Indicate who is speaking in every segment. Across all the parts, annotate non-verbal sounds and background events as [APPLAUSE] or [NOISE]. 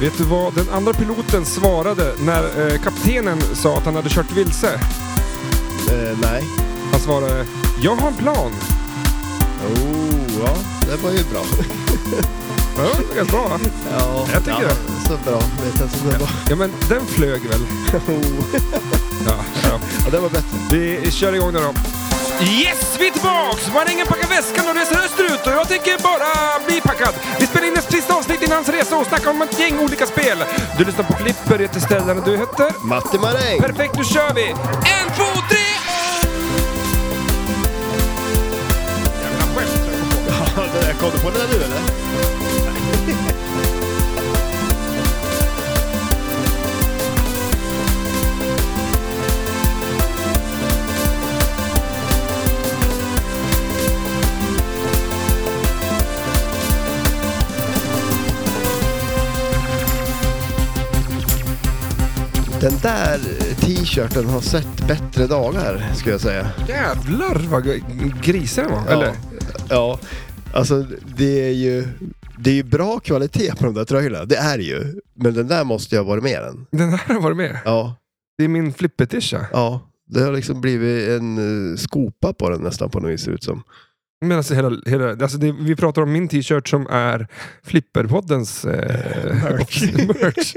Speaker 1: Vet du vad den andra piloten svarade när eh, kaptenen sa att han hade kört vilse?
Speaker 2: Eh, nej.
Speaker 1: Han svarade “Jag har en plan”.
Speaker 2: Oh, ja. Det var ju bra.
Speaker 1: Ja, det var ganska bra va?
Speaker 2: Ja,
Speaker 1: Jag tycker
Speaker 2: ja, Så bra. Vet jag, så det, var.
Speaker 1: Ja men den flög väl? Ja, ja.
Speaker 2: [LAUGHS] Ja, det var bättre.
Speaker 1: Vi kör igång nu då. Yes, vi är tillbaks! Marängen packar väskan och reser österut och jag tänker bara bli packad. Vi spelar in ett sista avsnitt innan hans resa och snackar om ett gäng olika spel. Du lyssnar på Flipper, heter ställaren du heter.
Speaker 2: Matti Maräng!
Speaker 1: Perfekt, nu kör vi! En, två, tre! och- Jävla skämt.
Speaker 2: Ja, det där, kom du på det där nu eller? Den där eh, t-shirten har sett bättre dagar, skulle jag säga.
Speaker 1: Jävlar vad g- grisig den var. Eller?
Speaker 2: Ja, alltså det är ju... Det är ju bra kvalitet på de där tröjorna, det är det ju. Men den där måste jag ha varit med den.
Speaker 1: Den här har varit med.
Speaker 2: Ja,
Speaker 1: Det är min flippetisha.
Speaker 2: ja. Det har liksom blivit en eh, skopa på den nästan på något vis, ser ut som.
Speaker 1: Men alltså, hela, hela, alltså det, vi pratar om min t-shirt som är Flipperpoddens eh,
Speaker 2: [LAUGHS] Merch.
Speaker 1: [LAUGHS] merch.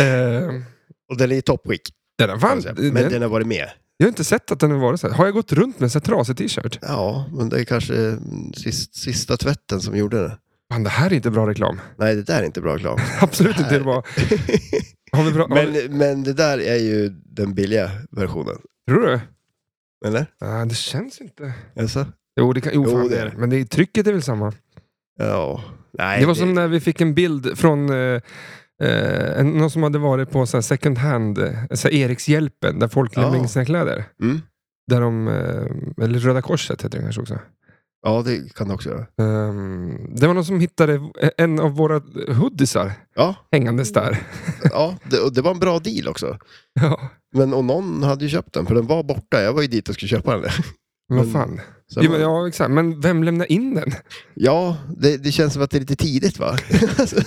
Speaker 1: eh,
Speaker 2: Och den är i toppskick.
Speaker 1: ja, den
Speaker 2: kan
Speaker 1: fan,
Speaker 2: jag säga. Men
Speaker 1: den,
Speaker 2: den har varit med.
Speaker 1: jag har inte sett att den har varit så här. Har jag gått runt med en sån här trasig t-shirt?
Speaker 2: Ja, men det är kanske eh, sist, sista tvätten som gjorde det.
Speaker 1: Fan, det här är inte bra reklam. [LAUGHS]
Speaker 2: Nej, det där är inte bra reklam.
Speaker 1: Absolut inte. Det var, har vi bra, har,
Speaker 2: men, men det där är ju den billiga versionen.
Speaker 1: tror du?
Speaker 2: Eller?
Speaker 1: Ah, det känns inte.
Speaker 2: Jaså?
Speaker 1: Jo, det kan, jo,
Speaker 2: Jo,
Speaker 1: fan,
Speaker 2: det
Speaker 1: det
Speaker 2: är
Speaker 1: är.
Speaker 2: det.
Speaker 1: det. men det, är- trycket är väl samma.
Speaker 2: Ja. Nej,
Speaker 1: det var som när vi fick en bild från eh, eh, en- någon som hade varit på så här second hand, eh, så här Erikshjälpen, där folk
Speaker 2: Ja.
Speaker 1: lämnar in sina kläder.
Speaker 2: Mm.
Speaker 1: Där de, eh, eller Röda Korset heter det kanske också.
Speaker 2: Ja, det kan det också göra.
Speaker 1: Ehm, det var någon som hittade en av våra hoodiesar
Speaker 2: Ja,
Speaker 1: hängandes
Speaker 2: Mm.
Speaker 1: där. [LAUGHS]
Speaker 2: ja det, och det var en bra deal också.
Speaker 1: ja,
Speaker 2: Men och någon hade ju köpt den, för den var borta. Jag var ju dit och skulle köpa den.
Speaker 1: vad
Speaker 2: Men-
Speaker 1: fan.
Speaker 2: Så
Speaker 1: Jo, men, ja, exakt. men vem lämnar in den? [LAUGHS]
Speaker 2: ja, det, det känns som att det är lite tidigt va? [LAUGHS] Alltså,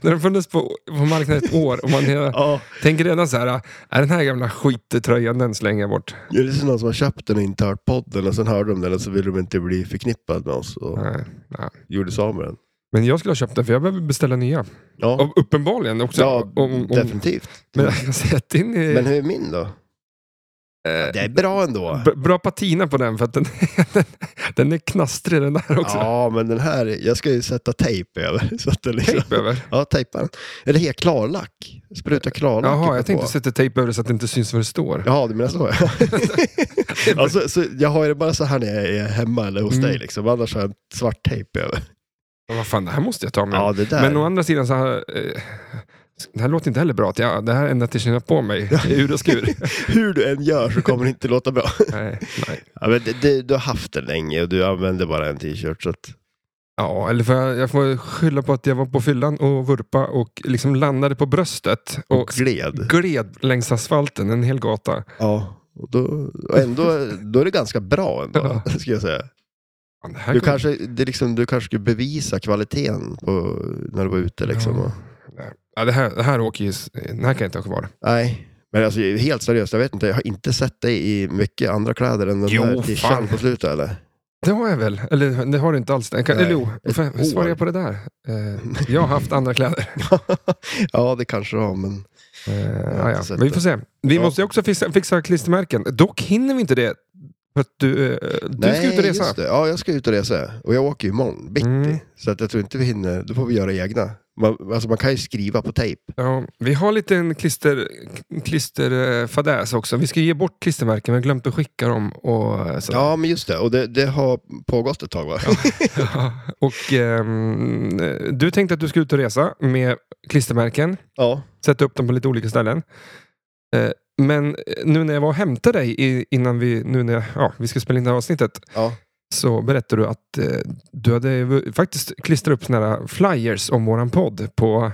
Speaker 1: När den funnits på, på marknaden ett år och man hela,
Speaker 2: ja.
Speaker 1: tänker redan så här, är den här gamla skittröjan, den slänger jag bort.
Speaker 2: Är det så någon som har köpt den och inte hört podden och sen hörde de den och så ville de inte bli förknippad med oss och
Speaker 1: Nej, nej.
Speaker 2: gjorde sig av med den?
Speaker 1: Men jag skulle ha köpt den för jag behöver beställa nya.
Speaker 2: Ja,
Speaker 1: Och uppenbarligen också.
Speaker 2: ja
Speaker 1: om, om, om,
Speaker 2: definitivt.
Speaker 1: men jag kan säga att din är,
Speaker 2: Men hur är min då?
Speaker 1: eh,
Speaker 2: Det är bra ändå.
Speaker 1: b- [LAUGHS] bra patina på den för att den, [LAUGHS] den, den är knastrig den där också.
Speaker 2: Ja, men den här, jag ska ju sätta tejp över. [LAUGHS] Så att den liksom,
Speaker 1: Tejp över.
Speaker 2: ja, tejpa den. Eller helt klarlack. Spruta klarlack
Speaker 1: Jaha, jag
Speaker 2: uppe
Speaker 1: tänkte
Speaker 2: på.
Speaker 1: sätta tejp över det så att det inte syns vad det står.
Speaker 2: Ja, du menar [LAUGHS] så? alltså, så jag har ju det bara så här när jag är hemma eller hos
Speaker 1: Mm.
Speaker 2: dig. Liksom. Annars har jag en svart tejp över.
Speaker 1: Men vad fan, det här måste jag ta med.
Speaker 2: Ja, det där.
Speaker 1: Men å andra sidan så här, eh, det här låter inte heller bra. Att jag, det här är ända tills jag har på mig i ur och
Speaker 2: [LAUGHS]
Speaker 1: skur.
Speaker 2: Hur du än gör så kommer det inte låta bra.
Speaker 1: nej, nej.
Speaker 2: [LAUGHS] Ja, men det, det, du har haft den länge och du använder bara en t-shirt. Så att,
Speaker 1: Ja, eller får jag, jag får skylla på att jag var på fyllan och vurpa och liksom landade på bröstet
Speaker 2: och
Speaker 1: och
Speaker 2: gled.
Speaker 1: gled längs asfalten en hel gata.
Speaker 2: Ja. Och, då, och ändå då är det ganska bra ändå, [LAUGHS] skulle jag säga.
Speaker 1: Fan, det här
Speaker 2: Du
Speaker 1: kommer-
Speaker 2: kanske, det är liksom, du kanske skulle bevisa kvaliteten på, när du var ute. Liksom.
Speaker 1: Ja.
Speaker 2: Och,
Speaker 1: Ja, det, här, det här åker ju... s- Den här kan jag inte ha kvar.
Speaker 2: nej. Men alltså, helt seriöst, jag vet inte. Jag har inte sett dig i mycket andra kläder än den
Speaker 1: Jo,
Speaker 2: där t-shirten
Speaker 1: fan.
Speaker 2: på slutet eller?
Speaker 1: Det har jag väl? Eller det har du inte alls. Den Kan,
Speaker 2: Nej.
Speaker 1: eller jo,
Speaker 2: Ett
Speaker 1: fan, hur svarar
Speaker 2: år.
Speaker 1: jag på det där? Eh, jag har haft andra
Speaker 2: [LAUGHS]
Speaker 1: kläder.
Speaker 2: ja, det kanske du har, men...
Speaker 1: Eh,
Speaker 2: har
Speaker 1: ah,
Speaker 2: inte
Speaker 1: ja.
Speaker 2: sett
Speaker 1: Vi
Speaker 2: det.
Speaker 1: får se. Vi
Speaker 2: Ja.
Speaker 1: måste ju också fixa, fixa klistermärken. Dock hinner vi inte det. För att du, eh, du ska ut och resa.
Speaker 2: just det. Ja, jag ska ut och resa. Och jag åker ju imorgon bitti.
Speaker 1: Mm.
Speaker 2: Så att jag tror inte vi hinner. Då får vi göra egna. Man, alltså man kan ju skriva på tejp.
Speaker 1: Ja, vi har lite en klister, klisterfadäs också. Vi ska ge bort klistermärken, vi har glömt att skicka dem. Och, eh, så.
Speaker 2: Ja, men just det. Och det, det har pågått ett tag va?
Speaker 1: [LAUGHS] och ehm, du tänkte att du ska ut och resa med klistermärken.
Speaker 2: [LAUGHS] Ja.
Speaker 1: sätta upp dem på lite olika ställen. Eh, Men nu när jag var och hämtade dig i- innan vi, nu när jag, ja, vi ska spela in det här avsnittet
Speaker 2: ja.
Speaker 1: så berättade du att eh, du hade ju faktiskt klistrat upp såna här flyers om våran podd. På,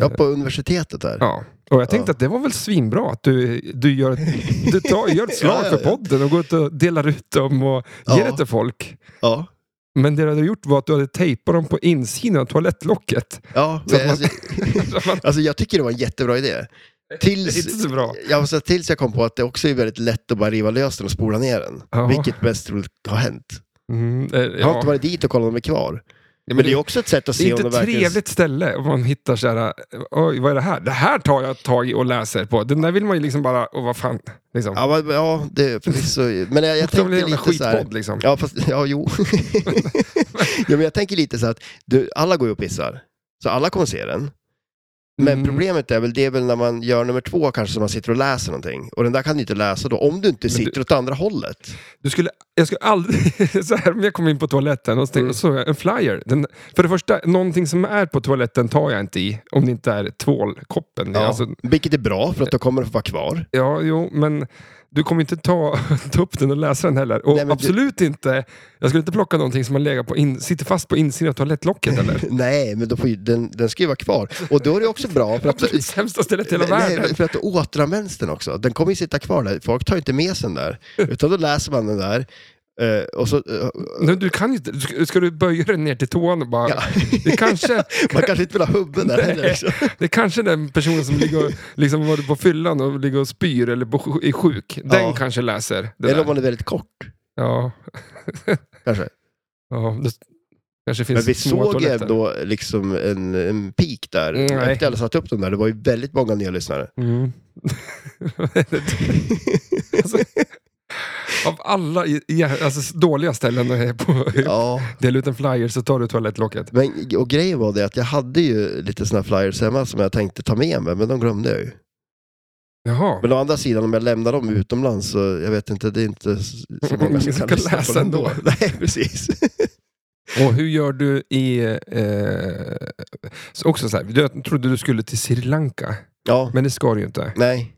Speaker 2: Ja, på universitetet där.
Speaker 1: ja. Och jag tänkte
Speaker 2: Ja.
Speaker 1: att det var väl svinbra att du, du, gör, ett-
Speaker 2: [LAUGHS]
Speaker 1: du tar, gör ett slag
Speaker 2: Ja, ja,
Speaker 1: för
Speaker 2: ja.
Speaker 1: podden och går ut och delar ut dem och ger
Speaker 2: Ja.
Speaker 1: det till folk.
Speaker 2: Ja.
Speaker 1: Men det du hade gjort var att du hade tejpat dem på insidan av toalettlocket.
Speaker 2: [LAUGHS] Ja,
Speaker 1: Så
Speaker 2: men
Speaker 1: att
Speaker 2: alltså, [LAUGHS] alltså jag tycker det var en jättebra idé.
Speaker 1: Det är inte
Speaker 2: Tills,
Speaker 1: så bra.
Speaker 2: jag måste säga, tills jag kom på att det också är väldigt lätt att bara riva lös den och spola ner den.
Speaker 1: Ja.
Speaker 2: Vilket mest troligt har hänt.
Speaker 1: Mm, eh,
Speaker 2: Jag har
Speaker 1: ja.
Speaker 2: inte varit dit och kollat om de är kvar.
Speaker 1: Ja,
Speaker 2: Men det är också ett sätt att
Speaker 1: det
Speaker 2: se
Speaker 1: är
Speaker 2: om
Speaker 1: inte
Speaker 2: de
Speaker 1: ett
Speaker 2: verkligen...
Speaker 1: trevligt ställe om man hittar så här, oj vad är det här? Det här tar jag tag i och läser på. Den där vill man ju liksom bara, åh vad fan. Liksom.
Speaker 2: Ja, men, ja det, förvisso. Men
Speaker 1: [LAUGHS]
Speaker 2: jag, jag
Speaker 1: det är väl en jävla
Speaker 2: tänkte lite så här...
Speaker 1: skitpodd liksom.
Speaker 2: Ja, fast, ja jo. [LAUGHS] ja, men jag tänker lite så här att du, alla går ju och pissar. Så alla kommer se den. Men
Speaker 1: Mm.
Speaker 2: problemet är väl, det är väl när man gör nummer två kanske som man sitter och läser någonting. Och den där kan du inte läsa då, om du inte
Speaker 1: du-
Speaker 2: sitter åt andra hållet.
Speaker 1: Du skulle, jag skulle aldrig... [LAUGHS] Så här, om jag kom in på toaletten och så,
Speaker 2: Mm.
Speaker 1: mm. såg jag en flyer. Den, för det första, någonting som är på toaletten tar jag inte i. Om det inte är tvålkoppen.
Speaker 2: Ja.
Speaker 1: Ja, alltså,
Speaker 2: Vilket är bra, för att då kommer den få
Speaker 1: [LAUGHS]
Speaker 2: vara kvar.
Speaker 1: ja jo, men du kommer inte ta, [LAUGHS] ta upp den och läsa den heller. Och
Speaker 2: Nej, men du-
Speaker 1: absolut inte... Jag skulle inte plocka någonting som har legat på in, sitter fast på insidan av toalettlocket
Speaker 2: [LAUGHS]
Speaker 1: eller?
Speaker 2: Nej, men då får ju, den, den ska ju vara kvar. Och då är det också bra för att...
Speaker 1: Absolut sämsta stället i hela världen.
Speaker 2: Nej, för att då återanvänds den också. Den kommer ju sitta kvar där. Folk tar ju inte med sig den där. Utan då läser man den där. eh, Och så, eh,
Speaker 1: Nej, du kan ju inte. Du Ska, ska du böja den ner till tån och bara...
Speaker 2: Ja.
Speaker 1: Det kanske,
Speaker 2: man kanske inte vill ha hubben där heller. Liksom.
Speaker 1: det kanske är den personen som ligger och, liksom var på fyllan och ligger och spyr eller på, är sjuk. Den
Speaker 2: Ja.
Speaker 1: kanske läser det
Speaker 2: Eller
Speaker 1: där.
Speaker 2: om man är väldigt kort.
Speaker 1: Ja,
Speaker 2: Kanske.
Speaker 1: ja det kanske finns
Speaker 2: Men vi
Speaker 1: små
Speaker 2: såg ju
Speaker 1: toaletter.
Speaker 2: ändå liksom en, en peak där.
Speaker 1: Nej.
Speaker 2: Efter alla satt upp dem där. Det var ju väldigt många
Speaker 1: [LAUGHS]
Speaker 2: nya lyssnare.
Speaker 1: Mm. alltså, av alla i, i, alltså, dåliga ställen att är på
Speaker 2: Ja.
Speaker 1: dela ut en flyer så tar du toalettlocket.
Speaker 2: Men, och grejen var det att jag hade ju lite såna här flyers hemma som jag tänkte ta med mig, men de glömde jag ju.
Speaker 1: Jaha.
Speaker 2: Men å andra sidan, om jag lämnar dem utomlands så jag vet inte, det är inte så många
Speaker 1: Ingen
Speaker 2: som kan
Speaker 1: ska
Speaker 2: lyssna
Speaker 1: läsa
Speaker 2: på dem
Speaker 1: ändå.
Speaker 2: [LAUGHS] Nej, precis.
Speaker 1: Och hur gör du i... Eh, så också så här, du- jag trodde du skulle till Sri Lanka,
Speaker 2: Ja,
Speaker 1: men det ska du ju inte.
Speaker 2: nej.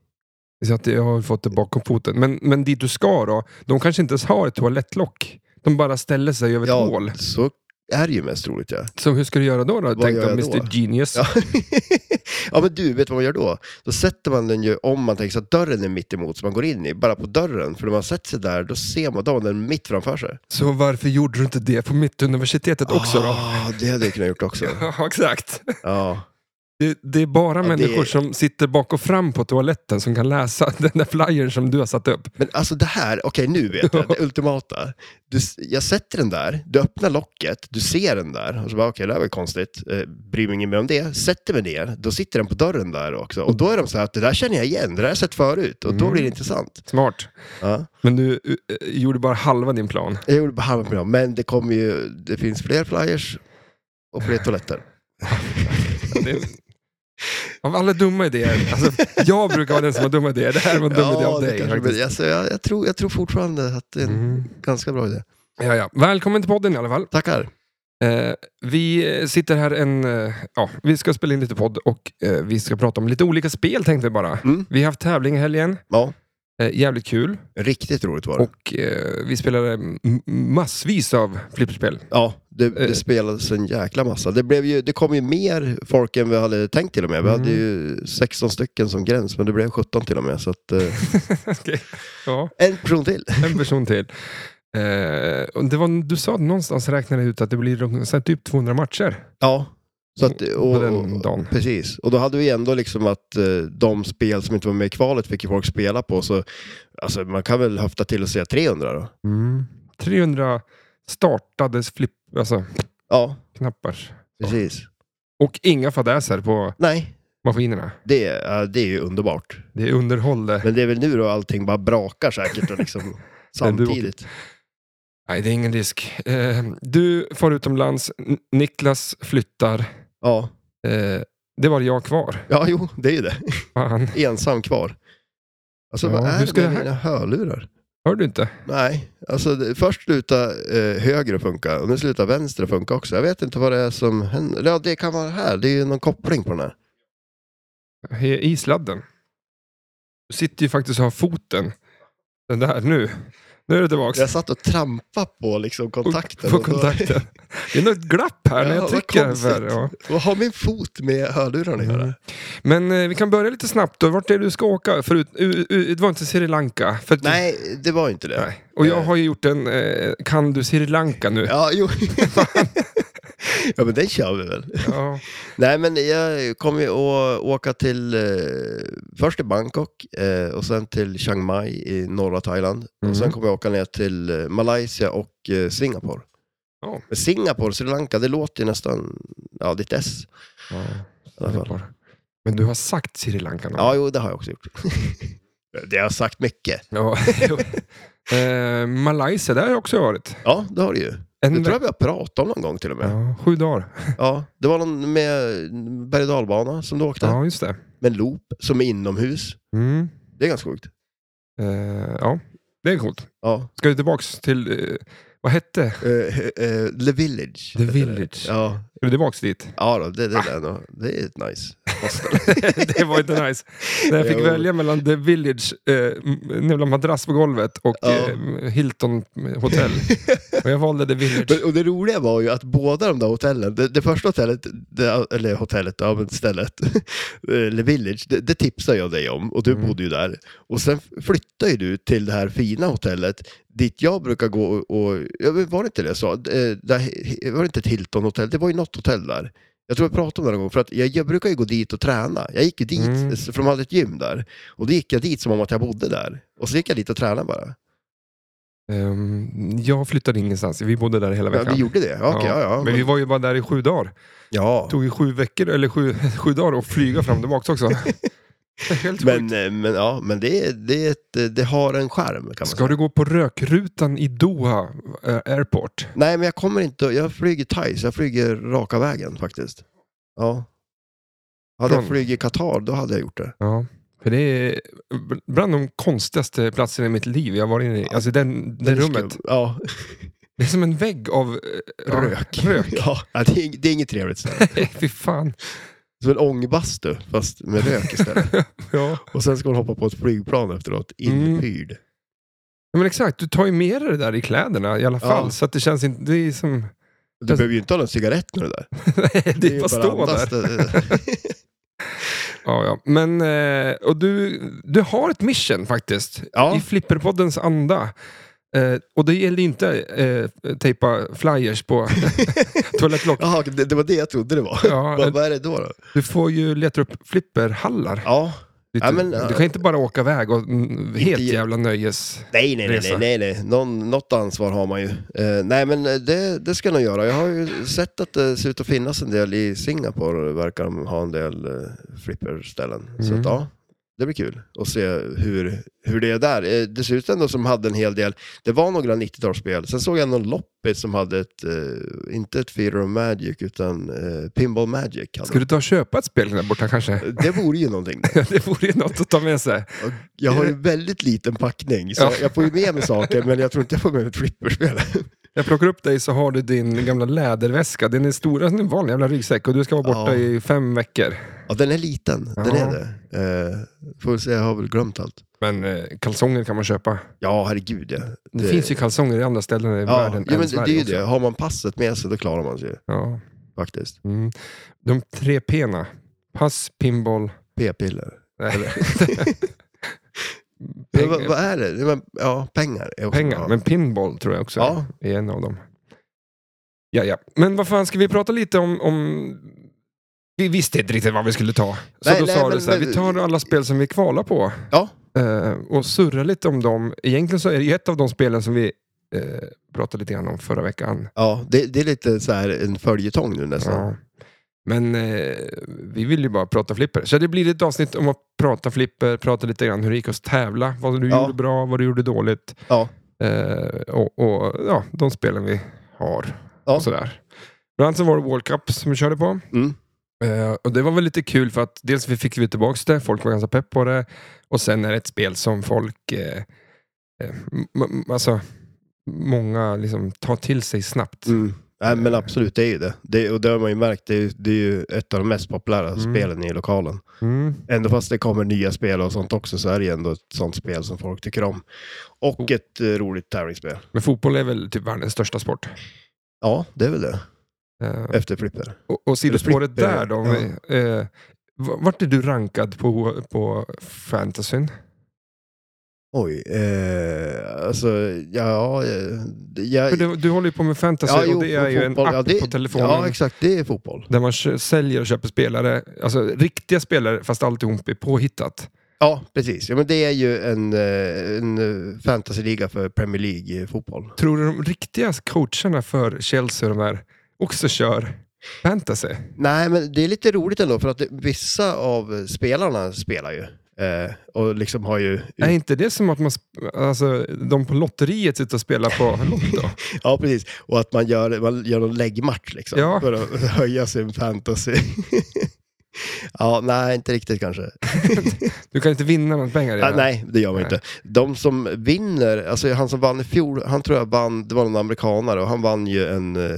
Speaker 1: Så att jag har fått det bakom foten. Men, men dit du ska då, de kanske inte ens har ett toalettlock. De bara ställer sig över ett
Speaker 2: Ja,
Speaker 1: hål.
Speaker 2: så är det ju mest roligt ja.
Speaker 1: Så hur ska du göra då? då
Speaker 2: Vad
Speaker 1: tänkte
Speaker 2: gör
Speaker 1: jag,
Speaker 2: jag då?
Speaker 1: Mr Genius.
Speaker 2: Ja. [LAUGHS] ja, men du, vet du vad man gör då? Då sätter man den ju, om man tänker sig att dörren är mitt emot som man går in i, bara på dörren. För när man sätter sig där, då ser man, då har man den mitt framför sig.
Speaker 1: Så varför gjorde du inte det på Mittuniversitetet också då?
Speaker 2: Ah, det hade jag kunnat gjort också.
Speaker 1: [LAUGHS] Ja, exakt.
Speaker 2: Ja.
Speaker 1: Det, det är bara
Speaker 2: Ja,
Speaker 1: människor
Speaker 2: det-
Speaker 1: som sitter bak och fram på toaletten som kan läsa [LAUGHS] den där flyern som du har satt upp.
Speaker 2: Men alltså det här, okej nu
Speaker 1: [LAUGHS]
Speaker 2: vet jag, det ultimata. Du, s- jag sätter den där, du öppnar locket, du ser den där och så bara okej det här var ju konstigt, eh, bryr mig ingen mer om det. Sätter mig ner, då sitter den på dörren där också. Och då är de så här att det där känner jag igen, det där har jag sett förut och då
Speaker 1: Mm.
Speaker 2: blir det intressant.
Speaker 1: Smart.
Speaker 2: Ja.
Speaker 1: Men du eh, gjorde bara halva din plan.
Speaker 2: Jag gjorde bara halva program, men det kommer ju, det finns fler flyers och fler
Speaker 1: [LAUGHS]
Speaker 2: toaletter.
Speaker 1: Det är... Av alla dumma idéer, alltså, jag brukar vara den som har dumma idéer. Det här var en dum idé av
Speaker 2: det
Speaker 1: dig.
Speaker 2: kanske
Speaker 1: faktiskt.
Speaker 2: blir- alltså, jag, jag, tror, jag tror fortfarande att det är en
Speaker 1: Mm.
Speaker 2: ganska bra idé.
Speaker 1: Ja, ja. Välkommen till podden i alla fall.
Speaker 2: Tackar.
Speaker 1: Eh, vi eh, sitter här en... Eh, ja, vi ska spela in lite podd och eh, vi ska prata om lite olika spel tänkte vi bara.
Speaker 2: Mm.
Speaker 1: Vi har haft tävling i helgen.
Speaker 2: Ja,
Speaker 1: Eh, jävligt kul.
Speaker 2: riktigt roligt var det.
Speaker 1: Och eh, vi spelade m- massvis av flipperspel.
Speaker 2: Ja, det,
Speaker 1: Eh.
Speaker 2: det spelades en jäkla massa. Det, blev ju, det kom ju mer folk än vi hade tänkt till och med. Vi
Speaker 1: Mm.
Speaker 2: hade ju 16 stycken som gräns, men det blev 17 till och med. Så att, eh,
Speaker 1: Okej. Ja,
Speaker 2: en person till.
Speaker 1: en person till. Eh, och det var, du sa att någonstans räknade ut att det blir de- så här, typ 200 matcher
Speaker 2: Ja. Så att, och,
Speaker 1: Mm. på den dagen.
Speaker 2: precis, och då hade vi ändå liksom att eh, de spel som inte var med i kvalet fick ju folk spela på. Så alltså, man kan väl höfta till och säga 300 då.
Speaker 1: Mm. 300 startades flipp, alltså,
Speaker 2: Ja,
Speaker 1: knappar.
Speaker 2: precis.
Speaker 1: Och inga fadäser på
Speaker 2: Nej,
Speaker 1: maskinerna.
Speaker 2: det, är- det är ju underbart.
Speaker 1: Det är underhåll det.
Speaker 2: Men det är väl nu då allting bara brakar säkert
Speaker 1: [LAUGHS]
Speaker 2: och liksom samtidigt.
Speaker 1: Nej, det är ingen risk. Eh, du far utomlands, N- Niklas flyttar.
Speaker 2: Ja.
Speaker 1: Eh, det var jag kvar.
Speaker 2: ja, jo, det är ju det.
Speaker 1: Fan.
Speaker 2: ensam kvar. Alltså
Speaker 1: Ja,
Speaker 2: vad
Speaker 1: hur
Speaker 2: är
Speaker 1: ska
Speaker 2: det
Speaker 1: det
Speaker 2: med
Speaker 1: här-
Speaker 2: mina hörlurar?
Speaker 1: Hör du inte?
Speaker 2: Nej, alltså det, först slutar eh, höger att funka och nu slutar vänster att funka också. Jag vet inte vad det är som händer. Ja, det kan vara det här. Det är ju någon koppling på den här.
Speaker 1: He- I sladden. Du sitter ju faktiskt och har foten. Den där nu. Nu är du tillbaka.
Speaker 2: Jag satt och trampade på liksom kontakten.
Speaker 1: På
Speaker 2: och då-
Speaker 1: kontakten. Det är nog ett glapp här när
Speaker 2: Ja,
Speaker 1: jag
Speaker 2: vad
Speaker 1: trycker.
Speaker 2: konstigt.
Speaker 1: För, ja.
Speaker 2: Vad [LAUGHS] har min fot med hörlurarna att
Speaker 1: Mm.
Speaker 2: göra?
Speaker 1: Men eh, vi kan börja lite snabbt. då. Vart är det du ska åka? Förut, u, u, det var inte Sri Lanka. För att-
Speaker 2: Nej, det var ju inte det.
Speaker 1: Nej. Och jag har ju gjort en eh, Kan du Sri Lanka nu?
Speaker 2: Ja, jo. [LAUGHS] ja, men den kör vi väl.
Speaker 1: Ja.
Speaker 2: Nej, men jag kommer ju att åka till, eh, först till Bangkok eh, och sen till Chiang Mai i norra Thailand.
Speaker 1: Mhm.
Speaker 2: Och sen kommer jag åka ner till eh, Malaysia och eh, Singapore.
Speaker 1: Ja.
Speaker 2: Men Singapore, Sri Lanka, det låter ju nästan, ja, ditt S.
Speaker 1: Ja,
Speaker 2: I alla fall.
Speaker 1: Men du har sagt Sri Lanka någon
Speaker 2: Ja, jo, det har jag också gjort. [LAUGHS] det har jag sagt mycket.
Speaker 1: Ja. [LAUGHS] eh, Malaysia, där har jag också varit.
Speaker 2: Ja, det har du ju.
Speaker 1: En
Speaker 2: Det tror jag vi har pratat om någon gång till och med.
Speaker 1: ja, sju dagar.
Speaker 2: Ja, det var någon med berg och dalbana som du åkte.
Speaker 1: Ja, just det.
Speaker 2: Med en loop som är inomhus.
Speaker 1: Mm.
Speaker 2: Det är ganska sjukt.
Speaker 1: Eh, ja, det är coolt.
Speaker 2: Ja.
Speaker 1: Ska du tillbaks till, eh, vad hette?
Speaker 2: Eh, eh, The Village.
Speaker 1: The
Speaker 2: heter det.
Speaker 1: Village.
Speaker 2: Ja,
Speaker 1: Ska du tillbaks dit?
Speaker 2: [LAUGHS] ja då, det, det, är den. det är ett [LAUGHS] nice hostel.
Speaker 1: det var inte nice. När jag fick
Speaker 2: Jo.
Speaker 1: välja mellan The Village, eh, en jävla madrass på golvet och
Speaker 2: Ja.
Speaker 1: eh, Hilton
Speaker 2: [LAUGHS]
Speaker 1: hotell. och jag valde The Village.
Speaker 2: Men, och det roliga var ju att båda de där hotellen, det, det första hotellet, det, eller hotellet, ja men stället, [LAUGHS] eller village, det, det tipsade jag dig om och du
Speaker 1: Mm.
Speaker 2: bodde ju där. Och sen flyttade ju du till det här fina hotellet dit jag brukar gå och, och ja, men var det inte det jag sa? Eh, Där, var det inte ett Hilton-hotell? Det var ju något hotell där. Jag tror jag pratade om det någon gång, för att jag, jag brukar ju gå dit och träna. Jag gick ju dit,
Speaker 1: Mm.
Speaker 2: för de hade ett gym där. Och då gick jag dit som om att jag bodde där. Och så gick jag dit och tränade bara.
Speaker 1: Ehm, jag flyttade ingenstans, vi bodde där hela
Speaker 2: Ja,
Speaker 1: veckan.
Speaker 2: vi gjorde det? Ja, okej, ja, ja.
Speaker 1: Men vi var ju bara där i sju dagar.
Speaker 2: ja.
Speaker 1: Det tog ju sju veckor, eller sju, [LAUGHS] sju dagar att flyga fram och tillbaka också. Det är Helt sjukt.
Speaker 2: Men, eh, men, ja, men det, det, är ett, eh, det har en skärm kan man
Speaker 1: Ska
Speaker 2: säga.
Speaker 1: du gå på rökrutan i Doha eh, Airport?
Speaker 2: Nej, men jag kommer inte. Jag flyger Thai, så jag flyger raka vägen faktiskt. Ja. Hade jag
Speaker 1: Från-
Speaker 2: flugit Qatar, då hade jag gjort det.
Speaker 1: Ja. För det är bland de konstigaste platserna i mitt liv jag varit inne i. Alltså den, det rummet.
Speaker 2: Skulle- Ja.
Speaker 1: Det är som en vägg av eh, rök. [LAUGHS] rök.
Speaker 2: ja. ja det, är, ing- det är inget trevligt ställe.
Speaker 1: Fy fan.
Speaker 2: Som en ångbastu, fast med rök istället.
Speaker 1: [LAUGHS] Ja.
Speaker 2: Och sen ska man hoppa på ett flygplan efteråt,
Speaker 1: Mm.
Speaker 2: inhyrd.
Speaker 1: Men exakt, du tar ju med dig det där i kläderna i alla
Speaker 2: Ja.
Speaker 1: fall. Så att det känns inte... Det är som... [LAUGHS]
Speaker 2: Du behöver ju inte ha någon cigarett när du är där.
Speaker 1: Nej, det är bara stå där.
Speaker 2: andas, [LAUGHS] det-
Speaker 1: Ja, ja. Men, eh, och du, du har ett mission faktiskt.
Speaker 2: Ja.
Speaker 1: I Flipperpoddens anda. Eh, och det gäller inte eh, tejpa flyers
Speaker 2: [LAUGHS]
Speaker 1: på toalettlock.
Speaker 2: Jaha, det, det var det jag trodde det var.
Speaker 1: Ja,
Speaker 2: Vad,
Speaker 1: eh,
Speaker 2: vad är det då? då?
Speaker 1: du får ju leta upp flipperhallar.
Speaker 2: Ja,
Speaker 1: Lite.
Speaker 2: Ja, men, ja.
Speaker 1: du kan inte bara åka iväg och mm, helt
Speaker 2: ge-
Speaker 1: jävla nöjes...
Speaker 2: Nej, nej, nej,
Speaker 1: resa.
Speaker 2: nej, nej, nej. Någon, något ansvar har man ju. Eh, nej, men eh, det, det ska jag nog göra. Jag har ju sett att det ser ut att finnas en del i Singapore, verkar de ha en del eh, flipperställen. Så
Speaker 1: Mm.
Speaker 2: att, ja, det blir kul att se hur, hur det är där. Eh, det ser ut ändå som hade en hel del, det var några 90-talsspel. Sen såg jag någon loppis som hade ett, eh, inte ett Fear of Magic, utan eh, Pinball Magic. Hade.
Speaker 1: Ska du ta och köpa ett spel där borta
Speaker 2: [LAUGHS]
Speaker 1: kanske?
Speaker 2: de. Det vore ju någonting.
Speaker 1: [LAUGHS] det vore ju något att ta med sig.
Speaker 2: Och Jag har ju väldigt liten packning, så
Speaker 1: Ja.
Speaker 2: jag får ju med mig saker, men jag tror inte jag får med mig ett flipperspel.
Speaker 1: Jag plockar upp dig så har du din gamla läderväska. Den är stor som en vanlig jävla ryggsäck och du ska vara borta
Speaker 2: Ja.
Speaker 1: i fem veckor.
Speaker 2: Ja, den är liten. Den
Speaker 1: Ja.
Speaker 2: är det. Eh, får väl säga, jag har väl glömt allt.
Speaker 1: Men eh, kalsonger kan man köpa.
Speaker 2: Ja, herregud ja.
Speaker 1: Det, finns ju kalsonger i andra ställen i
Speaker 2: ja,
Speaker 1: världen
Speaker 2: ja,
Speaker 1: än
Speaker 2: men det
Speaker 1: Sverige
Speaker 2: är ju
Speaker 1: också.
Speaker 2: det. Har man passet med sig, då klarar man sig ju,
Speaker 1: Ja.
Speaker 2: faktiskt.
Speaker 1: Mm. De tre P'na. Pass, pinball...
Speaker 2: P-piller.
Speaker 1: Nej.
Speaker 2: [LAUGHS] Men vad,
Speaker 1: Pengar,
Speaker 2: vad är det? Ja, Men, ja, pengar. är också
Speaker 1: pengar,
Speaker 2: bra.
Speaker 1: men pinball tror jag också
Speaker 2: Ja.
Speaker 1: är en av dem. Ja, ja. Men vad fan, ska vi prata lite om... om... Vi visste inte riktigt vad vi skulle ta. Så
Speaker 2: Nej,
Speaker 1: då
Speaker 2: nej,
Speaker 1: sa
Speaker 2: men-
Speaker 1: du så här,
Speaker 2: men-
Speaker 1: vi tar alla spel som vi kvalar på.
Speaker 2: Ja.
Speaker 1: Eh, och surrar lite om dem. Egentligen så är det ju ett av de spelen som vi eh, pratade lite grann om förra veckan.
Speaker 2: Ja, det, det är lite så här en följetong nu nästan.
Speaker 1: Ja. Alltså. Men eh, vi vill ju bara prata flipper. Så det blir ett avsnitt om att prata flipper, prata lite grann hur det gick att tävla, vad du
Speaker 2: Ja.
Speaker 1: gjorde bra, vad du gjorde dåligt.
Speaker 2: Ja.
Speaker 1: Eh, och, och ja, de spelen vi har.
Speaker 2: Ja.
Speaker 1: Och sådär. Bland annat så var det World Cup som vi körde på.
Speaker 2: Mm.
Speaker 1: Eh, och det var väl lite kul för att dels vi fick vi tillbaka det, folk var ganska pepp på det. Och sen är det ett spel som folk, eh, eh, m- m- alltså många liksom tar till sig snabbt.
Speaker 2: Mm. Nej, men absolut, det är ju det. det och det har man ju märkt, det är, ju- det är ju ett av de mest populära spelen i lokalen.
Speaker 1: Mm.
Speaker 2: Ändå fast det kommer nya spel och sånt också så är det ju ändå ett sånt spel som folk tycker om. Och
Speaker 1: Oh.
Speaker 2: ett eh, roligt tävlingsspel.
Speaker 1: Men fotboll är väl typ världens största sport.
Speaker 2: Ja, det är väl det.
Speaker 1: Eh,
Speaker 2: Efter flipper.
Speaker 1: och, och sidospåret
Speaker 2: flipper,
Speaker 1: där då. om vi- Eh, v- vart är du rankad på, på fantasyn?
Speaker 2: Oj, eh, alltså ja... eh, det- jag,
Speaker 1: För du, du håller ju på med fantasy
Speaker 2: ja,
Speaker 1: och det är ju en
Speaker 2: fotboll,
Speaker 1: app
Speaker 2: ja, det-
Speaker 1: på telefonen.
Speaker 2: Ja, exakt. Det är fotboll.
Speaker 1: där man kö- säljer och köper spelare, alltså riktiga spelare fast alltihop är påhittat.
Speaker 2: Ja, precis. Ja, men det är ju en, eh, en eh, fantasyliga för Premier League-fotboll.
Speaker 1: Tror du de riktiga coacherna för Chelsea och de här också kör fantasy?
Speaker 2: Nej, men det är lite roligt ändå för att det, vissa av spelarna spelar ju. Eh, och liksom har ju...
Speaker 1: Är inte det som att man, sp- alltså, de på lotteriet sitter och spelar på
Speaker 2: [LAUGHS]
Speaker 1: Lotto?
Speaker 2: Ja, precis. Och att man gör, man gör någon läggmatch liksom,
Speaker 1: Ja.
Speaker 2: för att [LAUGHS] höja sin fantasy. [LAUGHS] ja, nej, inte riktigt kanske.
Speaker 1: Du kan inte vinna några pengar i det
Speaker 2: Ah,
Speaker 1: här.
Speaker 2: nej, det gör man
Speaker 1: Nej.
Speaker 2: inte. De som vinner, alltså han som vann i fjol, han tror jag vann, det var någon amerikanare, och han vann ju en eh,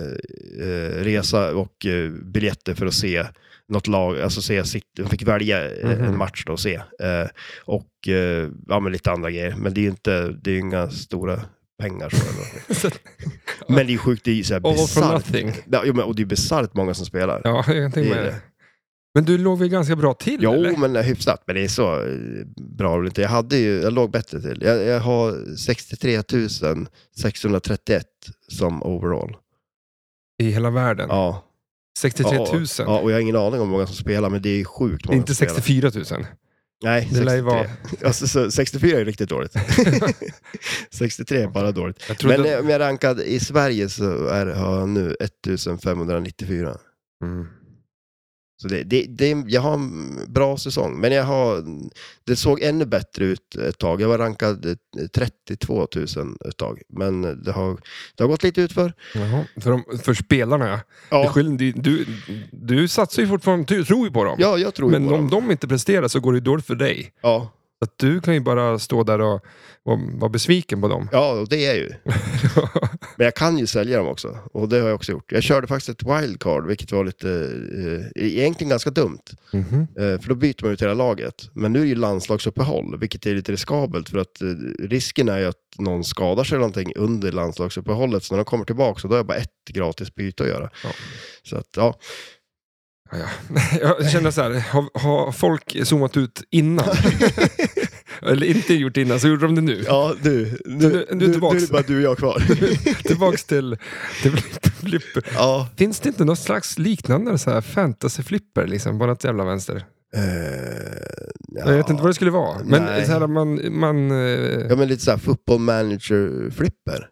Speaker 2: eh, resa och eh, biljetter för att se något lag, alltså se sitt, han fick välja eh,
Speaker 1: Mhm.
Speaker 2: en match då och se. Eh, och eh, ja, men lite andra grejer, men det är ju inte, det är ju inga stora pengar. Så
Speaker 1: [LAUGHS]
Speaker 2: eller
Speaker 1: Så-
Speaker 2: men det är sjukt, det är ju såhär
Speaker 1: All for
Speaker 2: bisarrt.
Speaker 1: nothing.
Speaker 2: Ja, jo, men- Och det är bisarrt många som spelar.
Speaker 1: Ja, jag tänker
Speaker 2: Det är
Speaker 1: med
Speaker 2: det.
Speaker 1: det. Men du låg väl ganska bra till?
Speaker 2: Jo,
Speaker 1: eller?
Speaker 2: men hyfsat. Men det är så eh, bra väl inte. Jag, hade ju, jag låg bättre till. Jag, jag har 63 631 som overall.
Speaker 1: I hela världen?
Speaker 2: Ja.
Speaker 1: 63 000?
Speaker 2: Ja, och- ja, och jag har ingen aning om hur många som spelar, men det är ju sjukt många
Speaker 1: inte
Speaker 2: som spelar.
Speaker 1: 64 000?
Speaker 2: Nej,
Speaker 1: Det lär ju
Speaker 2: 63.
Speaker 1: vara...
Speaker 2: Alltså, så, 64 är
Speaker 1: [LAUGHS]
Speaker 2: riktigt dåligt. [LAUGHS] 63 är bara dåligt.
Speaker 1: Jag trodde...
Speaker 2: Men eh, om jag är rankad i Sverige så är, har jag nu 1594.
Speaker 1: Mm.
Speaker 2: Så det, det, det, jag har en bra säsong, men jag har, det såg ännu bättre ut ett tag. Jag var rankad eh, 32 000 ett tag, men det har, det har gått lite utför.
Speaker 1: Jaha. För, de, för spelarna ja. Det är
Speaker 2: Ja,
Speaker 1: skillnad- Du, du, du satsar ju fortfarande, du tror ju på dem.
Speaker 2: ja jag tror ju
Speaker 1: men
Speaker 2: på
Speaker 1: om
Speaker 2: dem.
Speaker 1: de inte presterar så går det ju dåligt för dig.
Speaker 2: Ja,
Speaker 1: Så Att du kan ju bara stå där och vara vara besviken på dem. [LAUGHS]
Speaker 2: ja, och det är jag ju. Men jag kan ju sälja dem också, och det har jag också gjort. Jag körde faktiskt ett wildcard, vilket var lite, eh, egentligen ganska dumt.
Speaker 1: Mhm.
Speaker 2: Eh, För då byter man ut hela laget. Men nu är det ju landslagsuppehåll, vilket är lite riskabelt. För att eh, risken är ju att någon skadar sig eller någonting under landslagsuppehållet. Så när de kommer tillbaka, så då har jag bara ett gratis byte att göra.
Speaker 1: Ja.
Speaker 2: Så att, ja.
Speaker 1: Ja, ja. [LAUGHS] Jag känner så här, har, har folk zoomat ut innan? Eller inte gjort innan, så gjorde de det nu.
Speaker 2: [LAUGHS] Ja, nu, nu,
Speaker 1: nu- nu
Speaker 2: nu, nu
Speaker 1: tillbaks.
Speaker 2: är det bara du och jag kvar.
Speaker 1: [LAUGHS] Tillbaks till, till flipp, flipper.
Speaker 2: ja.
Speaker 1: Finns det inte något slags liknande så här fantasy-flipper, liksom, på något jävla vänster?
Speaker 2: Eh, ja.
Speaker 1: Jag vet inte vad det skulle vara. Men
Speaker 2: Nej.
Speaker 1: så här, man... man eh,
Speaker 2: Ja, men lite såhär football manager-flipper.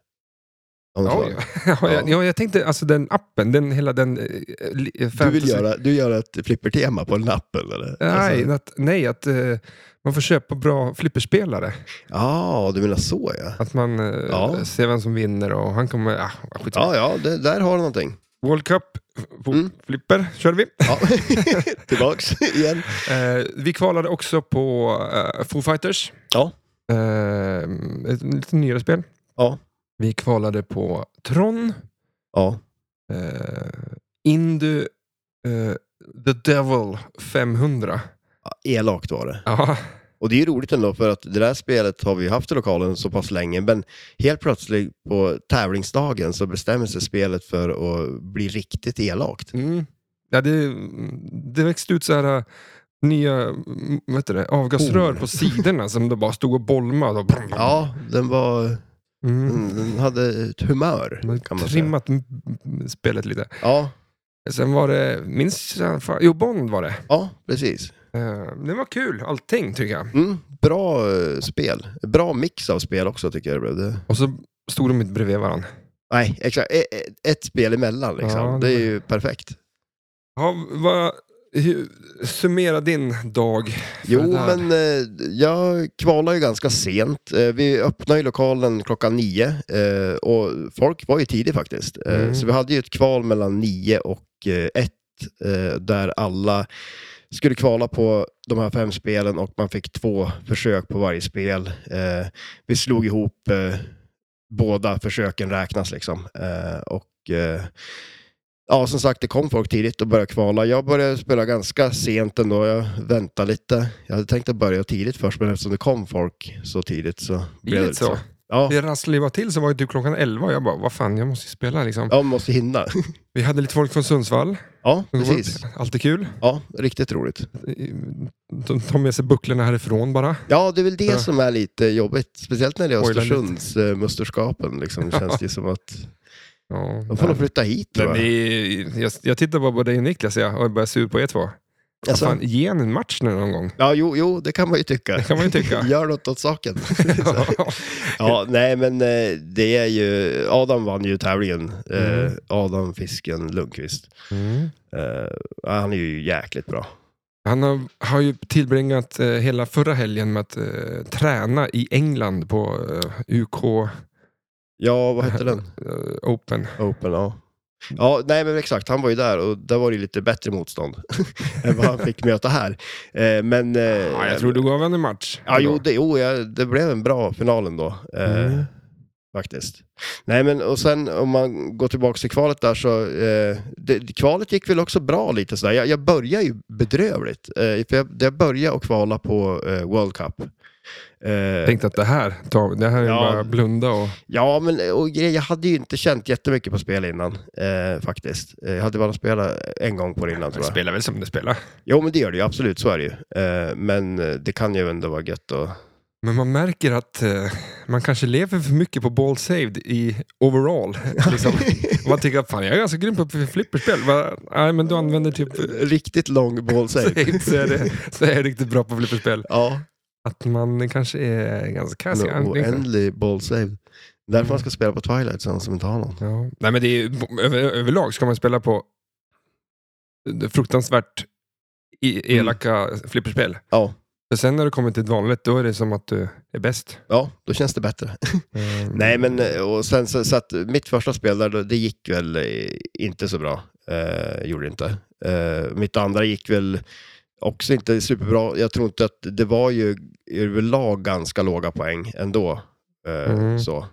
Speaker 2: Om du
Speaker 1: ja,
Speaker 2: får.
Speaker 1: ja. [LAUGHS] Ja, jag,
Speaker 2: Ja.
Speaker 1: ja, jag tänkte alltså den appen, den, hela den... eh, li-
Speaker 2: Du vill
Speaker 1: fantasy-
Speaker 2: göra, du gör ett flippertema på en app eller?
Speaker 1: Nej,
Speaker 2: Alltså,
Speaker 1: att, nej, att eh, man får köpa bra flipperspelare.
Speaker 2: ja, du menar så ja.
Speaker 1: Att man eh,
Speaker 2: Ja.
Speaker 1: ser vem som vinner och han kommer... Ah, skitsamma.
Speaker 2: Ja, ja, det, där har du någonting.
Speaker 1: World Cup, på
Speaker 2: Mm.
Speaker 1: flipper körde vi.
Speaker 2: Ja. [LAUGHS] Tillbaks igen.
Speaker 1: Eh, vi kvalade också på eh, Foo Fighters.
Speaker 2: Ja.
Speaker 1: Eh, ett lite nyare spel.
Speaker 2: Ja.
Speaker 1: Vi kvalade på Tron,
Speaker 2: Ja.
Speaker 1: eh, Indu, eh, The Devil 500.
Speaker 2: Elakt var det.
Speaker 1: Ja,
Speaker 2: Och det är ju roligt ändå för att det där spelet har vi ju haft i lokalen så pass länge men helt plötsligt på tävlingsdagen så bestämmer sig spelet för att bli riktigt elakt.
Speaker 1: mm. ja det, det växte ut så här eh, nya mm, vad heter det, avgasrör
Speaker 2: Oh.
Speaker 1: på sidorna som det bara stod och bolmade. Och brum, brum.
Speaker 2: Ja, den, var,
Speaker 1: Mm.
Speaker 2: den, den hade ett humör
Speaker 1: Man
Speaker 2: kan man säga.
Speaker 1: trimmat mm, mm, spelet lite.
Speaker 2: Ja,
Speaker 1: Sen var det, minns jag, fan- jo Bond var det.
Speaker 2: ja precis.
Speaker 1: Eh, Det var kul, allting tycker jag.
Speaker 2: Mm, bra eh, spel. Bra mix av spel också tycker jag det blev. Det.
Speaker 1: Och så stod de inte bredvid varandra.
Speaker 2: Nej, exakt. E- e- Ett spel emellan liksom.
Speaker 1: Ja, det-
Speaker 2: det är ju perfekt.
Speaker 1: Ja, vad, hur, summera din dag.
Speaker 2: Jo,
Speaker 1: det här.
Speaker 2: men eh, jag kvalar ju ganska sent. Eh, vi öppnade ju lokalen klockan nio eh, och folk var ju tidig faktiskt. Eh,
Speaker 1: Mm.
Speaker 2: Så vi hade ju ett kval mellan nio och eh, ett eh, där alla skulle kvala på de här fem spelen och man fick två försök på varje spel. Eh, vi slog ihop eh, båda försöken räknas liksom. Eh, och Och, eh, ja, som sagt, det kom folk tidigt och började kvala. Jag började spela ganska sent ändå. Jag väntade lite. Jag hade tänkt att börja tidigt först, men eftersom det kom folk så tidigt så
Speaker 1: Blir det så?
Speaker 2: Ja,
Speaker 1: Det rasslade ju bara till så var ju du klockan 11 och jag bara, vad fan, jag måste ju spela liksom.
Speaker 2: jag måste hinna. [LAUGHS]
Speaker 1: Vi hade lite folk från Sundsvall. [LAUGHS]
Speaker 2: Ja,
Speaker 1: Det var
Speaker 2: precis.
Speaker 1: Alltid kul.
Speaker 2: Ja, riktigt roligt.
Speaker 1: De tar med sig bucklorna härifrån bara.
Speaker 2: Ja, det är väl det
Speaker 1: Ja.
Speaker 2: som är lite jobbigt. Speciellt när det är
Speaker 1: Oj, lite.
Speaker 2: Östersunds eh, mästerskapen. Liksom, känns det ju som att
Speaker 1: Ja,
Speaker 2: de får nog
Speaker 1: nej.
Speaker 2: flytta hit.
Speaker 1: men
Speaker 2: va?
Speaker 1: vi, jag, jag tittar bara på dig och Niklas jag, och börjar sur på er två.
Speaker 2: Alltså,
Speaker 1: Fan, ge en en match nu någon
Speaker 2: [LAUGHS]
Speaker 1: gång.
Speaker 2: ja, jo, jo, det kan man ju tycka.
Speaker 1: Det kan man ju tycka.
Speaker 2: [LAUGHS] Gör något åt saken.
Speaker 1: [LAUGHS]
Speaker 2: Så. ja, nej, men eh, det är ju... Adam vann ju tävlingen. Eh,
Speaker 1: Mm.
Speaker 2: Adam Fisken Lundqvist.
Speaker 1: Mm.
Speaker 2: Eh, han är ju jäkligt bra.
Speaker 1: Han har, har ju tillbringat eh, hela förra helgen med att eh, träna i England på eh, UK
Speaker 2: Ja, vad hette den?
Speaker 1: eh, [LAUGHS] Open.
Speaker 2: Open, ja. Ja, nej men exakt. Han var ju där och där var det ju lite bättre motstånd [LAUGHS] än vad han fick möta här. Eh, men... eh,
Speaker 1: Ja, jag tror du gav henne en match.
Speaker 2: Ja, jo, det, jo ja, det blev en bra final ändå. Eh,
Speaker 1: Mm.
Speaker 2: Faktiskt. Nej, men och sen om man går tillbaka till kvalet där så, eh, det, kvalet gick väl också bra lite sådär. Jag, jag började ju bedrövligt. Eh, för jag, jag började att kvala på eh, World Cup. Eh,
Speaker 1: Jag tänkte att det här, tar, det här är
Speaker 2: Ja.
Speaker 1: bara blunda och...
Speaker 2: Ja, men och, grejen- jag hade ju inte känt jättemycket på spel innan, eh, faktiskt. Eh, Jag hade bara spelat en gång på det innan, tror jag.
Speaker 1: spelar väl som det spelar.
Speaker 2: Jo, men det gör det ju, absolut, så är det ju. Eh, men eh, det kan ju ändå vara gött att
Speaker 1: Men man märker att eh, man kanske lever för mycket på ball saved i [LAUGHS] overall. Liksom. man tycker att fan, jag är ganska grym på flipperspel. Va, Nej, men du använder typ...
Speaker 2: Riktigt lång ballsave.
Speaker 1: [LAUGHS] Saved, så, är det, så är jag riktigt bra på flipperspel.
Speaker 2: Ja,
Speaker 1: Att man kanske är ganska kass. i
Speaker 2: en
Speaker 1: anknytning.
Speaker 2: oändlig ballsave. Därför man ska spela på Twilight sen som inte har någon.
Speaker 1: Ja. Nej, men det är, över, överlag ska man spela på fruktansvärt i, elaka
Speaker 2: Mm.
Speaker 1: flipperspel.
Speaker 2: Ja.
Speaker 1: För sen när du kommer till ett vanligt, då är det som att du är bäst. Ehm,
Speaker 2: Ja, då känns det [LAUGHS] bättre. Nej, men eh, och sen så, så att mitt första spel där, då- det gick väl eh, inte så bra. Eh, gjorde det inte. Eh, mitt andra gick väl också inte superbra. Jag tror inte att det var ju överlag ganska låga poäng ändå. Eh,
Speaker 1: Mm.
Speaker 2: Så.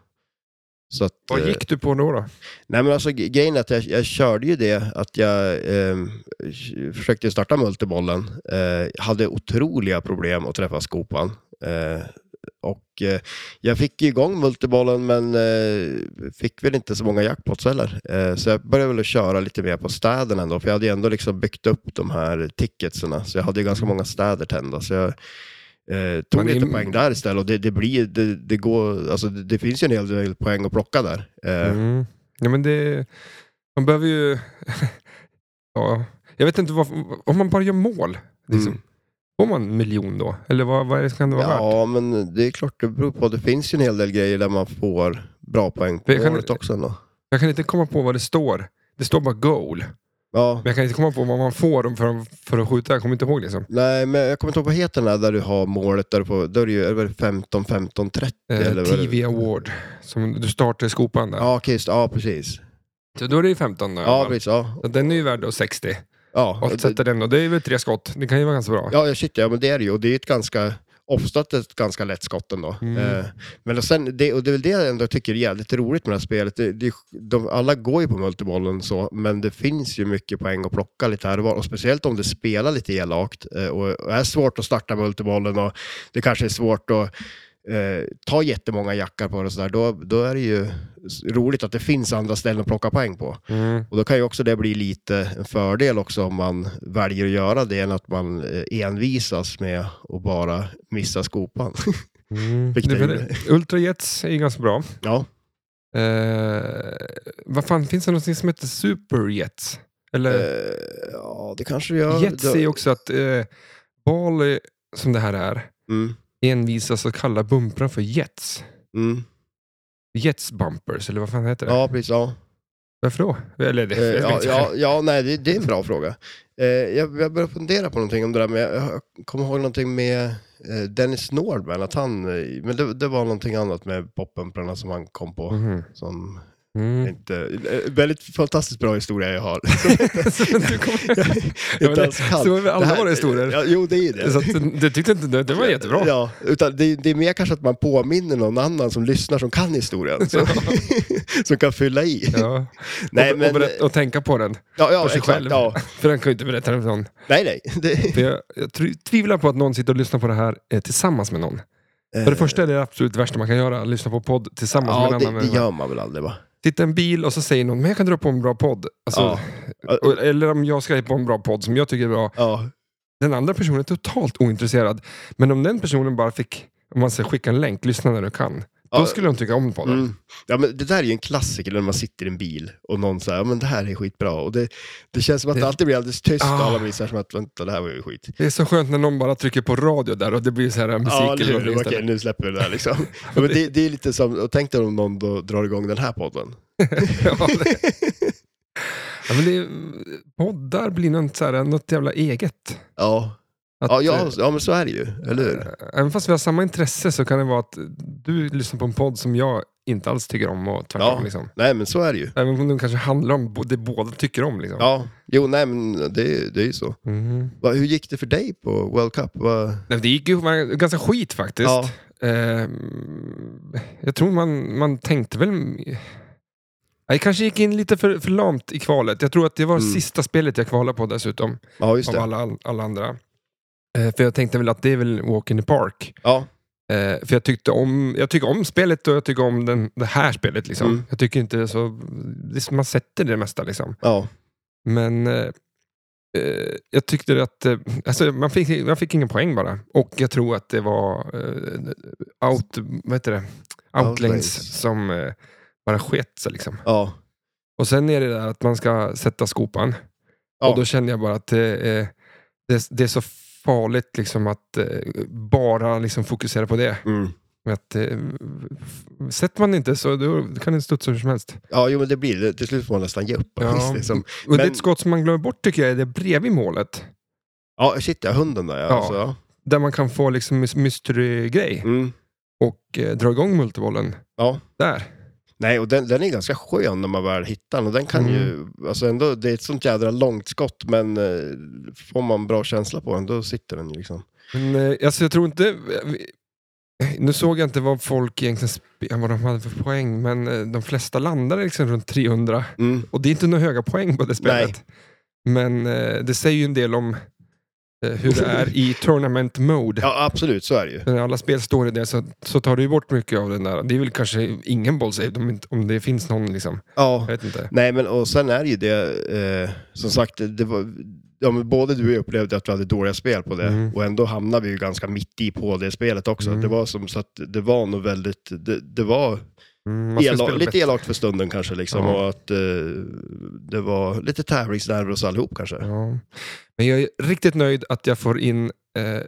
Speaker 2: Så att,
Speaker 1: Vad
Speaker 2: eh,
Speaker 1: gick du på då? då?
Speaker 2: Nej men alltså ge- grejen är att jag, jag körde ju det att jag ehm, k- försökte starta multibollen. Eh, hade otroliga problem att träffa skopan. Eh, och eh, jag fick ju igång multibollen men eh, fick väl inte så många jackpots heller. Eh, så jag började väl att köra lite mer på städerna ändå. För jag hade ju ändå liksom byggt upp de här ticketserna. Så jag hade ju ganska många städer tända. Så jag, Eh, tog
Speaker 1: Men det är-
Speaker 2: lite poäng där istället och det, det, blir, det, det, går, alltså det, det finns ju en hel del poäng att plocka där. Eh,
Speaker 1: Mm. Ja, men det, man behöver ju... [LAUGHS] ja, jag vet inte, vad, om man bara gör mål, liksom,
Speaker 2: Mm.
Speaker 1: får man en miljon då? Eller vad, vad är det, kan det vara värt?
Speaker 2: Ja, men det är klart det beror på. Det finns ju en hel del grejer där man får bra poäng på
Speaker 1: Det kan-
Speaker 2: året också. Ändå.
Speaker 1: Jag kan inte komma på vad det står. Det står bara goal.
Speaker 2: Ja.
Speaker 1: Men jag kan inte komma på vad man får för, för att skjuta. Jag kommer inte ihåg liksom.
Speaker 2: Nej, men jag kommer inte ihåg vad heter den här där du har målet där du får, där är det ju är det väl 15, 15, 30 eller
Speaker 1: Eh,
Speaker 2: vad är det?
Speaker 1: TV Award. Som du startar i skopan där.
Speaker 2: Ja, okej, just, ja precis.
Speaker 1: Så då är det ju 15 då, i alla
Speaker 2: Ja,
Speaker 1: fall.
Speaker 2: precis. Ja,
Speaker 1: Så Den är ju värd då 60.
Speaker 2: ja.
Speaker 1: Och sätter den då. Det är väl tre skott. Det kan ju vara ganska bra.
Speaker 2: ja shit, ja men det är det ju. Och det är ju ett ganska, oftast ett ganska lätt skott ändå.
Speaker 1: Mm.
Speaker 2: Eh, men och sen, det, och det är väl det jag ändå tycker är jävligt roligt med det här spelet. Det, det, de, alla går ju på multibollen så, men det finns ju mycket poäng att plocka lite här och var. Och speciellt om det spelar lite elakt eh, och, och är svårt att starta multibollen och det kanske är svårt att eh, ta jättemånga jackar på det och sådär. Då, då är det ju s- roligt att det finns andra ställen att plocka poäng på.
Speaker 1: Mm.
Speaker 2: Och då kan ju också det bli lite en fördel också om man väljer att göra det än att man eh, envisas med att bara missa skopan. [LAUGHS]
Speaker 1: Mm. Det
Speaker 2: Vilket
Speaker 1: är
Speaker 2: jag [LAUGHS]
Speaker 1: väl- Ultrajets är ju ganska bra.
Speaker 2: ja.
Speaker 1: Eh, vad fan, finns det någonting som heter Superjets? Eller
Speaker 2: Eh, ja, det kanske det gör.
Speaker 1: Jets är ju också att eh, Bali, som det här är,
Speaker 2: Mm,
Speaker 1: envisas att kalla bumprar för Jets.
Speaker 2: mm.
Speaker 1: Jets bumpers, eller vad fan heter det?
Speaker 2: Ja, precis. Ja.
Speaker 1: Varför då? Eller, [LAUGHS] det,
Speaker 2: Eh,
Speaker 1: jag
Speaker 2: ja,
Speaker 1: vet inte.
Speaker 2: ja, ja, nej, det, det är en bra fråga. Eh, jag, jag började fundera på någonting om det där med, jag kommer ihåg någonting med eh, Dennis Nordman, att han, eh, men det, det var någonting annat med poppumprarna som han kom på.
Speaker 1: Mhm.
Speaker 2: Som
Speaker 1: Mm.
Speaker 2: Inte, eh, väldigt fantastiskt bra historia jag har.
Speaker 1: Så du kommer- Ja, men
Speaker 2: Inte
Speaker 1: det-
Speaker 2: alls kall.
Speaker 1: så är väl alla
Speaker 2: Det här-
Speaker 1: våra historier.
Speaker 2: Ja, jo, det är ju det.
Speaker 1: Så att, det tyckte inte, det, det var jättebra.
Speaker 2: Ja, utan det, det är mer kanske att man påminner någon annan som lyssnar som kan historien. Som, [LAUGHS] som kan fylla i.
Speaker 1: Ja.
Speaker 2: [LAUGHS] Nej,
Speaker 1: och,
Speaker 2: men-
Speaker 1: och, berätta, och tänka på den.
Speaker 2: Ja, ja,
Speaker 1: För sig
Speaker 2: exakt,
Speaker 1: själv.
Speaker 2: Ja.
Speaker 1: För den kan ju inte berätta den för någon.
Speaker 2: Nej, nej. Det,
Speaker 1: För jag, jag tr- tvivlar på att någon sitter och lyssnar på det här eh, tillsammans med någon. För det första är det absolut värsta man kan göra, lyssna på podd tillsammans med
Speaker 2: Eh. ja,
Speaker 1: en
Speaker 2: det,
Speaker 1: annan
Speaker 2: det
Speaker 1: människa.
Speaker 2: gör man väl aldrig va?
Speaker 1: Sitta i en bil och så säger någon, men jag kan dra på en bra podd. Alltså,
Speaker 2: Ja.
Speaker 1: och, eller om jag ska på en bra podd som jag tycker är bra.
Speaker 2: Ja,
Speaker 1: Den andra personen är totalt ointresserad. Men om den personen bara fick, om man säger skicka en länk, lyssna när du kan.
Speaker 2: Ja.
Speaker 1: Då skulle de tycka om podden.
Speaker 2: mm. ja, men det där är ju en klassiker när man sitter i en bil och någon säger "Ja, men det här är skitbra. Och det, det känns som att det,
Speaker 1: Det-
Speaker 2: alltid blir alldeles tyst och
Speaker 1: Ah.
Speaker 2: alla blir så här som att vänta, det här var ju skit.
Speaker 1: Det är så skönt när någon bara trycker på radio där och det blir så här musik
Speaker 2: Ja, eller
Speaker 1: eller
Speaker 2: hur?
Speaker 1: någonting
Speaker 2: Okej,
Speaker 1: istället.
Speaker 2: nu släpper vi det där liksom. Ja, men det, det är lite som, och tänk dig om någon då drar igång den här podden.
Speaker 1: Ja, det- ja, men det är, poddar blir något, så här, något jävla eget.
Speaker 2: Ja,
Speaker 1: Att,
Speaker 2: ja, ja,
Speaker 1: eh,
Speaker 2: ja men så är det ju, eller hur?
Speaker 1: Även fast vi har samma intresse så kan det vara att du lyssnar på en podd som jag inte alls tycker om och tvärtom.
Speaker 2: Ja.
Speaker 1: Liksom.
Speaker 2: Nej, men så är det ju.
Speaker 1: Även om den kanske handlar om bo- det båda tycker om. Liksom.
Speaker 2: Ja, jo, nej, men det, det är ju så.
Speaker 1: Mhm.
Speaker 2: Va, hur gick det för dig på World Cup? Va?
Speaker 1: Nej, Det gick ju var- ganska skit faktiskt.
Speaker 2: Ja,
Speaker 1: Ehm, jag tror man, man tänkte väl... Jag kanske gick in lite för, för lamt i kvalet. Jag tror att det var
Speaker 2: Mm.
Speaker 1: sista spelet jag kvalade på dessutom,
Speaker 2: ja, just
Speaker 1: av
Speaker 2: det.
Speaker 1: alla, alla andra. Eh, för jag tänkte väl att det är väl walk in the park.
Speaker 2: Ja,
Speaker 1: Eh, för jag tyckte om, jag tycker om spelet och jag tycker om den, det här spelet. Liksom.
Speaker 2: Mm.
Speaker 1: Jag tycker inte så... Det, är som man sätter det mesta liksom.
Speaker 2: ja,
Speaker 1: Men eh, eh, jag tyckte att... Eh, alltså man, fick, jag fick ingen poäng bara. Och jag tror att det var eh, out, vad heter det? outlanes
Speaker 2: Outlanes.
Speaker 1: som eh, bara sket sig. Liksom.
Speaker 2: ja.
Speaker 1: Och sen är det där att man ska sätta skopan.
Speaker 2: Ja.
Speaker 1: Och då känner jag bara att eh, eh, det, det är så farligt liksom, att eh, bara liksom, fokusera på det.
Speaker 2: Mm.
Speaker 1: Men Att, eh, f- sätter man inte så då kan det studsa hur som helst.
Speaker 2: Ja, jo, men det blir det. Till slut får man nästan ge upp.
Speaker 1: Ja.
Speaker 2: Ja, liksom.
Speaker 1: Och Det är
Speaker 2: Men-
Speaker 1: ett skott som man glömmer bort tycker jag, är det bredvid målet.
Speaker 2: ja shit, ja, hunden där. Ja.
Speaker 1: Ja.
Speaker 2: Alltså, ja.
Speaker 1: där man kan få liksom mys- mystery-grej
Speaker 2: Mm.
Speaker 1: och eh, dra igång multibollen.
Speaker 2: Ja.
Speaker 1: Där.
Speaker 2: Nej, och den, den är ganska skön när man väl hittar den. Och den kan
Speaker 1: Mm.
Speaker 2: ju, alltså ändå, det är ett sånt jädra långt skott, men eh, får man bra känsla på den, då sitter den ju liksom.
Speaker 1: Men eh, alltså, jag tror inte... vi- Nu såg jag inte vad folk egentligen spe- vad de hade för poäng, men eh, de flesta landade liksom runt 300.
Speaker 2: Mm.
Speaker 1: Och det är inte några höga poäng på det spelet. Men eh, det säger ju en del om eh, hur det är i tournament mode.
Speaker 2: Ja, absolut, så är det ju.
Speaker 1: När alla spel står i det så, så tar du ju bort mycket av den där. Det är väl kanske ingen bollsave om, inte- om det finns någon. Liksom.
Speaker 2: Ja.
Speaker 1: Jag vet inte.
Speaker 2: Nej, men och sen är det ju det, eh, som sagt, det, det var, ja, men både du och jag upplevde att vi hade dåliga spel på det
Speaker 1: Mm.
Speaker 2: och ändå hamnade vi ju ganska mitt i på det spelet också.
Speaker 1: Mm.
Speaker 2: Det var som så att det var nog väldigt, det, det var
Speaker 1: Mm, man ska
Speaker 2: ela,
Speaker 1: spela
Speaker 2: lite
Speaker 1: bättre.
Speaker 2: elakt för stunden kanske liksom
Speaker 1: Ja.
Speaker 2: och att eh, det var lite tävlingsnerver hos allihop kanske.
Speaker 1: Ja. Men jag är riktigt nöjd att jag får in eh, eh,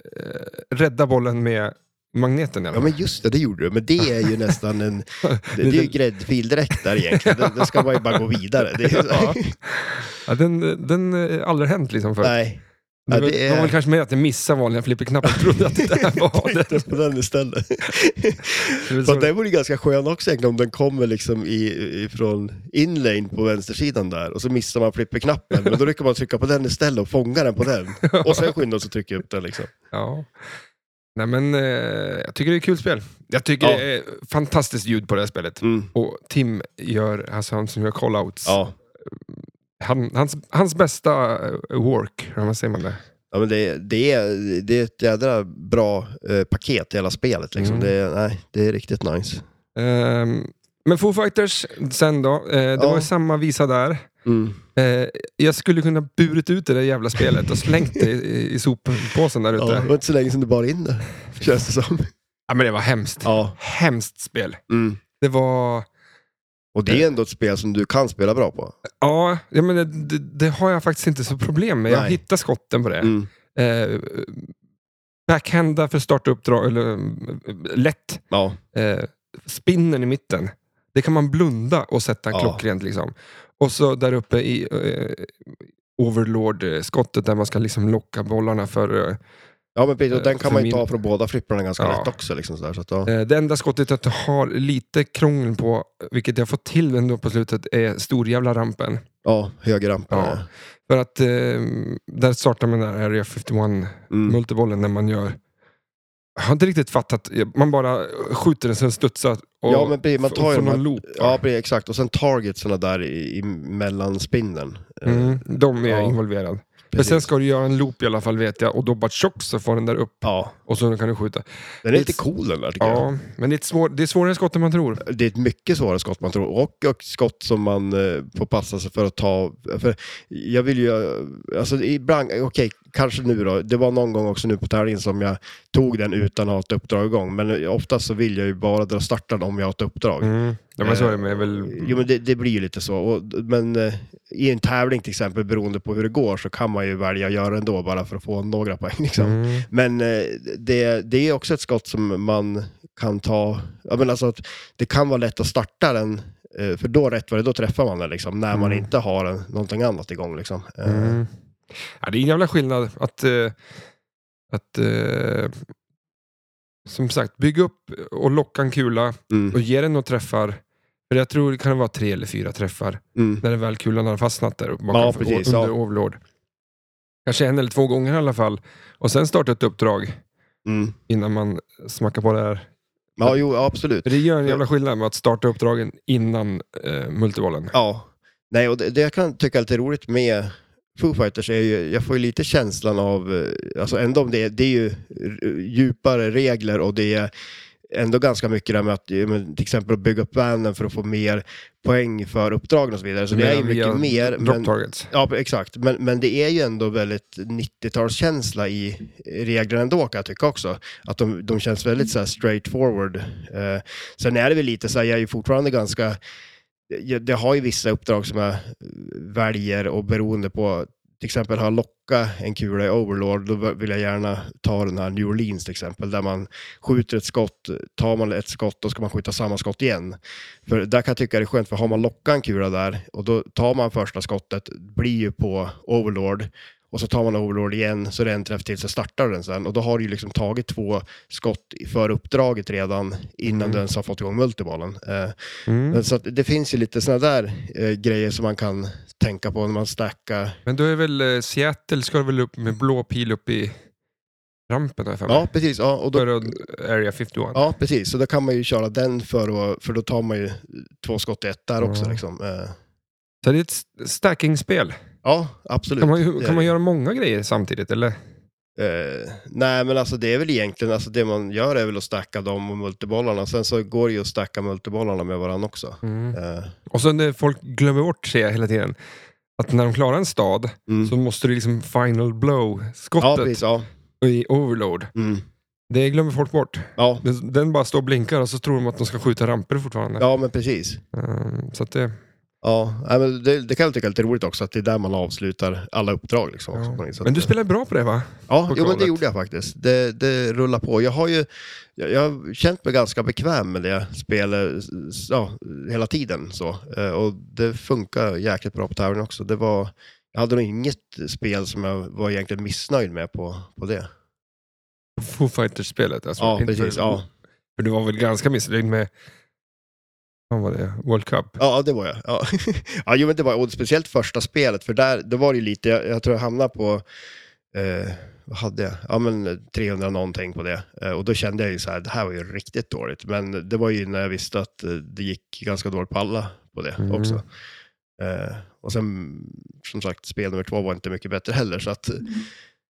Speaker 1: rädda bollen med magneten. i alla
Speaker 2: Ja
Speaker 1: fall.
Speaker 2: men just det, det gjorde du. Men det är ju nästan [LAUGHS] en... Det, det är ju gräddfil direkt där egentligen. Det, det ska man ju bara gå vidare. Det är, ju-
Speaker 1: Ja. Ja, den, den eh, har aldrig hänt liksom förut.
Speaker 2: [LAUGHS] Nej, ja,
Speaker 1: det, var-
Speaker 2: det är-
Speaker 1: det var väl kanske mer att jag missade vanliga flipperknappen och trodde att
Speaker 2: [LAUGHS]
Speaker 1: det där var det.
Speaker 2: titta på den istället.
Speaker 1: det är
Speaker 2: Så
Speaker 1: som,
Speaker 2: den vore ju ganska skön också egentligen om den kommer liksom i, ifrån inlane på vänstersidan där och så missar man flipperknappen. Men då brukar man trycka på den istället och fånga den
Speaker 1: [LAUGHS]
Speaker 2: på den. Och sen skynda sig att trycka upp den liksom.
Speaker 1: ja. Nej, men, eh, jag tycker det är ett kul spel. Jag tycker
Speaker 2: Ja.
Speaker 1: det är fantastiskt ljud på det här spelet.
Speaker 2: Mm.
Speaker 1: Och Tim, gör, alltså han som gör callouts,
Speaker 2: Ja.
Speaker 1: han, hans, hans bästa eh, work, eller vad säger man det?
Speaker 2: Ja, men det, det, är, det är ett jädra bra eh, paket i hela spelet. Liksom.
Speaker 1: Mm.
Speaker 2: Det, är, nej, det är riktigt nice.
Speaker 1: Ehm, men Foo Fighters sen då. eh, det
Speaker 2: Ja.
Speaker 1: var ju samma visa där.
Speaker 2: Mm.
Speaker 1: Eh, jag skulle kunna burit ut det där jävla spelet och slängt det i, i soppåsen där ute.
Speaker 2: Ja, det
Speaker 1: Ja.
Speaker 2: var inte så länge sedan du bar in det, [LAUGHS] känns det som.
Speaker 1: men det var hemskt.
Speaker 2: Ja.
Speaker 1: Hemskt spel.
Speaker 2: Mm.
Speaker 1: Det var...
Speaker 2: Och det är ändå ett spel som du kan spela bra på.
Speaker 1: Ja, jag menar, det, det har jag faktiskt inte så problem med. Jag
Speaker 2: Nej.
Speaker 1: hittar skotten på det.
Speaker 2: Mm.
Speaker 1: Eh, backhanda för startuppdrag, eller eh, lätt.
Speaker 2: Ja.
Speaker 1: Eh, spinnen i mitten. Det kan man blunda och sätta
Speaker 2: Ja.
Speaker 1: klockrent. Liksom. Och så där uppe i eh, Overlord-skottet där man ska liksom locka bollarna för eh,
Speaker 2: Ja, men precis. Och den
Speaker 1: för
Speaker 2: kan man ju
Speaker 1: min-
Speaker 2: ta från båda flipprarna ganska
Speaker 1: Ja.
Speaker 2: lätt också. Liksom sådär, så att, ja.
Speaker 1: Eh, Det enda skottet jag har lite krångel på, vilket jag fått till ändå på slutet, är storjävla rampen.
Speaker 2: ja, högerrampen.
Speaker 1: Ja.
Speaker 2: Ja.
Speaker 1: För att eh, där startar man den här Area 51
Speaker 2: Mm.
Speaker 1: multibollen när man gör... Jag har inte riktigt fattat. Man bara skjuter den, sen studsar och
Speaker 2: Ja, men precis, man
Speaker 1: f-
Speaker 2: tar ju
Speaker 1: får
Speaker 2: de här-
Speaker 1: någon loop.
Speaker 2: ja, precis. Exakt. Och sen targetsarna där i, i mellanspinnen. Eh,
Speaker 1: Mm, de är
Speaker 2: Ja,
Speaker 1: involverade. Men
Speaker 2: precis.
Speaker 1: sen ska du göra en loop i alla fall vet jag och då bara tjock så får den där upp
Speaker 2: Ja,
Speaker 1: och så kan du skjuta.
Speaker 2: den är
Speaker 1: Det-
Speaker 2: lite cool den där tycker
Speaker 1: Ja, men det är, ett svår, det är svårare skott än man tror.
Speaker 2: jag. Det är ett mycket svårare skott man tror och, och skott som man eh, får passa sig för att ta. För jag vill ju, eh, alltså ibland, okej, kanske nu då. Det var någon gång också nu på tävlingen som jag tog den utan att ha ett uppdrag igång. Men oftast så vill jag ju bara dra starten om jag har ett uppdrag.
Speaker 1: Mm. Ja, men så är det
Speaker 2: Eh,
Speaker 1: med väl...
Speaker 2: Jo, men det, det blir ju lite så. Och, men eh, i en tävling till exempel, beroende på hur det går, så kan man ju välja att göra ändå bara för att få några poäng. Liksom.
Speaker 1: Mm.
Speaker 2: Men eh, det, det är också ett skott som man kan ta. Jag menar alltså att det kan vara lätt att starta den, eh, för då rätt vad det är, då träffar man den liksom, när man
Speaker 1: Mm.
Speaker 2: inte har en, någonting annat igång. Liksom. Eh,
Speaker 1: Mm. Ja, det är en jävla skillnad att, eh, att eh, som sagt, bygga upp och locka en kula
Speaker 2: Mm.
Speaker 1: och ge den några träffar. För jag tror det kan vara tre eller fyra träffar
Speaker 2: Mm.
Speaker 1: när den väl kulan har fastnat där uppe
Speaker 2: Ja,
Speaker 1: bakom
Speaker 2: precis,
Speaker 1: under
Speaker 2: ja.
Speaker 1: Overlord. Kanske en eller två gånger i alla fall. Och sen starta ett uppdrag
Speaker 2: Mm.
Speaker 1: innan man smackar på det här.
Speaker 2: Ja, jo, ja, absolut.
Speaker 1: För det gör en jävla skillnad med att starta uppdragen innan eh, multibollen.
Speaker 2: Ja, nej och det, det jag kan tycka är lite roligt med Foo Fighters är ju, jag får ju lite känslan av, eh, alltså ändå om det, det är ju r- djupare regler och det är ändå ganska mycket det här med att eh, men, till exempel att bygga upp vanen för att få mer poäng för uppdragen och så vidare. Så det är ju mycket mer.
Speaker 1: Drop
Speaker 2: Men,
Speaker 1: targets.
Speaker 2: ja, exakt. Men, men det är ju ändå väldigt 90-talskänsla i reglerna ändå kan jag tycka också. Att de, de känns väldigt så här straight forward. Eh, sen är det väl lite så här, jag är ju fortfarande ganska jag, det har ju vissa uppdrag som jag eh, väljer och beroende på, till exempel har jag lockat en kula i Overlord, då vill jag gärna ta den här New Orleans till exempel, där man skjuter ett skott, tar man ett skott, då ska man skjuta samma skott igen. För där kan jag tycka det är skönt, för har man lockat en kula där och då tar man första skottet, blir ju på Overlord, och så tar man Overlord igen, så är det en träff till, så startar den sen. Och då har du ju liksom tagit två skott för uppdraget redan innan
Speaker 1: Mm.
Speaker 2: du ens har fått igång multibollen. Eh,
Speaker 1: Mm.
Speaker 2: men Så att det finns ju lite sådana där eh, grejer som man kan tänka på när man stackar.
Speaker 1: Men då är väl eh, Seattle ska väl upp med blå pil upp i rampen där för mig?
Speaker 2: Ja, precis. Ja, och då,
Speaker 1: För att- Area 51.
Speaker 2: ja, precis. Så då kan man ju köra den för, att, för då tar man ju två skott i ett där också.
Speaker 1: Ja.
Speaker 2: Liksom. Eh,
Speaker 1: Så det är ett st- stacking-spel.
Speaker 2: Ja, absolut.
Speaker 1: Kan man, ju-
Speaker 2: Det-
Speaker 1: kan man göra många grejer samtidigt? Eller?
Speaker 2: Eh, nej, men alltså det är väl egentligen, alltså det man gör är väl att stacka dem och multibollarna. Sen så går det ju att stacka multibollarna med varandra också.
Speaker 1: Mm.
Speaker 2: Eh,
Speaker 1: Och sen när folk glömmer bort, ser jag hela tiden, att när de klarar en stad
Speaker 2: mm.
Speaker 1: så måste du liksom final
Speaker 2: Ja,
Speaker 1: blow-skottet
Speaker 2: precis. Ja.
Speaker 1: i overload.
Speaker 2: Mm.
Speaker 1: Det glömmer folk bort.
Speaker 2: Ja.
Speaker 1: Den- Den bara står och blinkar och så tror de att de ska skjuta ramper fortfarande.
Speaker 2: ja, men precis.
Speaker 1: Ehm, Så att det,
Speaker 2: Ja, nej, men det, det kan jag tycka är lite roligt också, att det är där man avslutar alla uppdrag. Liksom, också,
Speaker 1: ja.
Speaker 2: på något sätt.
Speaker 1: Men du spelar bra på det va?
Speaker 2: Ja,
Speaker 1: på
Speaker 2: jo, men det
Speaker 1: kvalet.
Speaker 2: gjorde jag faktiskt. Det, det rullar på. Jag har ju jag, jag har känt mig ganska bekväm med det spelet s- ja, hela tiden. Så. Eh, Och det funkar jäkligt bra på tävlingen också. Det var, jag hade nog inget spel som jag var egentligen missnöjd med på, på det.
Speaker 1: Foo Fighters-spelet? Alltså,
Speaker 2: Ja,
Speaker 1: Inte-
Speaker 2: precis. Ja.
Speaker 1: För du var väl ganska missnöjd med vad var det? World Cup?
Speaker 2: ja, det var jag. Ja. [LAUGHS] ja, jo, men det var, och speciellt första spelet, för där det var det ju lite, jag, jag tror jag hamnade på eh, vad hade jag? Ja, men 300 någonting på det. Eh, Och då kände jag ju så här, det här var ju riktigt dåligt. Men det var ju när jag visste att eh, det gick ganska dåligt på alla på det
Speaker 1: Mm.
Speaker 2: också. Eh, Och sen, som sagt, spel nummer två var inte mycket bättre heller. Så att,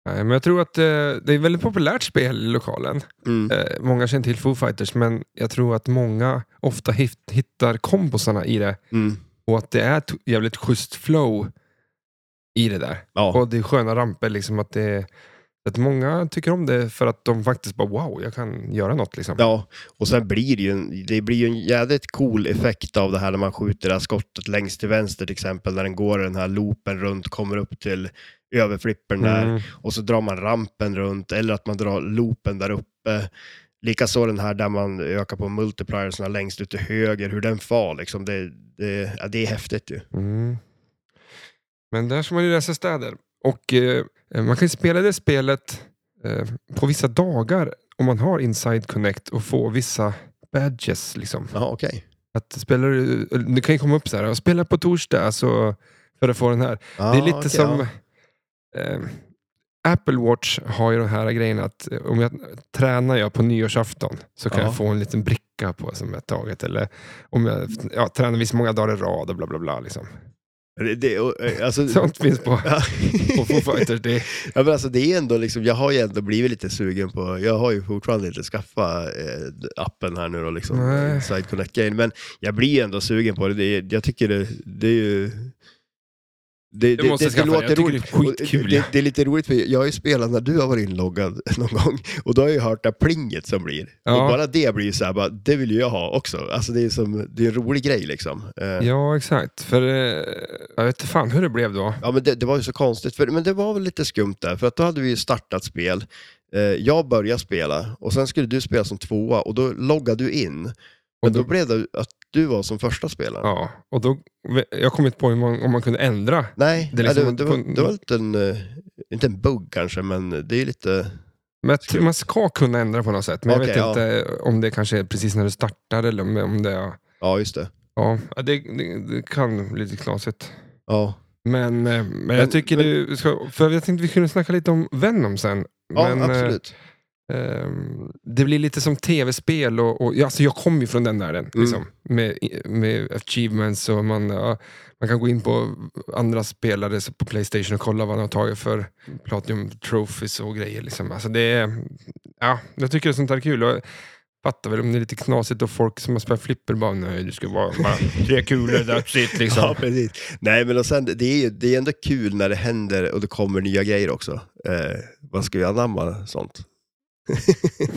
Speaker 1: Nej, men jag tror att eh, det är ett väldigt populärt spel i lokalen.
Speaker 2: mm,
Speaker 1: Eh, många känner till Foo Fighters, men jag tror att många ofta hit- hittar kombosarna i det
Speaker 2: mm,
Speaker 1: och att det är ett jävligt schysst flow i det där.
Speaker 2: ja,
Speaker 1: Och det är sköna ramper, liksom att det är, att många tycker om det för att de faktiskt bara wow, jag kan göra något liksom.
Speaker 2: ja, och sen blir det ju en, det blir ju en jävligt cool effekt av det här när man skjuter det här skottet längst till vänster till exempel, när den går i den här loopen runt, kommer upp till överflippen där.
Speaker 1: Mm.
Speaker 2: och så drar man rampen runt eller att man drar loopen där uppe. Likaså den här där man ökar på multipliersen längst ut till höger, hur den far liksom. Det, det, ja, det är häftigt ju.
Speaker 1: Mm. Men där ska man ju resa städer. Och eh, man kan ju spela det spelet eh, på vissa dagar, om man har Inside Connect, och få vissa badges. Liksom.
Speaker 2: Jaha, okej.
Speaker 1: Att spelar du, det kan ju komma upp så här, spela på torsdag så, för att få den här. det är
Speaker 2: Ja,
Speaker 1: lite
Speaker 2: okej,
Speaker 1: som
Speaker 2: ja.
Speaker 1: eh, Apple Watch har ju den här grejen att eh, om jag tränar jag på nyårsafton så kan
Speaker 2: Ja.
Speaker 1: jag få en liten bricka på som jag tagit. Eller om jag ja, tränar visst många dagar i rad och bla bla bla. Liksom.
Speaker 2: Det, det, och,
Speaker 1: [LAUGHS]
Speaker 2: eh, alltså,
Speaker 1: Sånt finns
Speaker 2: [LAUGHS]
Speaker 1: på,
Speaker 2: Ja.
Speaker 1: på Foo Fighters. Det, är-
Speaker 2: Ja, men alltså, det är ändå liksom, jag har ju ändå blivit lite sugen på, jag har ju fortfarande inte skaffat eh, appen här nu då, liksom,
Speaker 1: Nej.
Speaker 2: Inside connect Gain, men jag blir ju ändå sugen på det. det är- jag tycker det, det är ju... Det,
Speaker 1: Du måste skaffa det. Jag tycker det är
Speaker 2: Och
Speaker 1: skitkul, ja.
Speaker 2: Det, det är lite roligt för jag har ju spelat när du har varit inloggad [LAUGHS] någon gång och då har jag ju hört det här plinget som blir.
Speaker 1: Ja.
Speaker 2: Och bara det blir ju så här, bara, det vill ju jag ha också. Alltså det är, som, det är en rolig grej liksom. Eh,
Speaker 1: ja, exakt. För eh, jag vet inte fan hur det blev då.
Speaker 2: Ja, men det, det var ju så konstigt, för, men det var väl lite skumt där, för att då hade vi ju startat spel. Eh, jag började spela och sen skulle du spela som tvåa och då loggade du in. Men
Speaker 1: Och
Speaker 2: då,
Speaker 1: då,
Speaker 2: blev det att du var som första spelare.
Speaker 1: ja, och då, jag kom inte på hur man, om man kunde ändra.
Speaker 2: Nej,
Speaker 1: Det
Speaker 2: det,
Speaker 1: är liksom
Speaker 2: det,
Speaker 1: en-
Speaker 2: det, var, det var lite en, eh, inte en bugg kanske, men det är ju lite...
Speaker 1: Men jag tror
Speaker 2: Skumt.
Speaker 1: man ska kunna ändra på något sätt. Men jag
Speaker 2: Okej,
Speaker 1: vet
Speaker 2: ja.
Speaker 1: inte om det kanske är precis när du startar eller om, om det är
Speaker 2: Ja, just det.
Speaker 1: Ja, ja, det, det, det kan bli lite knasigt.
Speaker 2: Ja,
Speaker 1: Men, eh, men,
Speaker 2: Men-
Speaker 1: jag tycker
Speaker 2: men-
Speaker 1: du ska, för jag tänkte vi kunde snacka lite om Venom sen.
Speaker 2: ja
Speaker 1: men, eh,
Speaker 2: absolut.
Speaker 1: ehm, det blir lite som tv-spel och, och ja, alltså jag kommer ju från den världen.
Speaker 2: Mm.
Speaker 1: Liksom, med, med achievements och man, ja, man kan gå in på andra spelare på Playstation och kolla vad de har tagit för Platinum Trophies och grejer. Liksom. Alltså det är, ja, jag tycker sånt här är kul. Och, jag Fattar väl om det är lite knasigt och folk som har spelat flipper bara nej, det ska vara bara tre kulor, that's it [LAUGHS] liksom.
Speaker 2: [LAUGHS] Ja, precis. Nej, men och sen, det är ju det är ändå kul när det händer och det kommer nya grejer också. Eh, man ska ju anamma sånt. [LAUGHS]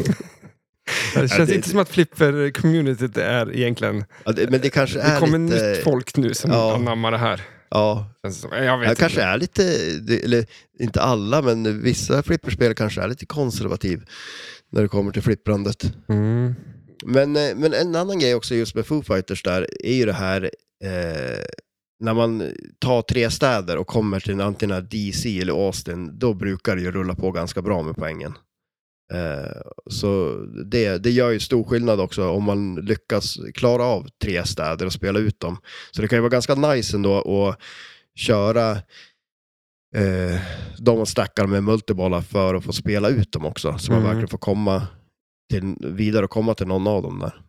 Speaker 1: Det känns
Speaker 2: det-
Speaker 1: inte som att flipper-communityt är egentligen...
Speaker 2: Ja, det, men det kanske är
Speaker 1: Det kommer
Speaker 2: lite...
Speaker 1: nytt folk nu som
Speaker 2: ja.
Speaker 1: anammar det här.
Speaker 2: Ja,
Speaker 1: Känns det som. Jag vet
Speaker 2: Jag
Speaker 1: inte.
Speaker 2: kanske är lite, det- eller inte alla, men vissa flipperspel kanske är lite konservativ när det kommer till flipprandet.
Speaker 1: Mm.
Speaker 2: Men, eh, men en annan grej också just med Foo Fighters där är ju det här eh, när man tar tre städer och kommer till en antingen DC eller Austin, då brukar det ju rulla på ganska bra med poängen. Eh, så det, det gör ju stor skillnad också om man lyckas klara av tre städer och spela ut dem. Så det kan ju vara ganska nice ändå att köra eh, de man stackar med multibollar för att få spela ut dem också. Så man
Speaker 1: Mm.
Speaker 2: verkligen får komma till, vidare och komma till någon av dem där.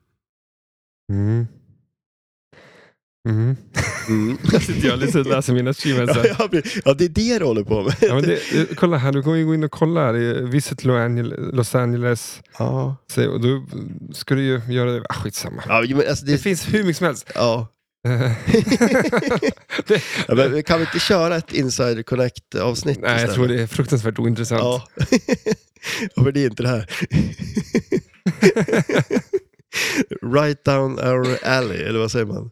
Speaker 1: Mm. Mm. Sitter [LAUGHS] jag liksom och läser mina achievements.
Speaker 2: ja,
Speaker 1: här.
Speaker 2: ja, men- ja, det är det du håller på med.
Speaker 1: Ja, men det, eh, kolla här, du kommer ju gå in och kolla här i eh, Visit Los Angeles. Los Angeles
Speaker 2: Ja,
Speaker 1: säg, och då ska du ju göra det... Ah, skitsamma.
Speaker 2: men alltså
Speaker 1: Det
Speaker 2: det,
Speaker 1: finns hur mycket som [LAUGHS] helst.
Speaker 2: ja.
Speaker 1: Eh, det,
Speaker 2: Ja, men kan vi inte köra ett Insider Connect-avsnitt
Speaker 1: nej, jag tror det är fruktansvärt ointressant.
Speaker 2: Ja. [LAUGHS] ja, men det är inte det här. [LAUGHS] right down our alley, eller vad säger man?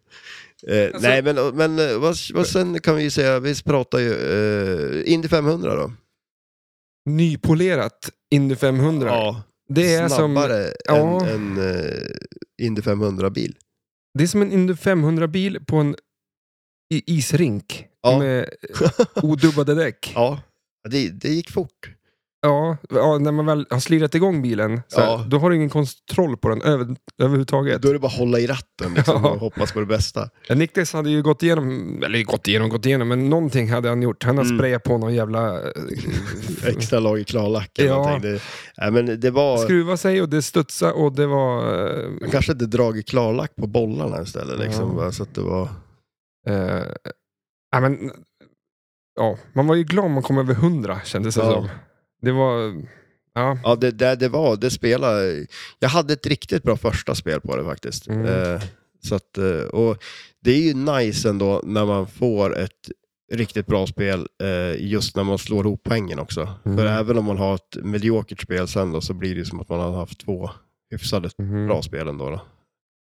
Speaker 2: Eh,
Speaker 1: Alltså-
Speaker 2: nej, men, men eh, vad, vad sen kan vi ju säga, vi pratar ju eh, Indy 500 då.
Speaker 1: Nypolerat Indy 500.
Speaker 2: Ja,
Speaker 1: det är som
Speaker 2: snabbare
Speaker 1: ja.
Speaker 2: än en eh, Indy 500-bil.
Speaker 1: Det är som en Indy 500-bil på en i- isrink
Speaker 2: Ja. [LAUGHS]
Speaker 1: med odubbade däck. Ja.
Speaker 2: ja, det, det gick fort.
Speaker 1: Ja, när man väl har slirat igång bilen, så här,
Speaker 2: Ja.
Speaker 1: då har du ingen kontroll på den över, överhuvudtaget.
Speaker 2: Då är det bara att hålla i ratten liksom,
Speaker 1: Ja.
Speaker 2: och hoppas på
Speaker 1: [LAUGHS]
Speaker 2: det bästa.
Speaker 1: Niklas hade ju gått igenom, eller gått igenom, gått igenom, men någonting hade han gjort. Han hade
Speaker 2: Mm.
Speaker 1: sprayat på någon jävla... eh,
Speaker 2: Extra lager klarlack eller
Speaker 1: Ja.
Speaker 2: någonting. Det, nej, men det var...
Speaker 1: Skruva sig och det studsade och det var... eh,
Speaker 2: Man kanske hade dragit klarlack på bollarna istället. Liksom,
Speaker 1: Ja.
Speaker 2: va, så att det var...
Speaker 1: eh, eh, ja, men, ja, man var ju glad om man kom över 100 kändes det
Speaker 2: Ja.
Speaker 1: som. Det var... Ja,
Speaker 2: Ja, det, det, det var, det spelade... Jag hade ett riktigt bra första spel på det faktiskt.
Speaker 1: Mm.
Speaker 2: Eh, så att, eh, och det är ju nice ändå när man får ett riktigt bra spel eh, just när man slår ihop poängen också.
Speaker 1: Mm.
Speaker 2: För även om man har ett mediokert spel sen då, så blir det ju som att man har haft två hyfsade
Speaker 1: mhm.
Speaker 2: bra spel ändå. Då.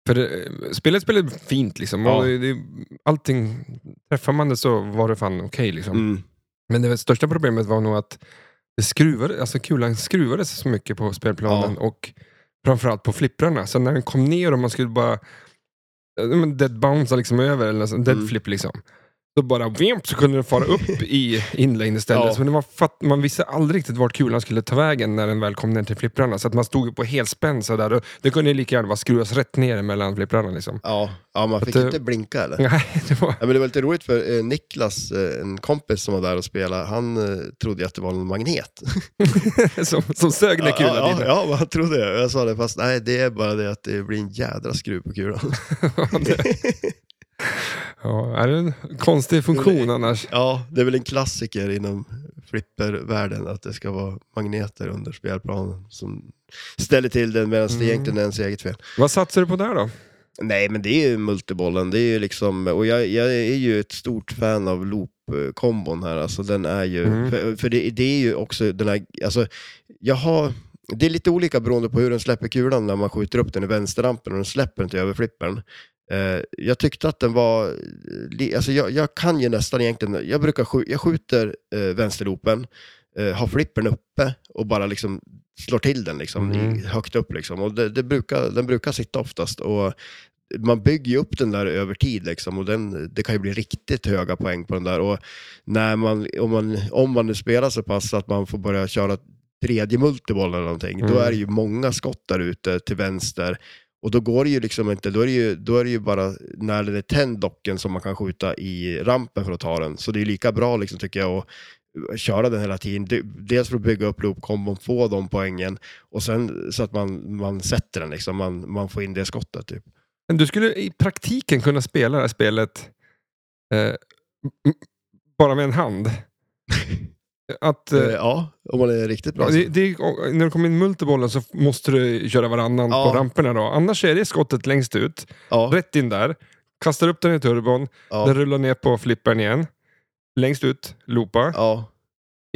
Speaker 1: För det, spelet spelade fint liksom.
Speaker 2: Ja.
Speaker 1: Och det, det, allting, träffar man det så var det fan okej liksom.
Speaker 2: Mm.
Speaker 1: Men det största problemet var nog att det skruvade, alltså kulan skruvades så mycket på spelplanen och framförallt på flipprarna. Så när den kom ner och man skulle bara eh, men dead bounce liksom över, eller så, dead
Speaker 2: Mm.
Speaker 1: flip liksom. Då bara vimp så kunde den fara upp i inläggen istället.
Speaker 2: Ja.
Speaker 1: Så det var fatt, man visste aldrig riktigt vart kulan skulle ta vägen när den väl kom ner till flipprarna. Så att man stod ju på helspänn sådär. Och Det kunde ju lika gärna bara skruvas rätt ner mellan flipprarna liksom. [LAUGHS]
Speaker 2: Ja, ja man fick
Speaker 1: Att, eh,
Speaker 2: inte blinka eller?
Speaker 1: Nej, det var...
Speaker 2: Ja, men det var lite roligt för eh, Niklas, eh, en kompis som var där och spelade, han eh, trodde ju att det var en magnet.
Speaker 1: som, som sög när kulan
Speaker 2: ja,
Speaker 1: in.
Speaker 2: ja, ja, han trodde det. Jag sa det, fast nej, det är bara det att det blir en jädra skruv på kulan. [LAUGHS]
Speaker 1: Ja, är det en konstig funktion annars?
Speaker 2: ja, det är väl en klassiker inom flippervärlden att det ska vara magneter under spelplanen som ställer till den medan det
Speaker 1: Mm.
Speaker 2: egentligen är ens eget fel.
Speaker 1: Vad satsar du på där då?
Speaker 2: Nej, men det är ju multibollen. Det är ju liksom, och jag, jag är ju ett stort fan av loop-kombon här. Alltså, den är ju,
Speaker 1: Mm.
Speaker 2: För, för det, det är ju också den här, alltså, jag har, det är lite olika beroende på hur den släpper kulan när man skjuter upp den i vänsterrampen och den släpper inte över flippern. Eh, jag tyckte att den var, li- alltså jag, jag kan ju nästan egentligen, jag brukar skj- jag skjuter eh, vänsterloopen, eh, har flippern uppe och bara liksom slår till den liksom,
Speaker 1: Mm.
Speaker 2: i, högt upp. Liksom. Och det, det brukar, den brukar sitta oftast. Och man bygger ju upp den där över tid liksom, och den, det kan ju bli riktigt höga poäng på den där. Och när man, om, man, om man nu spelar så pass att man får börja köra tredje multiboll eller någonting,
Speaker 1: Mm.
Speaker 2: då är det ju många skott där ute till vänster. Och då går det ju liksom inte, då är det ju, då är det ju bara när den är tänd docken som man kan skjuta i rampen för att ta den. Så det är lika bra liksom tycker jag att köra den hela tiden. Du- Dels för att bygga upp loopkombon, få de poängen och sen så att man, man sätter den liksom, man, man får in det skottet typ.
Speaker 1: Men Du skulle i praktiken kunna spela det här spelet eh, m- m- bara med en
Speaker 2: [LAUGHS]
Speaker 1: hand. Att, eh,
Speaker 2: Eh, ja, om man är riktigt bra.
Speaker 1: ja, det, det, och när du kommer in i multibollen så måste du köra varannan
Speaker 2: Ja.
Speaker 1: på ramperna. Då. Annars är det skottet längst ut,
Speaker 2: ja,
Speaker 1: rätt in där, kastar upp den i turbon, den
Speaker 2: ja,
Speaker 1: rullar ner på flippern igen. Längst ut, loopa,
Speaker 2: ja,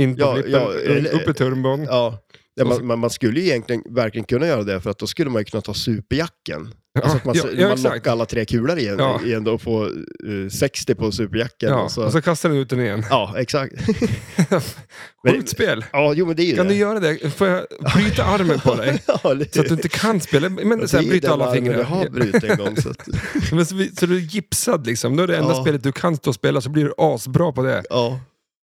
Speaker 1: in på
Speaker 2: Ja,
Speaker 1: flippern,
Speaker 2: ja, eller-
Speaker 1: upp i turbon. [LAUGHS]
Speaker 2: ja. Ja,
Speaker 1: Och så-
Speaker 2: man, man, man skulle ju egentligen verkligen kunna göra det för att då skulle man ju kunna ta superjacken. Alltså att man,
Speaker 1: ja, ja,
Speaker 2: man
Speaker 1: exakt.
Speaker 2: knockar alla tre kulor igen,
Speaker 1: Ja.
Speaker 2: igen då och får eh, 60 på superjacken.
Speaker 1: Ja,
Speaker 2: och så,
Speaker 1: och så kastar den ut den igen.
Speaker 2: Ja, exakt. Men-
Speaker 1: Sjukt spel!
Speaker 2: Ja, jo men det är ju
Speaker 1: Kan
Speaker 2: det.
Speaker 1: du göra det? Får jag bryta armen på dig?
Speaker 2: [LAUGHS] ja, det
Speaker 1: Så att du inte kan spela, men så här, bryta alla
Speaker 2: Jag har
Speaker 1: fingrar.
Speaker 2: brutit en gång. Så att,
Speaker 1: Men så, vi- så du är gipsad liksom. Då är det enda
Speaker 2: Ja.
Speaker 1: spelet du kan stå och spela så blir du asbra på det.
Speaker 2: ja,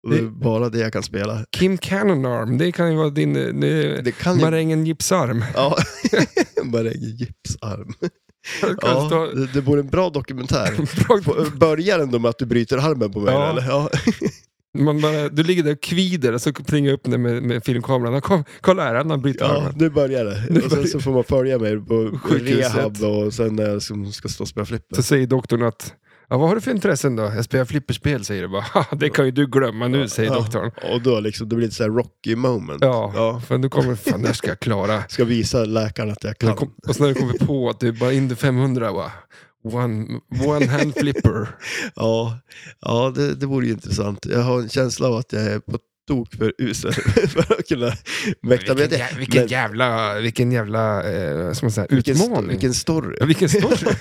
Speaker 2: och det är bara det jag kan spela.
Speaker 1: Kim Cannon Arm, det kan ju vara din eh, det,
Speaker 2: Det kan ju...
Speaker 1: marängen
Speaker 2: [LAUGHS]
Speaker 1: gipsarm.
Speaker 2: Ja, maräng i gipsarm.
Speaker 1: Du kan
Speaker 2: Ja,
Speaker 1: stå-
Speaker 2: det, det vore en bra dokumentär.
Speaker 1: Bra-
Speaker 2: På- Börjar ändå med att du bryter armen på mig?
Speaker 1: Ja.
Speaker 2: Eller? Ja.
Speaker 1: Man bara, du ligger där och kvider och så plingar jag upp den med, med filmkameran. Ja, Kom, kolla här, han har brutit
Speaker 2: ja,
Speaker 1: armen.
Speaker 2: nu börjar det.
Speaker 1: Nu
Speaker 2: och sen
Speaker 1: börjar-
Speaker 2: så får man följa mig på
Speaker 1: Sjukhuset.
Speaker 2: rehab då, och sen när jag som ska stå och spela flipper.
Speaker 1: Så säger doktorn att, ja, vad har du för intressen då? Jag spelar flipperspel, säger du bara. [LAUGHS] "Haha, Det kan ju du glömma nu, säger
Speaker 2: Ja.
Speaker 1: doktorn.
Speaker 2: Och då liksom, det blir lite så här rocky moment.
Speaker 1: Ja,
Speaker 2: Ja.
Speaker 1: för nu kommer, fan när ska jag klara?
Speaker 2: Ska visa läkaren att jag
Speaker 1: När
Speaker 2: kan.
Speaker 1: kom, och sen när du kommer på att det är bara in 500, va? One, one hand flipper.
Speaker 2: [LAUGHS] Ja, ja det, det vore ju intressant. Jag har en känsla av att jag är på tok för usel [LAUGHS] för att kunna mäkta med
Speaker 1: Vilken,
Speaker 2: det.
Speaker 1: jä- vilken
Speaker 2: Men-
Speaker 1: jävla, vilken jävla eh, som man säger,
Speaker 2: Vilken, sto-
Speaker 1: utmaning. Vilken,
Speaker 2: vilken story.
Speaker 1: vilken
Speaker 2: [LAUGHS]
Speaker 1: story.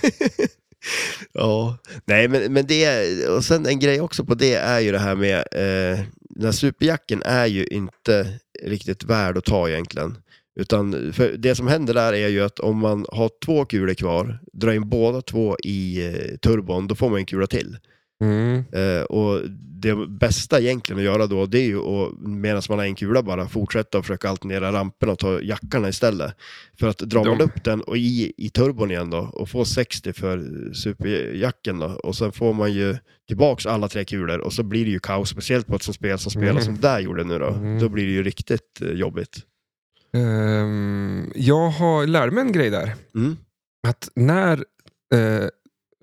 Speaker 2: Ja, nej men, men det, är- och sen en grej också på det är ju det här med, eh, den här superjacken är ju inte riktigt värd att ta egentligen. Utan för det som händer där är ju att om man har två kulor kvar, drar in båda två i eh, turbon, då får man en kula till.
Speaker 1: Mm.
Speaker 2: Eh, och det bästa egentligen att göra då, det är ju att medan man har en kula bara fortsätta och försöka alternera ramperna och ta jackarna istället. För att drar man
Speaker 1: De-
Speaker 2: upp den och i, i turbon igen då och får 60 för eh, superjacken då och sen får man ju tillbaks alla tre kulor och så blir det ju kaos, speciellt på ett sånt spel som spelas
Speaker 1: Mm.
Speaker 2: som det där gjorde nu då.
Speaker 1: Mm.
Speaker 2: Då blir det ju riktigt eh, jobbigt.
Speaker 1: Ehm, jag har lärt mig en grej där.
Speaker 2: Mm.
Speaker 1: Att när eh,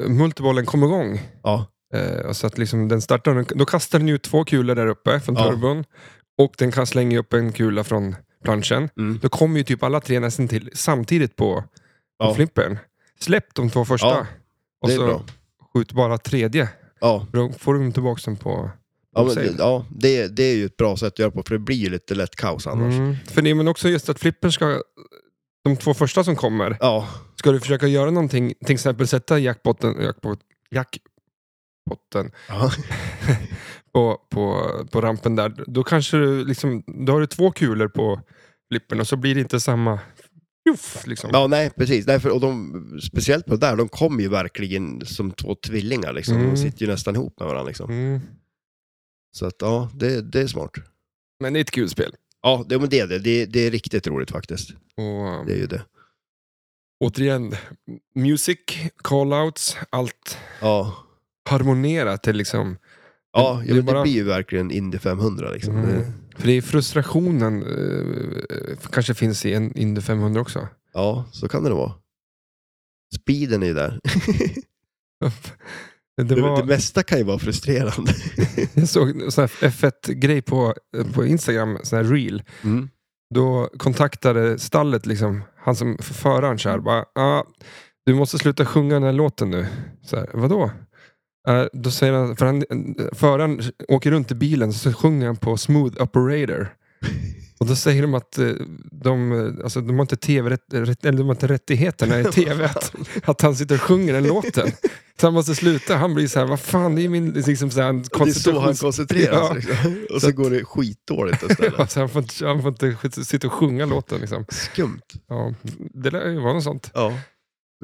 Speaker 1: multibollen kom igång,
Speaker 2: Ja,
Speaker 1: eh, och så att liksom den startar, den- då kastar den ut två kulor där uppe från
Speaker 2: Ja.
Speaker 1: turbon. Och den kan slänga upp en kula från planschen.
Speaker 2: mm.
Speaker 1: Då kommer ju typ alla tre nästan till samtidigt på, på
Speaker 2: Ja.
Speaker 1: flippern. Släpp de två första.
Speaker 2: Ja,
Speaker 1: och
Speaker 2: det är
Speaker 1: så
Speaker 2: bra.
Speaker 1: skjut bara tredje.
Speaker 2: Ja.
Speaker 1: För Då får du tillbaka den på...
Speaker 2: Ja,
Speaker 1: Save.
Speaker 2: men, ja det, det är ju ett bra sätt att göra på, för det blir ju lite lätt kaos annars.
Speaker 1: Mm. För det, men också just att flippern ska... De två första som kommer,
Speaker 2: Ja,
Speaker 1: ska du försöka göra någonting, till exempel sätta jackpotten, jackpot, jackpotten
Speaker 2: ja.
Speaker 1: på, på, på rampen där, då kanske du liksom, då har du två kulor på flippern och så blir det inte samma Tjoff! Liksom.
Speaker 2: Ja, nej, precis. Nej, för, och de, speciellt på det där, de kommer ju verkligen som två tvillingar. Liksom.
Speaker 1: Mm.
Speaker 2: De sitter ju nästan ihop med varandra. Liksom.
Speaker 1: Mm.
Speaker 2: Så att, ja, det, det är smart.
Speaker 1: Men det är ett kul spel.
Speaker 2: Ja, det, men det, är det. det. Det är riktigt roligt faktiskt.
Speaker 1: Och, eh,
Speaker 2: Det är ju det.
Speaker 1: återigen, music, call-outs, allt
Speaker 2: Ja,
Speaker 1: harmonerat. Det är liksom,
Speaker 2: ja
Speaker 1: Det
Speaker 2: ja,
Speaker 1: är
Speaker 2: men
Speaker 1: bara-
Speaker 2: det blir ju verkligen Indy 500. Liksom.
Speaker 1: Mm.
Speaker 2: Det-
Speaker 1: för det är frustrationen eh, kanske finns i en Indy 500 också.
Speaker 2: Ja, så kan det nog vara. Speeden är ju där.
Speaker 1: [LAUGHS] Det
Speaker 2: Det,
Speaker 1: var, [LAUGHS]
Speaker 2: mesta kan ju vara frustrerande.
Speaker 1: jag såg en sån här F1-grej på, eh, på Instagram, sån här reel.
Speaker 2: [LAUGHS] Mm.
Speaker 1: Då kontaktade stallet, liksom, han som föraren, så här, bara, ah, du måste sluta sjunga den här låten nu. Så här, Vadå? Eh, då säger han, för han, föraren åker runt i bilen så sjunger han på Smooth Operator. Och då säger de att eh, de, eh, alltså, de har inte tv rätt, rätt- eller de har inte rättigheterna i tv att, att han sitter och sjunger den låten. Så han måste sluta. Han blir så här, vad fan, det är min liksom, så här, en
Speaker 2: Det är så han
Speaker 1: konstitutions-
Speaker 2: koncentrerar
Speaker 1: Ja.
Speaker 2: sig. liksom. Och
Speaker 1: Så
Speaker 2: så,
Speaker 1: att-
Speaker 2: går det skitdåligt istället.
Speaker 1: Ja, [LAUGHS] så Alltså, han, får inte, han får inte sk- sitta och sjunga låten. Liksom.
Speaker 2: Skumt.
Speaker 1: Ja, det lär ju vara något sånt.
Speaker 2: Ja,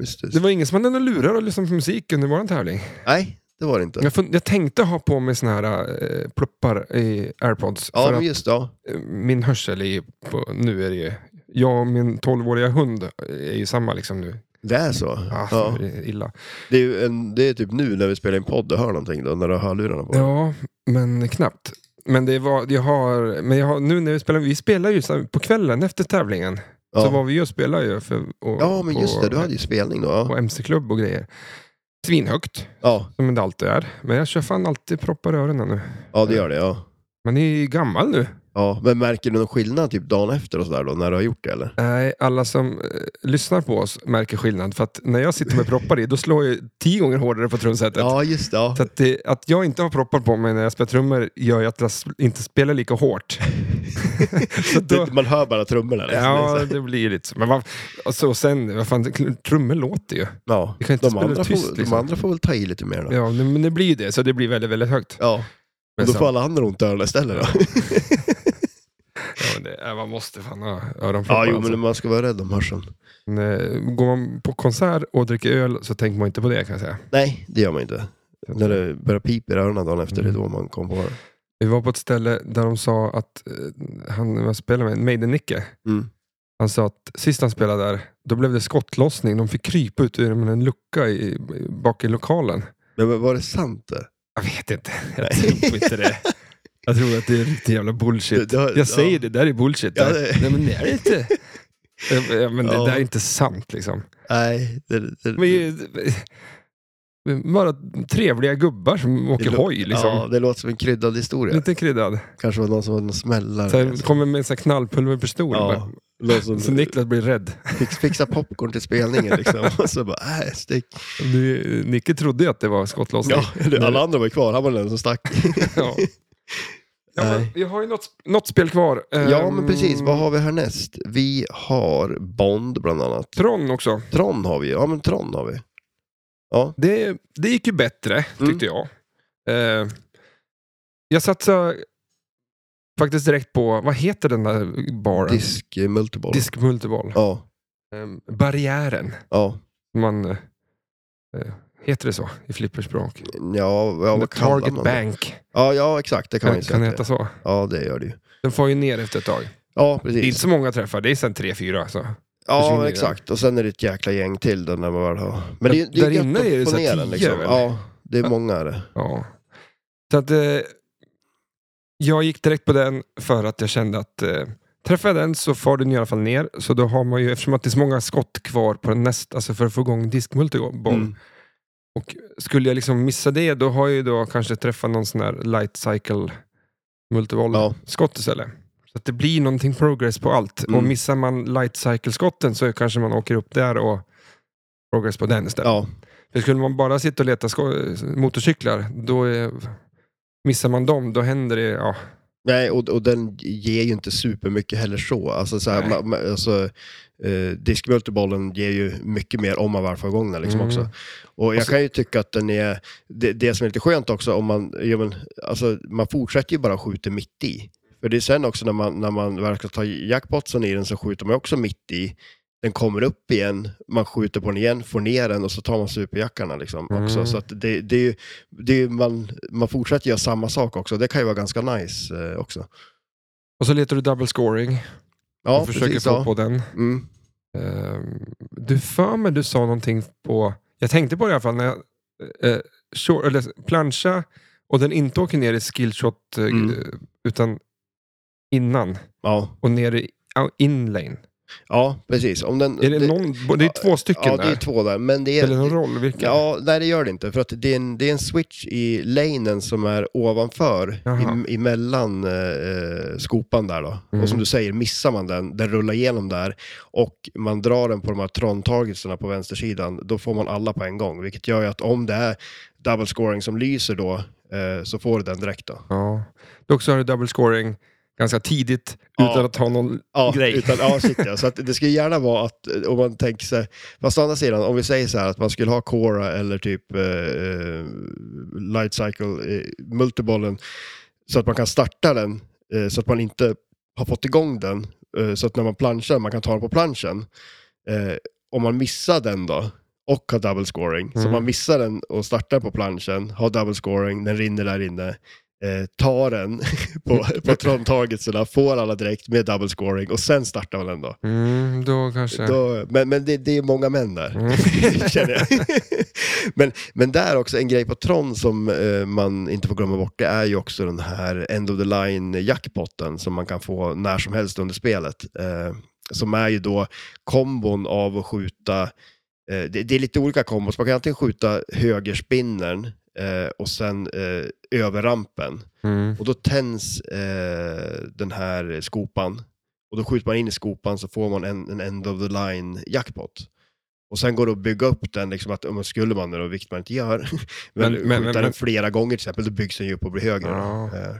Speaker 2: visst. visst.
Speaker 1: Det var ingen som hade några lurar och lyssnade på musik under vår tävling.
Speaker 2: Nej, det var det inte.
Speaker 1: Jag, fun- jag tänkte ha på mig såna här eh, pluppar i airpods.
Speaker 2: Ja,
Speaker 1: för
Speaker 2: men
Speaker 1: att
Speaker 2: just det. Ja.
Speaker 1: eh, min hörsel är ju på, nu är det ju... Jag och min 12-åriga hund är ju samma liksom nu.
Speaker 2: Det är så.
Speaker 1: Ah,
Speaker 2: Ja.
Speaker 1: Det är illa.
Speaker 2: Det, är ju en, det är typ nu när vi spelar in podd och hör någonting då, när du har hörlurarna på.
Speaker 1: Ja, men knappt. Men det var, jag har, men jag har, nu när vi spelar, vi spelar ju så här på kvällen efter tävlingen.
Speaker 2: ja.
Speaker 1: Så var vi ju och spelade ju. För, och,
Speaker 2: ja men
Speaker 1: på-
Speaker 2: just det. Du hade ju spelning då.
Speaker 1: på
Speaker 2: Ja.
Speaker 1: MC-klubb och grejer. Svinhögt,
Speaker 2: Ja,
Speaker 1: som det alltid är. Men jag kör fan alltid proppar i öronen nu.
Speaker 2: ja, det gör det. Ja.
Speaker 1: Man är ju gammal nu.
Speaker 2: Ja, men märker du någon skillnad typ dagen efter och sådär då, när du har gjort det eller?
Speaker 1: Nej, alla som eh, lyssnar på oss märker skillnad. För att när jag sitter med proppar i, då slår jag tio gånger hårdare på trumsetet.
Speaker 2: Ja, just det. Ja.
Speaker 1: Så att, det, att jag inte har proppar på mig när jag spelar trummor gör ju att jag sp- inte spelar lika
Speaker 2: [LAUGHS]
Speaker 1: hårt. så då,
Speaker 2: Det- Typ, Man hör bara trummorna. Liksom. Det är
Speaker 1: ja,
Speaker 2: så-
Speaker 1: det blir ju lite så. Men vad, alltså, och sen, vad fan, det- trummor låter ju.
Speaker 2: ja.
Speaker 1: Vi kan inte
Speaker 2: de,
Speaker 1: spela
Speaker 2: andra
Speaker 1: tyst,
Speaker 2: får,
Speaker 1: liksom.
Speaker 2: de andra får väl ta i lite mer då. Ja.
Speaker 1: Ja, men men det blir ju det. Så det blir väldigt, väldigt högt. Men
Speaker 2: Och då
Speaker 1: sen-
Speaker 2: får alla andra ont i öronen istället då.
Speaker 1: Ja, men det, äh, man måste fan ha öronproppar.
Speaker 2: Ja, jo,
Speaker 1: alltså.
Speaker 2: men man ska vara rädd om hörseln.
Speaker 1: Men, eh, Går man på konsert och dricker öl så tänker man inte på det kan jag säga.
Speaker 2: Nej, det gör man inte. När det börjar pipa i öronen dagen efter, det är då man kommer på det.
Speaker 1: Vi var på ett ställe där de sa att, eh, han jag spelade med, Maiden-Nicke,
Speaker 2: Mm.
Speaker 1: han sa att sist han spelade där, då blev det skottlossning. De fick krypa ut ur en lucka i, bak i lokalen.
Speaker 2: Men var- var det sant det?
Speaker 1: Jag vet inte, jag
Speaker 2: Nej.
Speaker 1: tror inte det. [LAUGHS] Jag tror att det är riktigt jävla bullshit.
Speaker 2: Det- det har-
Speaker 1: jag säger
Speaker 2: ja.
Speaker 1: det, där är bullshit.
Speaker 2: Ja,
Speaker 1: det...
Speaker 2: det-
Speaker 1: Nej men det är det
Speaker 2: [LAUGHS]
Speaker 1: inte. Eh, eh, Men det
Speaker 2: Ja.
Speaker 1: där är inte sant liksom.
Speaker 2: Nej, det, det,
Speaker 1: Men, eh, bara trevliga gubbar som åker
Speaker 2: lå-
Speaker 1: hoj liksom.
Speaker 2: Ja, det låter som en kryddad historia.
Speaker 1: Lite kryddad.
Speaker 2: Kanske var någon som hade någon smällare. liksom.
Speaker 1: Sen kommer med en sån här knallpulverpistol.
Speaker 2: ja,
Speaker 1: bara.
Speaker 2: någon som
Speaker 1: Så Niklas blir rädd.
Speaker 2: fix, fixar popcorn till spelningen liksom. Och så bara, nej, stick.
Speaker 1: Du, Nicke trodde ju att det var skottlossning.
Speaker 2: Ja, [LAUGHS] eller alla andra var ju kvar, han var den som stack.
Speaker 1: [LAUGHS] Ja. Ja, men
Speaker 2: Nej.
Speaker 1: vi har ju något, sp- något spel kvar.
Speaker 2: Ja, men
Speaker 1: Ehm,
Speaker 2: precis. Vad har vi härnäst? Vi har Bond bland annat.
Speaker 1: Tron också.
Speaker 2: Tron har vi ju. Ja, men Tron har vi.
Speaker 1: Det, det gick ju bättre,
Speaker 2: Mm.
Speaker 1: tyckte jag. Ehm, jag satsade faktiskt direkt på, vad heter den där baren?
Speaker 2: Disk eh, multiple.
Speaker 1: Disk multiboll.
Speaker 2: Ja,
Speaker 1: Ehm, barriären.
Speaker 2: ja.
Speaker 1: Man, eh, heter det så i flipperspråk?
Speaker 2: Ja, ja vad kallar
Speaker 1: Target
Speaker 2: man det?
Speaker 1: Bank.
Speaker 2: Ja, ja, exakt. Det kan man
Speaker 1: Kan,
Speaker 2: ju
Speaker 1: kan det
Speaker 2: säga. att
Speaker 1: heta
Speaker 2: det är.
Speaker 1: så?
Speaker 2: Ja, det gör det ju.
Speaker 1: Den får ju ner efter ett tag.
Speaker 2: Ja,
Speaker 1: Det är inte
Speaker 2: precis.
Speaker 1: så många träffar, det är sen tre fyra alltså.
Speaker 2: Ja,
Speaker 1: försvinner
Speaker 2: men
Speaker 1: ju
Speaker 2: exakt. Och sen är det ett jäkla gäng till då när man väl har... Men det, är- det
Speaker 1: Där
Speaker 2: är gött
Speaker 1: inne
Speaker 2: att
Speaker 1: är det
Speaker 2: få
Speaker 1: så här
Speaker 2: ner den,
Speaker 1: tio,
Speaker 2: liksom.
Speaker 1: väl?
Speaker 2: Ja, det är många är det.
Speaker 1: Ja. Så att, eh, jag gick direkt på den för att jag kände att eh, träffar jag den så far den i alla fall ner. Så då har man ju, eftersom att det är så många skott kvar på den näst, alltså för att få igång diskmultiboll.
Speaker 2: Mm.
Speaker 1: Och skulle jag liksom missa det, då har jag ju då kanske träffat någon sån här light cycle multivoll
Speaker 2: Ja.
Speaker 1: skott istället. Så att det blir någonting progress på allt.
Speaker 2: Mm.
Speaker 1: Och missar man light cycle skotten så kanske man åker upp där och progress på den istället.
Speaker 2: Ja,
Speaker 1: För skulle man bara sitta och leta sko- motorcyklar, då är, missar man dem, då händer det... Ja,
Speaker 2: Nej, och, och den ger ju inte supermycket heller så. Alltså, så här,
Speaker 1: Nej.
Speaker 2: ma, ma, alltså eh, diskmultibollen ger ju mycket mer om man väl får igång den liksom
Speaker 1: Mm.
Speaker 2: också. Och jag
Speaker 1: Och så-
Speaker 2: kan ju tycka att den är, det, det som är lite skönt också om man, ja, men, alltså, man fortsätter ju bara skjuta mitt i. För det är sen också när man, när man verkar ta jackpotsen i den så skjuter man ju också mitt i. den kommer upp igen, man skjuter på den igen, får ner den och så tar man superjackarna liksom också.
Speaker 1: Mm.
Speaker 2: Så att det, det är ju, det är ju man, man fortsätter göra samma sak också, det kan ju vara ganska nice eh, också.
Speaker 1: Och så letar du double scoring
Speaker 2: Ja,
Speaker 1: och försöker
Speaker 2: precis,
Speaker 1: få
Speaker 2: ja.
Speaker 1: på den.
Speaker 2: Mm.
Speaker 1: Ehm, du för mig du sa någonting på... Jag tänkte på det i alla fall. När jag, eh, short, eller plancha och den inte åker ner i skillshot eh,
Speaker 2: Mm.
Speaker 1: utan innan
Speaker 2: Ja,
Speaker 1: och ner i ja, inlane.
Speaker 2: ja, precis. Om den,
Speaker 1: Är det, någon, det är två stycken
Speaker 2: Ja, det
Speaker 1: där.
Speaker 2: är två där. Men det är,
Speaker 1: Spelar det någon roll vilken?
Speaker 2: Ja, nej det gör det inte. För att det är en, det är en switch i lanen som är ovanför,
Speaker 1: Jaha.
Speaker 2: i, emellan eh, skopan där då.
Speaker 1: Mm.
Speaker 2: Och som du säger, missar man den, den rullar igenom där och man drar den på de här trontagelserna på vänstersidan, då får man alla på en gång. Vilket gör ju att om det är double scoring som lyser då, eh, så får du den direkt då.
Speaker 1: Ja. Dock så har du double scoring ganska tidigt
Speaker 2: Ja.
Speaker 1: utan att ha någon...
Speaker 2: Ja,
Speaker 1: Grej.
Speaker 2: Utan, ja, shit, ja. Så att det skulle gärna vara att, eh, om man tänker sig, fast å andra sidan, om vi säger så här att man skulle ha Cora eller typ eh, eh, Light Cycle, eh, multibollen, så att man kan starta den, eh, så att man inte har fått igång den, eh, så att när man planchar, man kan ta den på planschen. Eh, om man missar den då, och har double scoring, så
Speaker 1: Mm.
Speaker 2: man missar den och startar på planschen, har double scoring, den rinner där inne, eh, tar den [LAUGHS] på, på trontagelserna, får alla direkt med double scoring och sen startar man den då.
Speaker 1: Mm, då kanske...
Speaker 2: då men men det, det är många män där.
Speaker 1: Mm.
Speaker 2: [LAUGHS] känner jag. men, men där också, en grej på Tron som eh, man inte får glömma bort, det är ju också den här end of the line jackpotten som man kan få när som helst under spelet. Eh, som är ju då kombon av att skjuta, eh, det, det är lite olika kombos, man kan antingen skjuta högerspinnern eh, och sen eh, överrampen.
Speaker 1: Mm.
Speaker 2: Och då tänds eh, den här skopan. Och då skjuter man in i skopan så får man en, en end of the line jackpot. Och sen går det att bygga upp den, liksom att om man skulle man det då, vilket man inte gör, [LAUGHS] men,
Speaker 1: Men- men-
Speaker 2: skjuta
Speaker 1: men-
Speaker 2: den
Speaker 1: men-
Speaker 2: flera gånger till exempel, då byggs den ju upp och blir högre. då.
Speaker 1: Ja.
Speaker 2: Eh,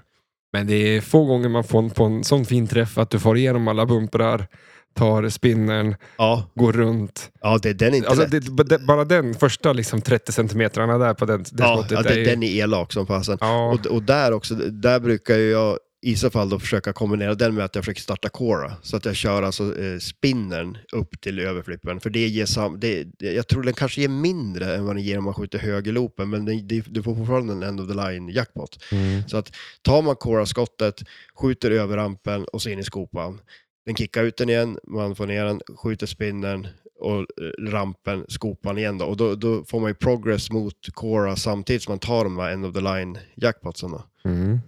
Speaker 1: Men det är få gånger man får en, på en sån fin träff att du får igenom alla bumprar, tar spinnern,
Speaker 2: Ja,
Speaker 1: går runt.
Speaker 2: ja det, den är inte
Speaker 1: Alltså,
Speaker 2: lätt.
Speaker 1: det, b- det, bara den första liksom, 30 centimetrarna där på den, det
Speaker 2: ja,
Speaker 1: skottet.
Speaker 2: ja,
Speaker 1: är,
Speaker 2: det,
Speaker 1: ju-
Speaker 2: den är elak som fasen.
Speaker 1: ja,
Speaker 2: Och, och där också, där brukar ju jag i så fall då försöka kombinera den med att jag försöker starta Cora. Så att jag kör alltså eh, spinnern upp till överflippen. För det ger sam, det, det, jag tror den kanske ger mindre än vad den ger om man skjuter högerloopen. Men den, det, du får fortfarande en end of the line jackpot.
Speaker 1: mm.
Speaker 2: Så att tar man Cora-skottet, skjuter över rampen och så in i skopan. Den kickar ut den igen, man får ner den, skjuter spinnern och eh, rampen, skopan igen då. Och då, då får man ju progress mot Cora samtidigt som man tar de här end of the line jackpotsen då.
Speaker 1: Mm.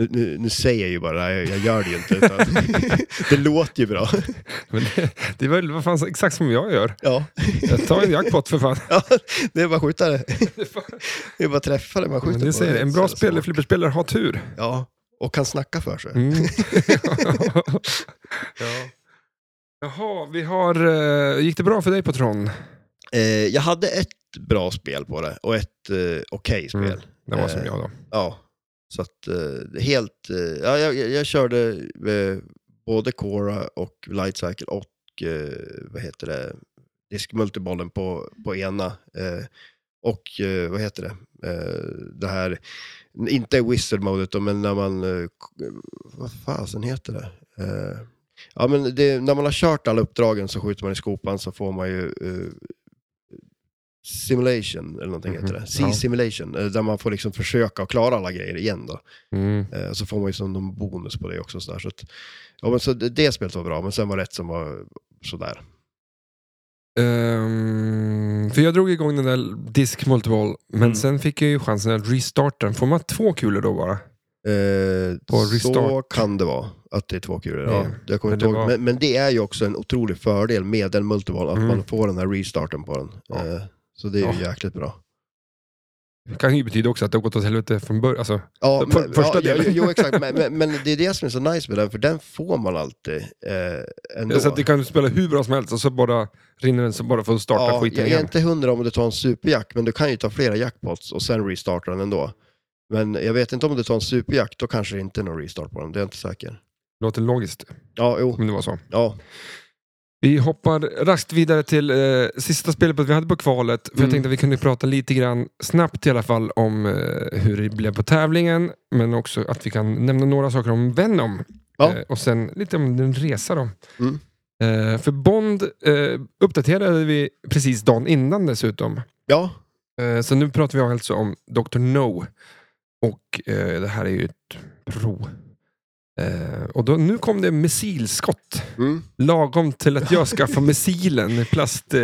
Speaker 2: Nu, nu, nu säger jag ju bara det här, jag, jag gör det ju
Speaker 1: [LAUGHS]
Speaker 2: inte. Utan det låter ju bra.
Speaker 1: Men det, det är väl vad fan, exakt som jag gör.
Speaker 2: Ja.
Speaker 1: Jag tar en jackpot för fan.
Speaker 2: [LAUGHS] ja, det är bara att skjuta [LAUGHS] det. Det är bara att träffa det man
Speaker 1: Men
Speaker 2: skjuter
Speaker 1: det
Speaker 2: på. Alltså,
Speaker 1: säger, en bra
Speaker 2: Så-
Speaker 1: spelare, flipperspelare har tur.
Speaker 2: Ja, och kan snacka för sig. [LAUGHS]
Speaker 1: Mm. ja. Jaha, vi har, eh, gick det bra för dig på Tron?
Speaker 2: Eh, jag hade ett bra spel på det och ett eh, okej spel.
Speaker 1: Mm. Det var som
Speaker 2: Eh,
Speaker 1: jag då.
Speaker 2: Ja, så att eh, helt... Eh, ja, jag, jag jag körde eh, både Cora och Light Cycle och eh, vad heter det, diskmultibollen på, på ena. Eh, och eh, vad heter det, eh, det här, inte wizard modet då, men när man, eh, k- vad fasen heter det? Eh, ja men det, när man har kört alla uppdragen så skjuter man i skopan så får man ju eh, simulation eller någonting
Speaker 1: Mhm.
Speaker 2: heter det.
Speaker 1: Ja.
Speaker 2: C-simulation, eh, där man får liksom försöka och klara alla grejer igen då.
Speaker 1: Mm.
Speaker 2: Eh, så får man ju som någon bonus på det också. Så, där. så, att, ja, men så det, det spelet var bra, men sen var det ett som var sådär.
Speaker 1: Ehm, för jag drog igång den där disk multiple, men
Speaker 2: Mm.
Speaker 1: sen fick jag ju chansen att restarta den. Får man två kulor då bara?
Speaker 2: Eh,
Speaker 1: På
Speaker 2: så
Speaker 1: restart.
Speaker 2: kan det vara, att det är två kulor.
Speaker 1: Ja.
Speaker 2: Ja, jag kommer
Speaker 1: Men
Speaker 2: inte
Speaker 1: det
Speaker 2: ihåg.
Speaker 1: var-
Speaker 2: Men, men det är ju också en otrolig fördel med den multiball, att
Speaker 1: Mm.
Speaker 2: man får den här restarten på den.
Speaker 1: Ja.
Speaker 2: Eh, så det är ju jäkligt bra.
Speaker 1: Det kan ju betyda också att det har gått åt helvete från början. Alltså,
Speaker 2: Ja,
Speaker 1: För- första
Speaker 2: ja,
Speaker 1: delen.
Speaker 2: Jo, jo, exakt. Men, men, men det är det som är så nice med den, för den får man alltid eh, ändå.
Speaker 1: så att det kan spela hur bra som helst och så bara rinner den så bara får du starta
Speaker 2: ja,
Speaker 1: skiten
Speaker 2: jag är
Speaker 1: igen.
Speaker 2: inte hundra om du tar en superjack, men du kan ju ta flera jackpots och sen restarta den ändå. Men jag vet inte om du tar en superjack, då kanske det inte är någon restart på den. Det är jag inte säker.
Speaker 1: Låter logiskt
Speaker 2: Ja, jo.
Speaker 1: om det var så.
Speaker 2: Ja,
Speaker 1: Vi hoppar raskt vidare till eh, sista spelet vi hade på kvalet. För Jag
Speaker 2: Mm.
Speaker 1: tänkte att vi kunde prata lite grann, snabbt i alla fall, om eh, hur det blev på tävlingen. Men också att vi kan nämna några saker om Venom.
Speaker 2: Ja.
Speaker 1: Eh, och sen lite om din resa då.
Speaker 2: Mm.
Speaker 1: Eh, för Bond eh, uppdaterade vi precis dagen innan dessutom.
Speaker 2: Ja,
Speaker 1: Eh, så nu pratar vi alltså om Dr. No. Och eh, det här är ju ett prov. Eh, och då, nu kom det missilskott.
Speaker 2: mm.
Speaker 1: Lagom till att jag skaffade missilen i plast... Eh,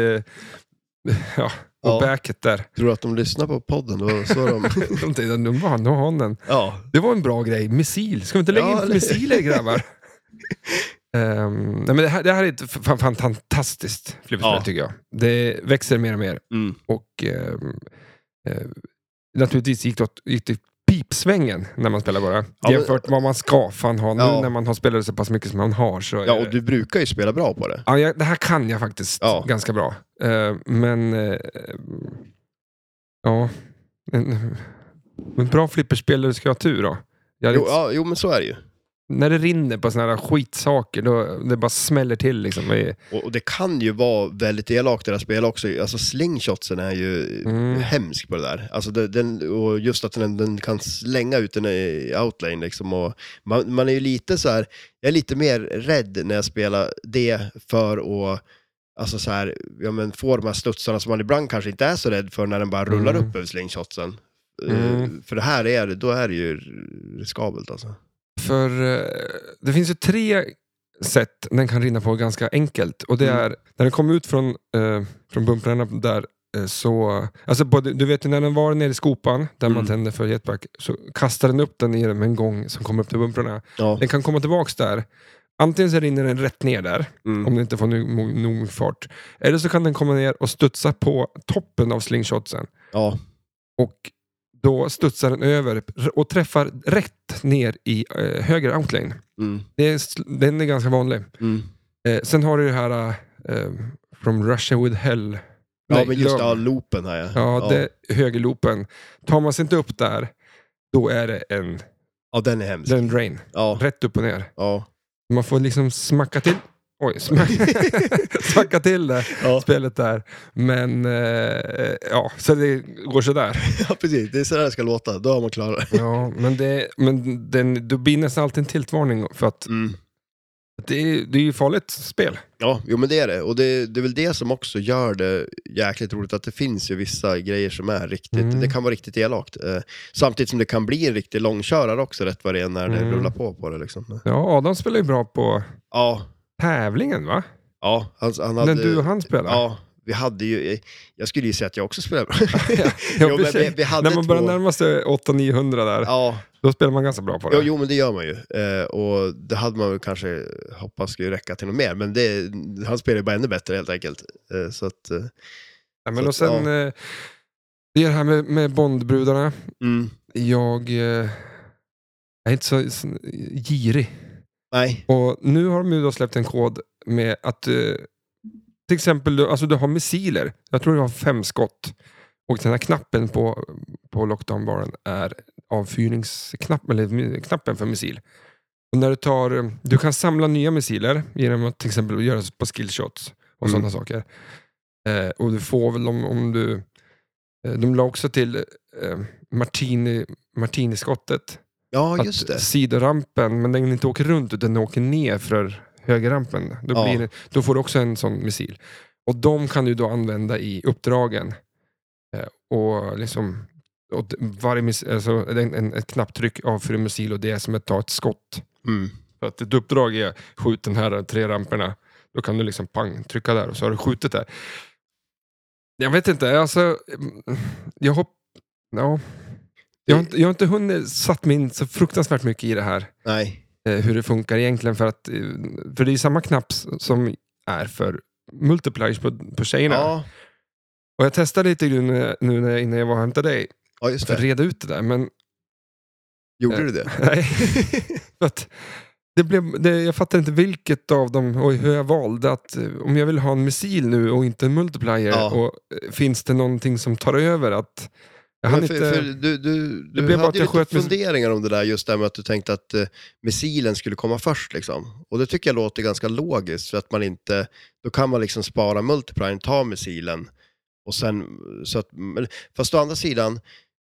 Speaker 1: ja, och
Speaker 2: Ja.
Speaker 1: backet där.
Speaker 2: tror du att de lyssnar på podden? Då, så de...
Speaker 1: [LAUGHS] De tänkte, nu har han- nu har han den.
Speaker 2: ja.
Speaker 1: Det var en bra grej. Missil. Ska vi inte lägga
Speaker 2: Ja,
Speaker 1: in
Speaker 2: eller-
Speaker 1: missiler grabbar?
Speaker 2: [LAUGHS]
Speaker 1: Ehm, nej, men det, här, det här är ett f- fan- fan- fantastiskt flipperspel
Speaker 2: Ja.
Speaker 1: tycker jag. Det växer mer och mer.
Speaker 2: Mm.
Speaker 1: Och ehm, eh, naturligtvis gick det, åt, gick det pipsvängen när man spelar bara.
Speaker 2: men-
Speaker 1: Jämfört med vad man ska fan ha. Nu
Speaker 2: Ja.
Speaker 1: när man har spelat så pass mycket som man har så är
Speaker 2: ja,
Speaker 1: det-
Speaker 2: och du brukar ju spela bra på det.
Speaker 1: Ja, jag, det här kan jag faktiskt
Speaker 2: Ja.
Speaker 1: ganska bra. Eh, men... eh, ja. En, men bra flipperspelare ska ha tur då. Jag hade
Speaker 2: Jo,
Speaker 1: inte-
Speaker 2: ja, jo men så är det ju.
Speaker 1: När det rinner på såna här skitsaker, då det bara smäller till liksom. Det-
Speaker 2: Och, och det kan ju vara väldigt elakt i det här spelet också. Alltså slingshotsen är ju
Speaker 1: Mm.
Speaker 2: hemsk på det där. Alltså det, den, och just att den, den kan slänga ut den i outlane liksom. Och man, man är ju lite så här, jag är lite mer rädd när jag spelar det för att Alltså så här, ja men få de här studsarna som man ibland kanske inte är så rädd för när den bara rullar
Speaker 1: Mm.
Speaker 2: upp över slingshotsen.
Speaker 1: Mm.
Speaker 2: Eh, För det här är, då är det ju riskabelt alltså.
Speaker 1: För eh, det finns ju tre sätt den kan rinna på ganska enkelt. Och det
Speaker 2: Mm.
Speaker 1: är, när den kom ut från, eh, från bumprarna där, eh, så... Alltså både, du vet ju när den var nere i skopan, där man
Speaker 2: Mm.
Speaker 1: tände för jetpack, så kastade den upp den i den med en gång som kom upp till bumprarna.
Speaker 2: Ja.
Speaker 1: Den kan komma tillbaks där. Antingen så rinner den rätt ner där,
Speaker 2: Mm.
Speaker 1: om den inte får nog, nog fart. Eller så kan den komma ner och studsa på toppen av slingshotsen.
Speaker 2: ja.
Speaker 1: Och då studsar den över och träffar rätt ner i eh, höger outlane.
Speaker 2: Mm.
Speaker 1: Det är, sl- den är ganska vanlig.
Speaker 2: Mm.
Speaker 1: Eh, sen har du det här eh, From Russia with Hell.
Speaker 2: Ja,
Speaker 1: Nej,
Speaker 2: men just
Speaker 1: Love.
Speaker 2: ja, loopen här ja.
Speaker 1: Ja, det är högerloopen. Tar man sig inte upp där, då är det en,
Speaker 2: ja den är hemsk.
Speaker 1: det är en drain.
Speaker 2: Ja,
Speaker 1: Rätt upp och ner.
Speaker 2: ja.
Speaker 1: Man får liksom smacka till. Oj, smacka,
Speaker 2: [LAUGHS]
Speaker 1: smacka till det
Speaker 2: Ja. [LAUGHS]
Speaker 1: spelet där. Men eh, ja, så det går
Speaker 2: [LAUGHS]
Speaker 1: sådär.
Speaker 2: ja, precis. Det är sådär det ska låta. Då har man klarat det.
Speaker 1: Ja, men det, men den, det blir nästan alltid en tiltvarning för att
Speaker 2: Mm.
Speaker 1: det, är- det är ju farligt spel.
Speaker 2: Ja, jo men det är det. Och det, det är väl det som också gör det jäkligt roligt, att det finns ju vissa grejer som är riktigt,
Speaker 1: Mm.
Speaker 2: det kan vara riktigt elakt. Eh, samtidigt som det kan bli en riktig långkörare också rätt vad det är när det
Speaker 1: Mm.
Speaker 2: rullar på på det liksom.
Speaker 1: Ja, Adam spelar ju bra på
Speaker 2: Ja,
Speaker 1: tävlingen va?
Speaker 2: ja. Han, han hade,
Speaker 1: När du och han spelar.
Speaker 2: Ja, vi hade ju, jag skulle ju säga att jag också spelar bra.
Speaker 1: Ja,
Speaker 2: [LAUGHS] jo, men
Speaker 1: precis.
Speaker 2: vi, vi hade
Speaker 1: När man
Speaker 2: två...
Speaker 1: börjar närma sig 800-900 där,
Speaker 2: Ja,
Speaker 1: då spelar man ganska bra på det.
Speaker 2: Jo, jo, men det gör man ju. Eh, och det hade man väl kanske hoppats skulle räcka till något mer, men det, han spelar ju bara ännu bättre helt enkelt. Eh, så att, eh,
Speaker 1: ja, men
Speaker 2: så
Speaker 1: och sen,
Speaker 2: att,
Speaker 1: eh, det är det här med, med Bondbrudarna.
Speaker 2: mm,
Speaker 1: Jag, eh, jag är inte så, så girig.
Speaker 2: nej.
Speaker 1: Och nu har de ju då släppt en kod med att eh, till exempel du, alltså du har missiler. Jag tror du har fem skott. Och den här knappen på, på lockdownbaren är avfyrningsknappen eller mi- knappen för missil. Och när du, tar, eh, du kan samla nya missiler genom att till exempel göra på skillshots och
Speaker 2: Mm.
Speaker 1: sådana saker. Eh, och du får väl om, om du... Eh, de la också till eh, Martini, Martini-skottet
Speaker 2: Ja,
Speaker 1: att
Speaker 2: just det.
Speaker 1: sidorampen, men den inte åker runt utan den åker ner för högerrampen. Då,
Speaker 2: Ja.
Speaker 1: blir det, då får du också en sån missil. Och de kan du då använda i uppdragen. Eh, och liksom, och d- varje missil, alltså en, en, ett knapptryck av för en missil och det är som att ta ett skott.
Speaker 2: Mm.
Speaker 1: För att ett uppdrag är skjut den här tre ramperna. Då kan du liksom pang, trycka där och så har du skjutit där. Jag vet inte, alltså, mm, jag hopp... Ja. Jag har, inte, jag har inte hunnit satt mig in så fruktansvärt mycket i det här.
Speaker 2: Nej.
Speaker 1: eh, Hur det funkar egentligen. För, att, eh, för det är samma knapp s- som är för multipliers på, på tjejerna.
Speaker 2: Ja,
Speaker 1: Och jag testade lite nu, när- nu när jag- innan jag var och hämtade dig.
Speaker 2: ja, just
Speaker 1: För att
Speaker 2: det.
Speaker 1: reda ut det där. Men
Speaker 2: Gjorde du det?
Speaker 1: nej.
Speaker 2: [LAUGHS]
Speaker 1: För att det blev, det, jag fattar inte vilket av dem och hur jag valde. att eh, Om jag vill ha en missil nu och inte en multiplier.
Speaker 2: Ja.
Speaker 1: Och, eh, finns det någonting som tar över? att jag hann
Speaker 2: Men för,
Speaker 1: inte...
Speaker 2: för du du,
Speaker 1: blev
Speaker 2: du
Speaker 1: bara att
Speaker 2: hade ju
Speaker 1: jag
Speaker 2: lite
Speaker 1: sköt med-
Speaker 2: funderingar om det där, just det här med att du tänkte att eh, missilen skulle komma först. Liksom. Och det tycker jag låter ganska logiskt, för att man inte, då kan man liksom spara multipliern, ta missilen, och sen, så att, men- fast å andra sidan,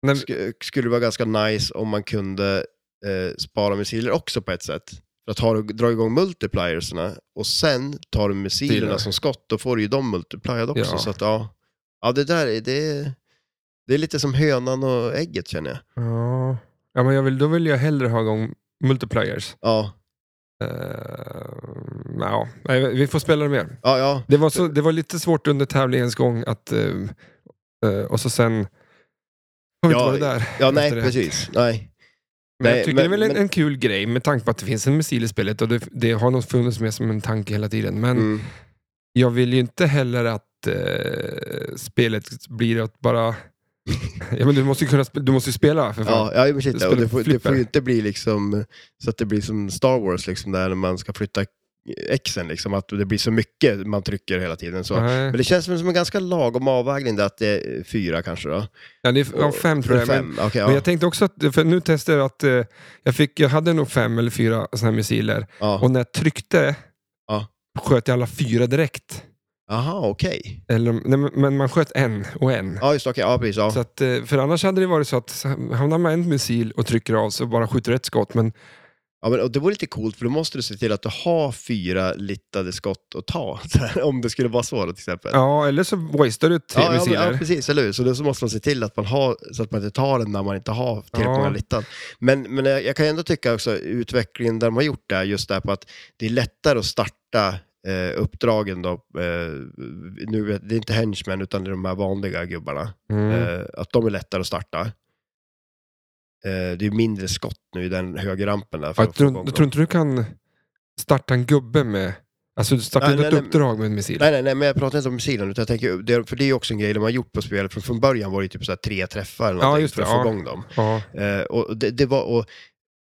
Speaker 1: Nej,
Speaker 2: sk skulle det vara ganska nice om man kunde eh, spara missiler också på ett sätt. För att ha, dra igång multiplierserna och sen tar du missilerna
Speaker 1: Filer.
Speaker 2: som skott, då får du ju dem multiplied också.
Speaker 1: Ja.
Speaker 2: Så att, ja. ja, det där är, det, är- det är lite som hönan och ägget känner jag.
Speaker 1: Ja, ja men jag vill, då vill jag hellre ha igång multipliers.
Speaker 2: Ja,
Speaker 1: Uh, ja, Nej, vi får spela det mer.
Speaker 2: ja, ja.
Speaker 1: Det var, så, det var lite svårt under tävlingens gång att... eh, eh, och så sen... Jag vet inte
Speaker 2: Ja,
Speaker 1: vad det där.
Speaker 2: ja nej,
Speaker 1: Efter det.
Speaker 2: precis. Nej.
Speaker 1: Men
Speaker 2: nej,
Speaker 1: jag tycker
Speaker 2: men-
Speaker 1: det är väl en,
Speaker 2: men-
Speaker 1: en kul grej med tanke på att det finns en missil i spelet och det, det har nog funnits med som en tanke hela tiden. Men
Speaker 2: Mm.
Speaker 1: jag vill ju inte heller att eh, spelet blir att
Speaker 2: [LAUGHS]
Speaker 1: bara... ja, men du måste ju kunna, sp- du måste ju spela för fan.
Speaker 2: Ja, ja men shit,
Speaker 1: Det
Speaker 2: ja. och det,
Speaker 1: spelar
Speaker 2: får, det
Speaker 1: flipper.
Speaker 2: får ju inte bli liksom, så att det blir som Star Wars, liksom, där man ska flytta exen, liksom, att det blir så mycket man trycker hela tiden. Så.
Speaker 1: Nej.
Speaker 2: Men det känns väl som en ganska lagom avvägning där att det är fyra kanske då.
Speaker 1: Ja, det är ja, fem tror jag. Men,
Speaker 2: Fem, okej.
Speaker 1: men
Speaker 2: ja.
Speaker 1: jag tänkte också att, för nu testade jag att eh, jag, fick, jag hade nog fem eller fyra sådana här missiler
Speaker 2: ja.
Speaker 1: och när jag tryckte
Speaker 2: Ja.
Speaker 1: sköt jag alla fyra direkt.
Speaker 2: Aha, okej.
Speaker 1: Eller, nej, men- men man sköt en och en.
Speaker 2: Ja, just det, okej. Ja, precis. Ja.
Speaker 1: Så att, eh, för annars hade det varit så att hamnar man en missil och trycker av så bara skjuter ett skott. Men
Speaker 2: Ja, men, och det vore lite coolt, för då måste du se till att du har fyra littade skott att ta. [LAUGHS] så här, Om det skulle vara så då, till exempel.
Speaker 1: ja, eller så wastear du tre
Speaker 2: Ja, ja, men-
Speaker 1: missiler.
Speaker 2: ja, precis, eller hur? Så då så måste man se till att man har, så att man inte tar den när man inte har tillräckligt
Speaker 1: Ja.
Speaker 2: många littan. Men, men jag, jag kan ändå tycka också utvecklingen där de har gjort det här, just där på att det är lättare att starta eh, uppdragen då, eh, nu, vet- det är inte henchmen utan det är de här vanliga gubbarna,
Speaker 1: mm.
Speaker 2: eh, att de är lättare att starta. Eh, det är mindre skott nu i den högerrampen där. för
Speaker 1: jag
Speaker 2: att få
Speaker 1: tror,
Speaker 2: igång
Speaker 1: jag
Speaker 2: dem.
Speaker 1: tror inte du kan starta en gubbe med... Alltså du startar
Speaker 2: Nej,
Speaker 1: inte
Speaker 2: nej,
Speaker 1: ett
Speaker 2: nej.
Speaker 1: uppdrag med en missil.
Speaker 2: Nej, nej, nej, men jag pratar inte om missilen, utan jag tänker, det, för det är ju också en grej de har gjort på spelet, från, från början var det ju typ så här tre träffar eller
Speaker 1: Ja,
Speaker 2: någonting
Speaker 1: just
Speaker 2: för
Speaker 1: det,
Speaker 2: att få
Speaker 1: ja.
Speaker 2: igång dem.
Speaker 1: Ja.
Speaker 2: Eh, och det, det var, och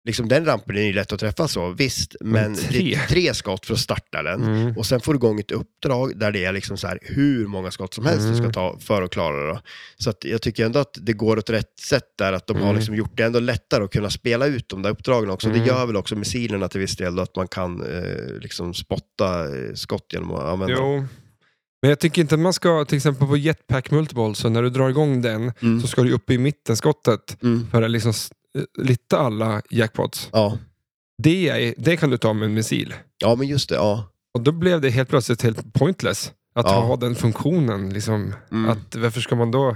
Speaker 2: liksom den rampen är ju lätt att träffa så, visst. Men,
Speaker 1: Men
Speaker 2: Det
Speaker 1: tre?
Speaker 2: är tre skott för att starta den.
Speaker 1: Mm.
Speaker 2: Och sen får du igång ett uppdrag där det är liksom så här hur många skott som helst du ska
Speaker 1: Mm.
Speaker 2: ta för att klara det. då. Så att jag tycker ändå att det går åt rätt sätt där, att de har
Speaker 1: Mm.
Speaker 2: liksom gjort det ändå lättare att kunna spela ut de där uppdragen också.
Speaker 1: Mm.
Speaker 2: Det gör väl också missilerna till viss del då, att man kan eh, liksom spotta eh, skott genom att använda dem.
Speaker 1: Jo. Men jag tycker inte att man ska, till exempel på Jetpack Multiball, så när du drar igång den
Speaker 2: Mm.
Speaker 1: så ska du upp i mitten skottet
Speaker 2: Mm.
Speaker 1: för att liksom s- eh, litta alla jackpots.
Speaker 2: Ja.
Speaker 1: Det, är, det kan du ta med en missil.
Speaker 2: ja, men just det. Ja.
Speaker 1: Och då blev det helt plötsligt helt pointless att
Speaker 2: Ja.
Speaker 1: ha den funktionen. Liksom.
Speaker 2: Mm.
Speaker 1: Att varför ska man då...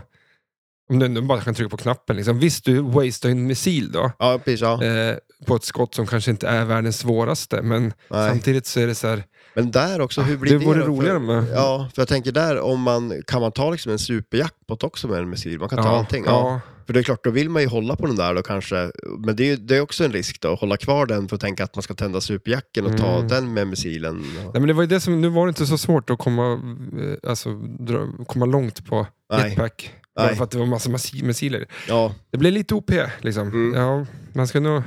Speaker 1: Om du ändå bara kan trycka på knappen. Liksom. Visst, du wastear en missil då.
Speaker 2: ja, precis. Ja.
Speaker 1: Eh, på ett skott som kanske inte är världens svåraste. Men
Speaker 2: Nej.
Speaker 1: samtidigt så är det så här...
Speaker 2: Men där också, hur blir
Speaker 1: Ah, det
Speaker 2: det?
Speaker 1: vore
Speaker 2: då? För-
Speaker 1: roligare med...
Speaker 2: Ja, för jag tänker där, om man, kan man ta liksom en superjackpot också med en missil? Man kan ta allting. Ja.
Speaker 1: ja.
Speaker 2: För det är klart, då vill man ju hålla på den där då kanske. Men det är ju det är också en risk då, att hålla kvar den för att tänka att man ska tända superjacken och ta
Speaker 1: Mm.
Speaker 2: den med missilen.
Speaker 1: Nej, men det var ju det som, nu var det inte så svårt att komma, eh, alltså, dra, komma långt på
Speaker 2: Nej.
Speaker 1: jetpack.
Speaker 2: Nej.
Speaker 1: Bara för att det var massa massi- missiler.
Speaker 2: Ja,
Speaker 1: Det blev lite OP liksom.
Speaker 2: Mm.
Speaker 1: Ja, man ska nog...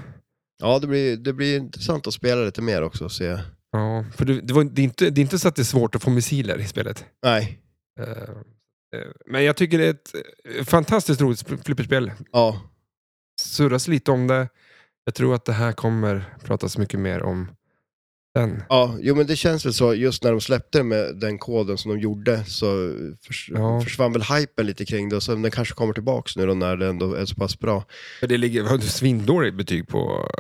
Speaker 2: ja det, blir, det blir intressant att spela lite mer också och se.
Speaker 1: Ja, för det, det, var, det, är inte, det är inte så att det är svårt att få missiler i spelet.
Speaker 2: Nej,
Speaker 1: Eh, eh, Men jag tycker det är ett eh, fantastiskt roligt sp- flipperspel.
Speaker 2: ja,
Speaker 1: Surras lite om det. Jag tror att det här kommer pratas mycket mer om sen.
Speaker 2: ja. Jo, men det känns väl så, just när de släppte med den koden som de gjorde så förs-
Speaker 1: Ja.
Speaker 2: försvann väl hypen lite kring det och sen den kanske kommer tillbaks nu då när det ändå är så pass bra.
Speaker 1: För det ligger har du svindåligt betyg på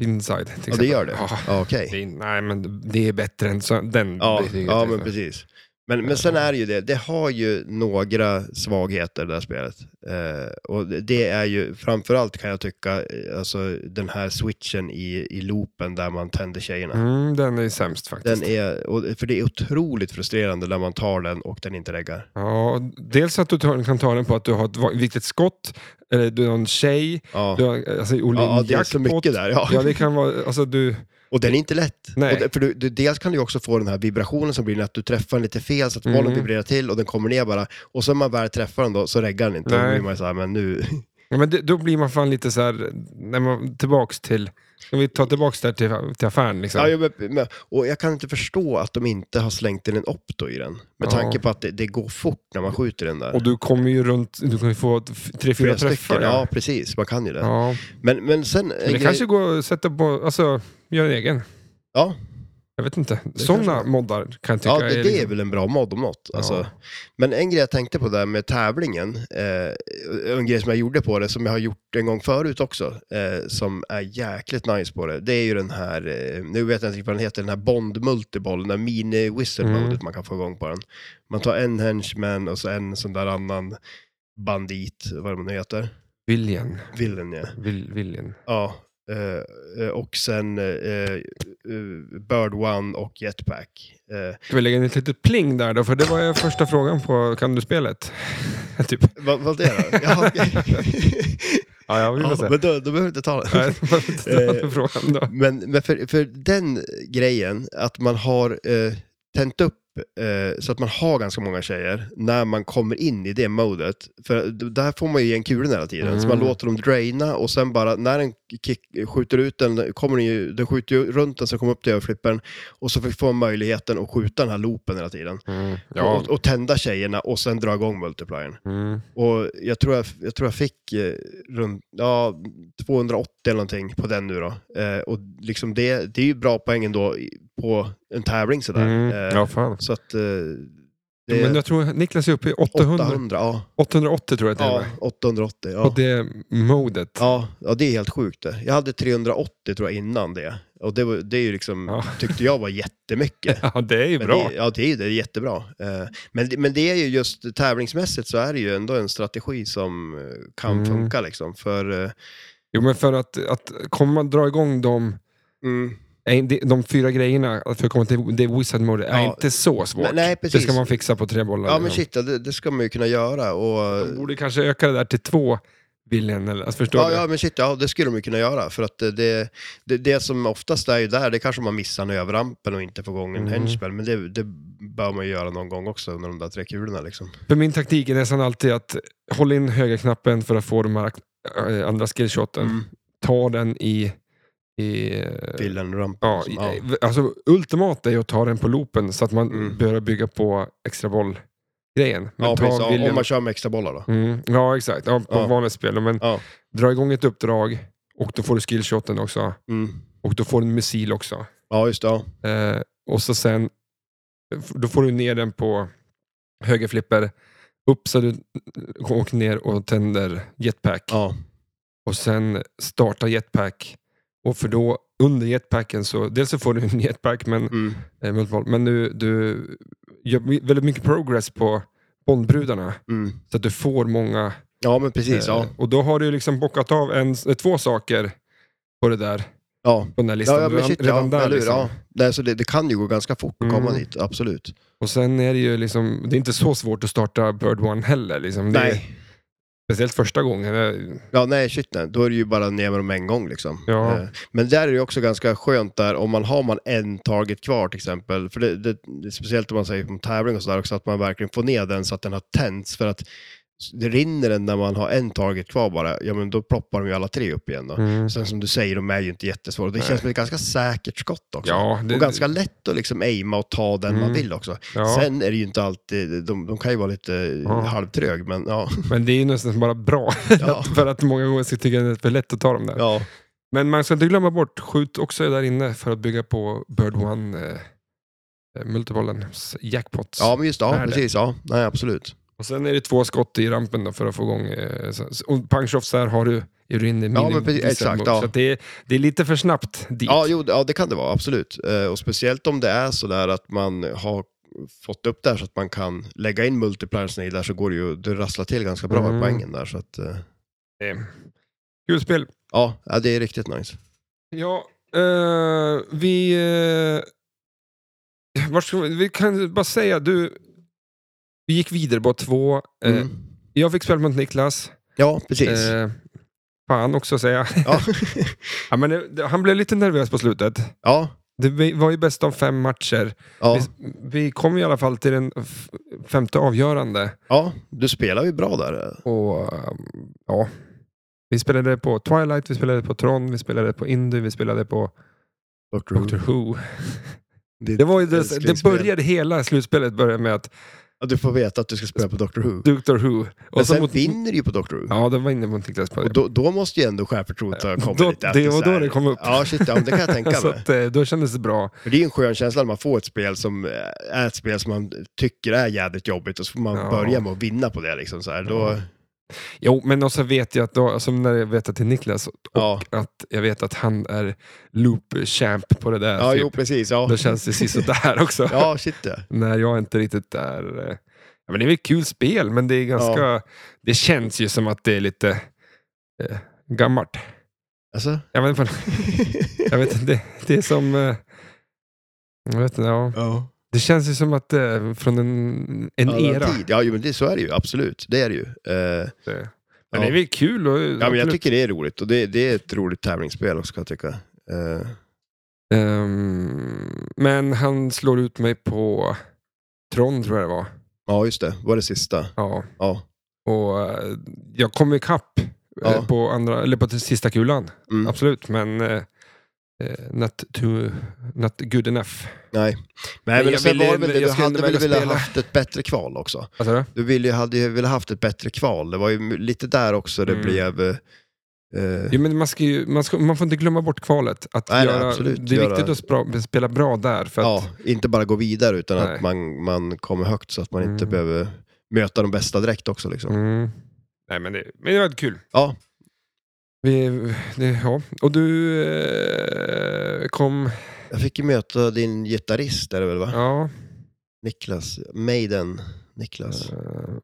Speaker 1: uh, Inside. Till
Speaker 2: Ja, det
Speaker 1: exempel.
Speaker 2: gör det.
Speaker 1: Ja.
Speaker 2: Ja, Okej.
Speaker 1: Det är, nej, men det är bättre än så, den
Speaker 2: Ja,
Speaker 1: betyget.
Speaker 2: ja
Speaker 1: liksom.
Speaker 2: men precis. Men, men sen är det ju det, det har ju några svagheter det här spelet. Eh, och det- det är ju framförallt kan jag tycka, eh, alltså den här switchen i, i loopen där man tänder tjejerna.
Speaker 1: Mm, den är sämst faktiskt.
Speaker 2: Den är, och, för det är otroligt frustrerande när man tar den och den inte reggar.
Speaker 1: Ja, och dels att du tar, kan ta den på att du har ett va- viktigt skott, eller du har en tjej,
Speaker 2: Ja.
Speaker 1: du har alltså, olika
Speaker 2: Ja, det är så mycket där. Ja.
Speaker 1: Ja, det kan vara, alltså du...
Speaker 2: Och den är inte lätt.
Speaker 1: Nej.
Speaker 2: Och det, för du, du, dels kan du ju också få den här vibrationen som blir när att du träffar den lite fel så att bollen
Speaker 1: Mm.
Speaker 2: vibrerar till och den kommer ner bara. Och så när man väl träffar den då så reggar den inte. Då
Speaker 1: Nej.
Speaker 2: blir man ju så här, men nu...
Speaker 1: Ja, men det, då blir man fan lite så här, när man tillbaks till, om vi tar tillbaks där till, till affären liksom.
Speaker 2: Ja, jag, men, men- och jag kan inte förstå att de inte har slängt in en opto i den. Med
Speaker 1: Ja.
Speaker 2: tanke på att det, det går fort när man skjuter den där.
Speaker 1: och du kommer ju runt, du kommer ju få ett f- tre, fyra
Speaker 2: Flera
Speaker 1: träffar.
Speaker 2: stycken, ja precis, man kan ju det.
Speaker 1: Ja.
Speaker 2: Men, men sen... eh,
Speaker 1: Men det kanske går att sätta på, alltså, gör en egen.
Speaker 2: Ja,
Speaker 1: Jag vet inte. Sådana
Speaker 2: kanske-
Speaker 1: moddar kan jag tycka
Speaker 2: Ja, det, det är
Speaker 1: liksom-
Speaker 2: väl en bra mod om något. Alltså.
Speaker 1: Ja.
Speaker 2: Men en grej jag tänkte på där med tävlingen, eh, en grej som jag gjorde på det, som jag har gjort en gång förut också, eh, som är jäkligt nice på det, det är ju den här, eh, nu vet jag inte riktigt vad den heter, den här Bond Multiball, den där mini wizard
Speaker 1: Mm.
Speaker 2: modet man kan få igång på den. Man tar en henchman och så en sån där annan bandit, vad de nu heter,
Speaker 1: Viljen.
Speaker 2: villen ja.
Speaker 1: Vil, viljen.
Speaker 2: ja. eh, eh, och sen eh, eh, Bird One och Jetpack. Eh,
Speaker 1: Ska vi lägga in ett litet pling där då? För det var ju första frågan på Kan du-spelet. [LAUGHS] typ.
Speaker 2: vad, vad är det då? Jaha,
Speaker 1: [LAUGHS]
Speaker 2: okej.
Speaker 1: Ja, jag vill
Speaker 2: Ja,
Speaker 1: säga.
Speaker 2: men då, då behöver du inte ta den.
Speaker 1: [LAUGHS] Nej, det var inte den [LAUGHS]
Speaker 2: Eh,
Speaker 1: frågan då.
Speaker 2: Men, men för, för den grejen, att man har eh, tänt upp eh, så att man har ganska många tjejer när man kommer in i det modet. För d- där får man ju igen kulen hela tiden. Så man
Speaker 1: Mm.
Speaker 2: låter dem draina och sen bara när den kick, skjuter ut den, kommer den, ju, den skjuter ju runt den så kommer upp till överflippen och så får man möjligheten att skjuta den här loopen hela tiden.
Speaker 1: Mm, ja.
Speaker 2: Och, och tända tjejerna och sen dra igång multipliern.
Speaker 1: Mm.
Speaker 2: Och jag tror jag, jag, tror jag fick eh, runt ja, 280 eller någonting på den nu då. Eh, och liksom det, det är ju bra poäng ändå i- på en tävling sådär.
Speaker 1: Mm.
Speaker 2: Eh,
Speaker 1: Ja, fan.
Speaker 2: Så att eh, det är
Speaker 1: Men jag tror Niklas är uppe i 800.
Speaker 2: 800, ja.
Speaker 1: 880 tror jag till och
Speaker 2: ja
Speaker 1: med.
Speaker 2: 880, ja.
Speaker 1: Och det modet.
Speaker 2: Ja, ja, det är helt sjukt det. Jag hade 380 tror jag innan det. Och det, var, det är ju liksom,
Speaker 1: Ja. [LAUGHS]
Speaker 2: tyckte jag var jättemycket.
Speaker 1: Ja, det är ju
Speaker 2: Men
Speaker 1: bra.
Speaker 2: Det, ja, det är ju det. Det är jättebra. Eh, Men, det- men det är ju just tävlingsmässigt så är det ju ändå en strategi som eh, kan
Speaker 1: Mm.
Speaker 2: funka liksom. För, eh,
Speaker 1: Jo, men för att, att komma dra igång de,
Speaker 2: mm,
Speaker 1: eh, de, de fyra grejerna för att komma till det Wizard Mode är
Speaker 2: Ja.
Speaker 1: inte så svårt.
Speaker 2: Men nej,
Speaker 1: det
Speaker 2: precis.
Speaker 1: ska man fixa på tre bollar.
Speaker 2: ja, men
Speaker 1: liksom.
Speaker 2: shit, ja, det, det ska man ju kunna göra. Och,
Speaker 1: De borde kanske öka det där till två viljen, eller alltså, förstår
Speaker 2: ja,
Speaker 1: du?
Speaker 2: ja, men shit, ja, det skulle de ju kunna göra. För att eh, det, det, det som oftast är ju där, det kanske man missar en överrampen och inte får igång en
Speaker 1: Mm.
Speaker 2: henchman. Men det, det bör man ju göra någon gång också under de där tre kulorna liksom.
Speaker 1: För min taktik är nästan alltid att hålla in högerknappen för att få de här eh, andra skillshoten.
Speaker 2: Mm.
Speaker 1: Ta den i... i eh,
Speaker 2: Villen rampen.
Speaker 1: ja, i, eh, Alltså, ultimat är ju att ta den på loopen så att man
Speaker 2: Mm.
Speaker 1: börjar bygga på extra boll-grejen. Men
Speaker 2: ja,
Speaker 1: ta
Speaker 2: precis, ja, om
Speaker 1: viljen-
Speaker 2: man kör med extra bollar då.
Speaker 1: Mm, ja, exakt. Ja, på
Speaker 2: Ja.
Speaker 1: vanligt spel. Men
Speaker 2: Ja.
Speaker 1: dra igång ett uppdrag och då får du skillshoten också.
Speaker 2: Mm.
Speaker 1: Och då får du en missil också.
Speaker 2: Ja, just det. Ja.
Speaker 1: Eh, och så sen, då får du ner den på högerflipper. Upp så du åker ner och tänder jetpack.
Speaker 2: ja.
Speaker 1: Och sen starta jetpack. Och för då, under jetpacken så, dels så får du en jetpack, men,
Speaker 2: Mm.
Speaker 1: eh, multiple, men du, du gör väldigt mycket progress på Bondbrudarna.
Speaker 2: Mm.
Speaker 1: Så att du får många
Speaker 2: Ja, men precis. Ja.
Speaker 1: Eh, Och då har du liksom bockat av en, eh, två saker på, det där,
Speaker 2: Ja.
Speaker 1: på den där listan.
Speaker 2: ja, ja, men
Speaker 1: redan,
Speaker 2: shit,
Speaker 1: redan
Speaker 2: ja,
Speaker 1: där.
Speaker 2: eller hur,
Speaker 1: liksom.
Speaker 2: ja. Nej, så det, det kan ju gå ganska fort att komma
Speaker 1: Mm.
Speaker 2: dit, absolut.
Speaker 1: Och sen är det ju liksom, det är inte så svårt att starta Bird One heller. Liksom. Det Är,
Speaker 2: Nej.
Speaker 1: speciellt första gången. Eh,
Speaker 2: Ja, nej, shit nej. Då är det ju bara ner med dem en gång liksom.
Speaker 1: Ja.
Speaker 2: Eh, Men där är det ju också ganska skönt där, om man har man en target kvar till exempel, för det, det, det är speciellt om man säger på tävling och sådär också, att man verkligen får ner den så att den har tänts, för att det rinner den när man har en target kvar bara, ja men då ploppar de ju alla tre upp igen då. Sen som du säger, de är ju inte jättesvåra. Det
Speaker 1: Mm. Nej.
Speaker 2: känns som ett ganska säkert skott också.
Speaker 1: Ja, det,
Speaker 2: Och ganska lätt att liksom aima och ta den man
Speaker 1: Mm.
Speaker 2: vill också.
Speaker 1: ja.
Speaker 2: Sen är det ju inte alltid, de, de kan ju vara lite
Speaker 1: Ja.
Speaker 2: halvtrög, men
Speaker 1: [LAUGHS]
Speaker 2: ja.
Speaker 1: Men det är ju nästan bara bra. [LAUGHS]
Speaker 2: Ja.
Speaker 1: för att många gånger så tycker jag det är för lätt att ta dem där.
Speaker 2: ja.
Speaker 1: Men man ska inte glömma bort, skjut också där inne för att bygga på Bird One, eh, eh, multibollens jackpots.
Speaker 2: ja, men just det,
Speaker 1: Är
Speaker 2: ja,
Speaker 1: det?
Speaker 2: precis, ja. Nej, absolut.
Speaker 1: Och sen är det två skott i rampen då för att få igång... Eh, så- så- och Punch-offs där har du, är du inne i
Speaker 2: Ja,
Speaker 1: mini-
Speaker 2: men precis,
Speaker 1: diesel-
Speaker 2: exakt,
Speaker 1: mode.
Speaker 2: ja.
Speaker 1: Så att det, är, det är lite för snabbt dit.
Speaker 2: Ja, jo, ja, det kan det vara, absolut. Eh, Och speciellt om det är sådär att man har fått upp där så att man kan lägga in multipliersen i där så går det ju, det rasslar till ganska bra
Speaker 1: Mm.
Speaker 2: i poängen där. Så att, eh,
Speaker 1: Eh, Kul spel.
Speaker 2: ja, ja, det är riktigt nice.
Speaker 1: Ja, eh, vi... Eh, vart ska vi, vi kan bara säga, du... Vi gick vidare bara två. Eh,
Speaker 2: Mm.
Speaker 1: Jag fick spela mot Niklas.
Speaker 2: Ja, precis.
Speaker 1: Eh, fan också säga. [LAUGHS]
Speaker 2: Ja.
Speaker 1: ja, men det, det- han blev lite nervös på slutet.
Speaker 2: ja,
Speaker 1: Det var ju bäst av fem matcher.
Speaker 2: ja,
Speaker 1: Vi, vi kom i alla fall till den f- femte avgörande.
Speaker 2: ja, du spelar ju bra där. eh,
Speaker 1: Och, um, ja. Vi spelade på Twilight, vi spelade på Tron, vi spelade på Indy, vi spelade på Doctor Who. Det, var ju det, det började, hela slutspelet började med att
Speaker 2: Ja, Du får veta att du ska spela på Doctor Who.
Speaker 1: Doctor Who.
Speaker 2: Men
Speaker 1: så
Speaker 2: sen
Speaker 1: mot-
Speaker 2: vinner du ju på Doctor Who.
Speaker 1: Ja, den var inne på Niklas på det.
Speaker 2: Och då, då måste ju ändå självförtroendet ha kommit
Speaker 1: Då-
Speaker 2: lite. att
Speaker 1: det
Speaker 2: är
Speaker 1: var
Speaker 2: så här-
Speaker 1: då det kom upp.
Speaker 2: Ja, shit, ja, men det kan
Speaker 1: [LAUGHS]
Speaker 2: jag tänka
Speaker 1: så
Speaker 2: mig.
Speaker 1: att, eh, då kändes det bra.
Speaker 2: För det är ju en skön känsla när man får ett spel som eh, är ett spel som man tycker är jävligt jobbigt och så får man
Speaker 1: Ja.
Speaker 2: börja med att vinna på det. Liksom, så här. Då,
Speaker 1: Jo, men också vet jag att, då, som när jag vet att det är Niklas,
Speaker 2: ja,
Speaker 1: att jag vet att han är loop-champ på det där.
Speaker 2: ja
Speaker 1: typ.
Speaker 2: jo, precis. Ja,
Speaker 1: Då känns det sisådär också.
Speaker 2: [LAUGHS] ja shit ja.
Speaker 1: När jag inte riktigt är... eh, Ja, men det är väl ett kul spel, men det är ganska... Det känns ju som att det är lite eh, gammalt.
Speaker 2: Alltså.
Speaker 1: Jag vet inte, [LAUGHS] jag vet, inte, det, det är som... Eh, jag vet inte, ja.
Speaker 2: ja.
Speaker 1: Det känns ju som att eh, från en, en
Speaker 2: Annan
Speaker 1: era.
Speaker 2: Tid. Ja, jo, men det, så är det ju. Absolut. Det är det ju. Eh,
Speaker 1: Men
Speaker 2: Ja.
Speaker 1: det är väl kul? Och,
Speaker 2: ja, men jag tycker det är roligt och det, det är ett roligt tävlingsspel också kan jag tycka. Eh,
Speaker 1: Ehm, men han slår ut mig på Tron, tror jag det var.
Speaker 2: ja, just det. Var det sista?
Speaker 1: Ja.
Speaker 2: Ja.
Speaker 1: Och eh, jag kom ikapp eh,
Speaker 2: Ja.
Speaker 1: på, andra, eller på sista kulan,
Speaker 2: Mm.
Speaker 1: absolut. Men eh, eh, not, too, not good enough.
Speaker 2: Nej.
Speaker 1: Men
Speaker 2: Nej, men
Speaker 1: jag
Speaker 2: sen
Speaker 1: ville-
Speaker 2: var det väl det. Du
Speaker 1: jag skulle
Speaker 2: hade
Speaker 1: ändå
Speaker 2: väl
Speaker 1: vilja
Speaker 2: velat
Speaker 1: spela.
Speaker 2: haft ett bättre kval också?
Speaker 1: Vad sa du?
Speaker 2: Du ville ju, hade ju velat haft ett bättre kval. Det var ju lite där också det
Speaker 1: Mm.
Speaker 2: blev... Eh,
Speaker 1: Jo, men man, ska ju, man, ska, man får inte glömma bort kvalet. Att
Speaker 2: Nej, nej,
Speaker 1: göra,
Speaker 2: absolut.
Speaker 1: det är
Speaker 2: Göra-
Speaker 1: viktigt att spra, spela bra där. För att,
Speaker 2: ja, inte bara gå vidare utan
Speaker 1: Nej.
Speaker 2: att man, man kommer högt så att man inte
Speaker 1: Mm.
Speaker 2: behöver möta de bästa direkt också. Liksom.
Speaker 1: mm, nej, men, det, men det var kul.
Speaker 2: Ja,
Speaker 1: Vi, det, ja. Och du eh, kom...
Speaker 2: jag fick ju möta din gitarrist är det väl va?
Speaker 1: Ja,
Speaker 2: Niklas, Maiden Niklas.
Speaker 1: eh,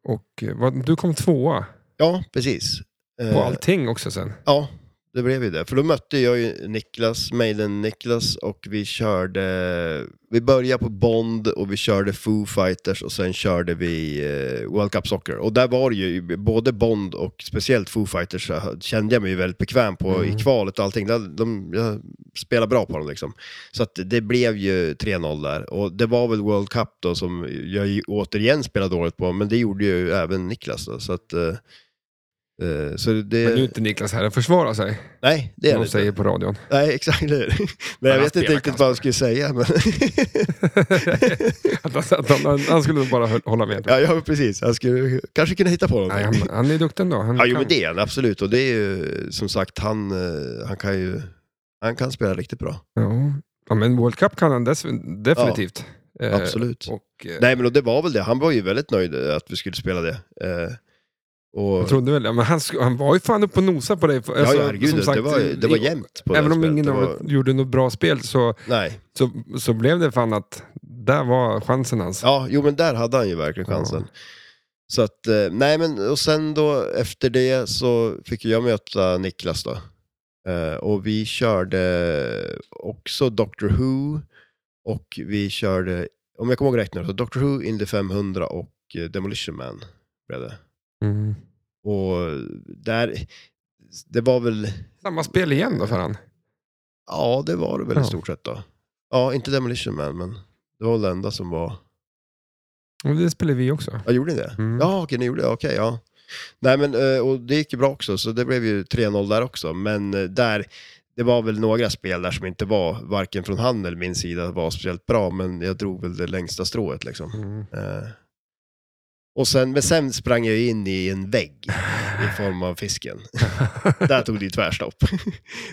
Speaker 1: och eh, vad, du kom tvåa
Speaker 2: Ja, precis. Eh,
Speaker 1: på allting också sen.
Speaker 2: Ja, det blev ju det. För då mötte jag ju Niklas, Maiden Niklas och vi körde, vi började på Bond och vi körde Foo Fighters och sen körde vi eh, World Cup Soccer. Och där var det ju både Bond och speciellt Foo Fighters så kände jag mig ju väldigt bekväm på
Speaker 1: Mm.
Speaker 2: i kvalet och allting. De, de, jag spelade bra på dem liksom. Så att det blev ju 3-0 där. Och det var väl World Cup då som jag ju återigen spelade dåligt på, men det gjorde ju även Niklas då. Så att, eh, eh, så det,
Speaker 1: Men nu är inte Niklas här och försvarar sig.
Speaker 2: Nej, det är
Speaker 1: Som
Speaker 2: det
Speaker 1: de
Speaker 2: inte.
Speaker 1: säger på radion.
Speaker 2: Nej,
Speaker 1: [LAUGHS]
Speaker 2: exakt. eller hur? Nej, jag
Speaker 1: han
Speaker 2: vet inte
Speaker 1: spelar
Speaker 2: riktigt vad jag skulle
Speaker 1: [LAUGHS]
Speaker 2: säga. Men
Speaker 1: att han, att han, han skulle bara hö- hålla med. typ.
Speaker 2: ja, ja, precis. Jag skulle kanske kunna hitta på någonting.
Speaker 1: Nej, han, han är duktig ändå. Han
Speaker 2: ja, jo,
Speaker 1: kan.
Speaker 2: men det är han absolut. Och det är ju som sagt, han, eh, han kan ju han kan spela riktigt bra.
Speaker 1: Ja. Ja, men World Cup kan han dess- definitivt. Eh,
Speaker 2: absolut.
Speaker 1: Och, eh,
Speaker 2: Nej, men och det var väl det. Han var ju väldigt nöjd eh, att vi skulle spela det. Eh, och,
Speaker 1: jag trodde väl, ja, men han, sk- han var ju fan uppe och nosa på dig. Alltså,
Speaker 2: ja, ja, herregud.
Speaker 1: som
Speaker 2: det, var, det var jämnt på
Speaker 1: Även
Speaker 2: det
Speaker 1: om
Speaker 2: spelet.
Speaker 1: ingen
Speaker 2: det
Speaker 1: av
Speaker 2: var,
Speaker 1: er gjorde något bra spel så,
Speaker 2: Nej.
Speaker 1: så, så blev det fan att där var chansen hans.
Speaker 2: Ja, jo men där hade han ju verkligen chansen. Så att, eh, nej men och sen då efter det så fick jag möta Niklas då. Eh, och vi körde också Doctor Who och vi körde, om jag kommer ihåg rätt nu, så Doctor Who, Indy 500 och eh, Demolition Man blev det.
Speaker 1: Mm.
Speaker 2: Och där, det var väl,
Speaker 1: Samma spel igen då för han.
Speaker 2: ja det var det väl
Speaker 1: Ja.
Speaker 2: i stort sett då. Ja, inte Demolition Man men det var väl det enda som var
Speaker 1: Och det spelade vi också.
Speaker 2: Ja, gjorde ni det?
Speaker 1: Mm.
Speaker 2: Ja, okej, ni gjorde det. Okej, ja. Nej, men eh, och det gick ju bra också, så det blev ju 3-0 där också. Men eh, där, det var väl några spel där som inte var, varken från han eller min sida, var speciellt bra, men jag drog väl det längsta strået liksom.
Speaker 1: Mm.
Speaker 2: Eh, Och sen, men sen sprang jag ju in i en vägg i form
Speaker 1: [LAUGHS]
Speaker 2: av fisken. Där tog det ju tvärstopp.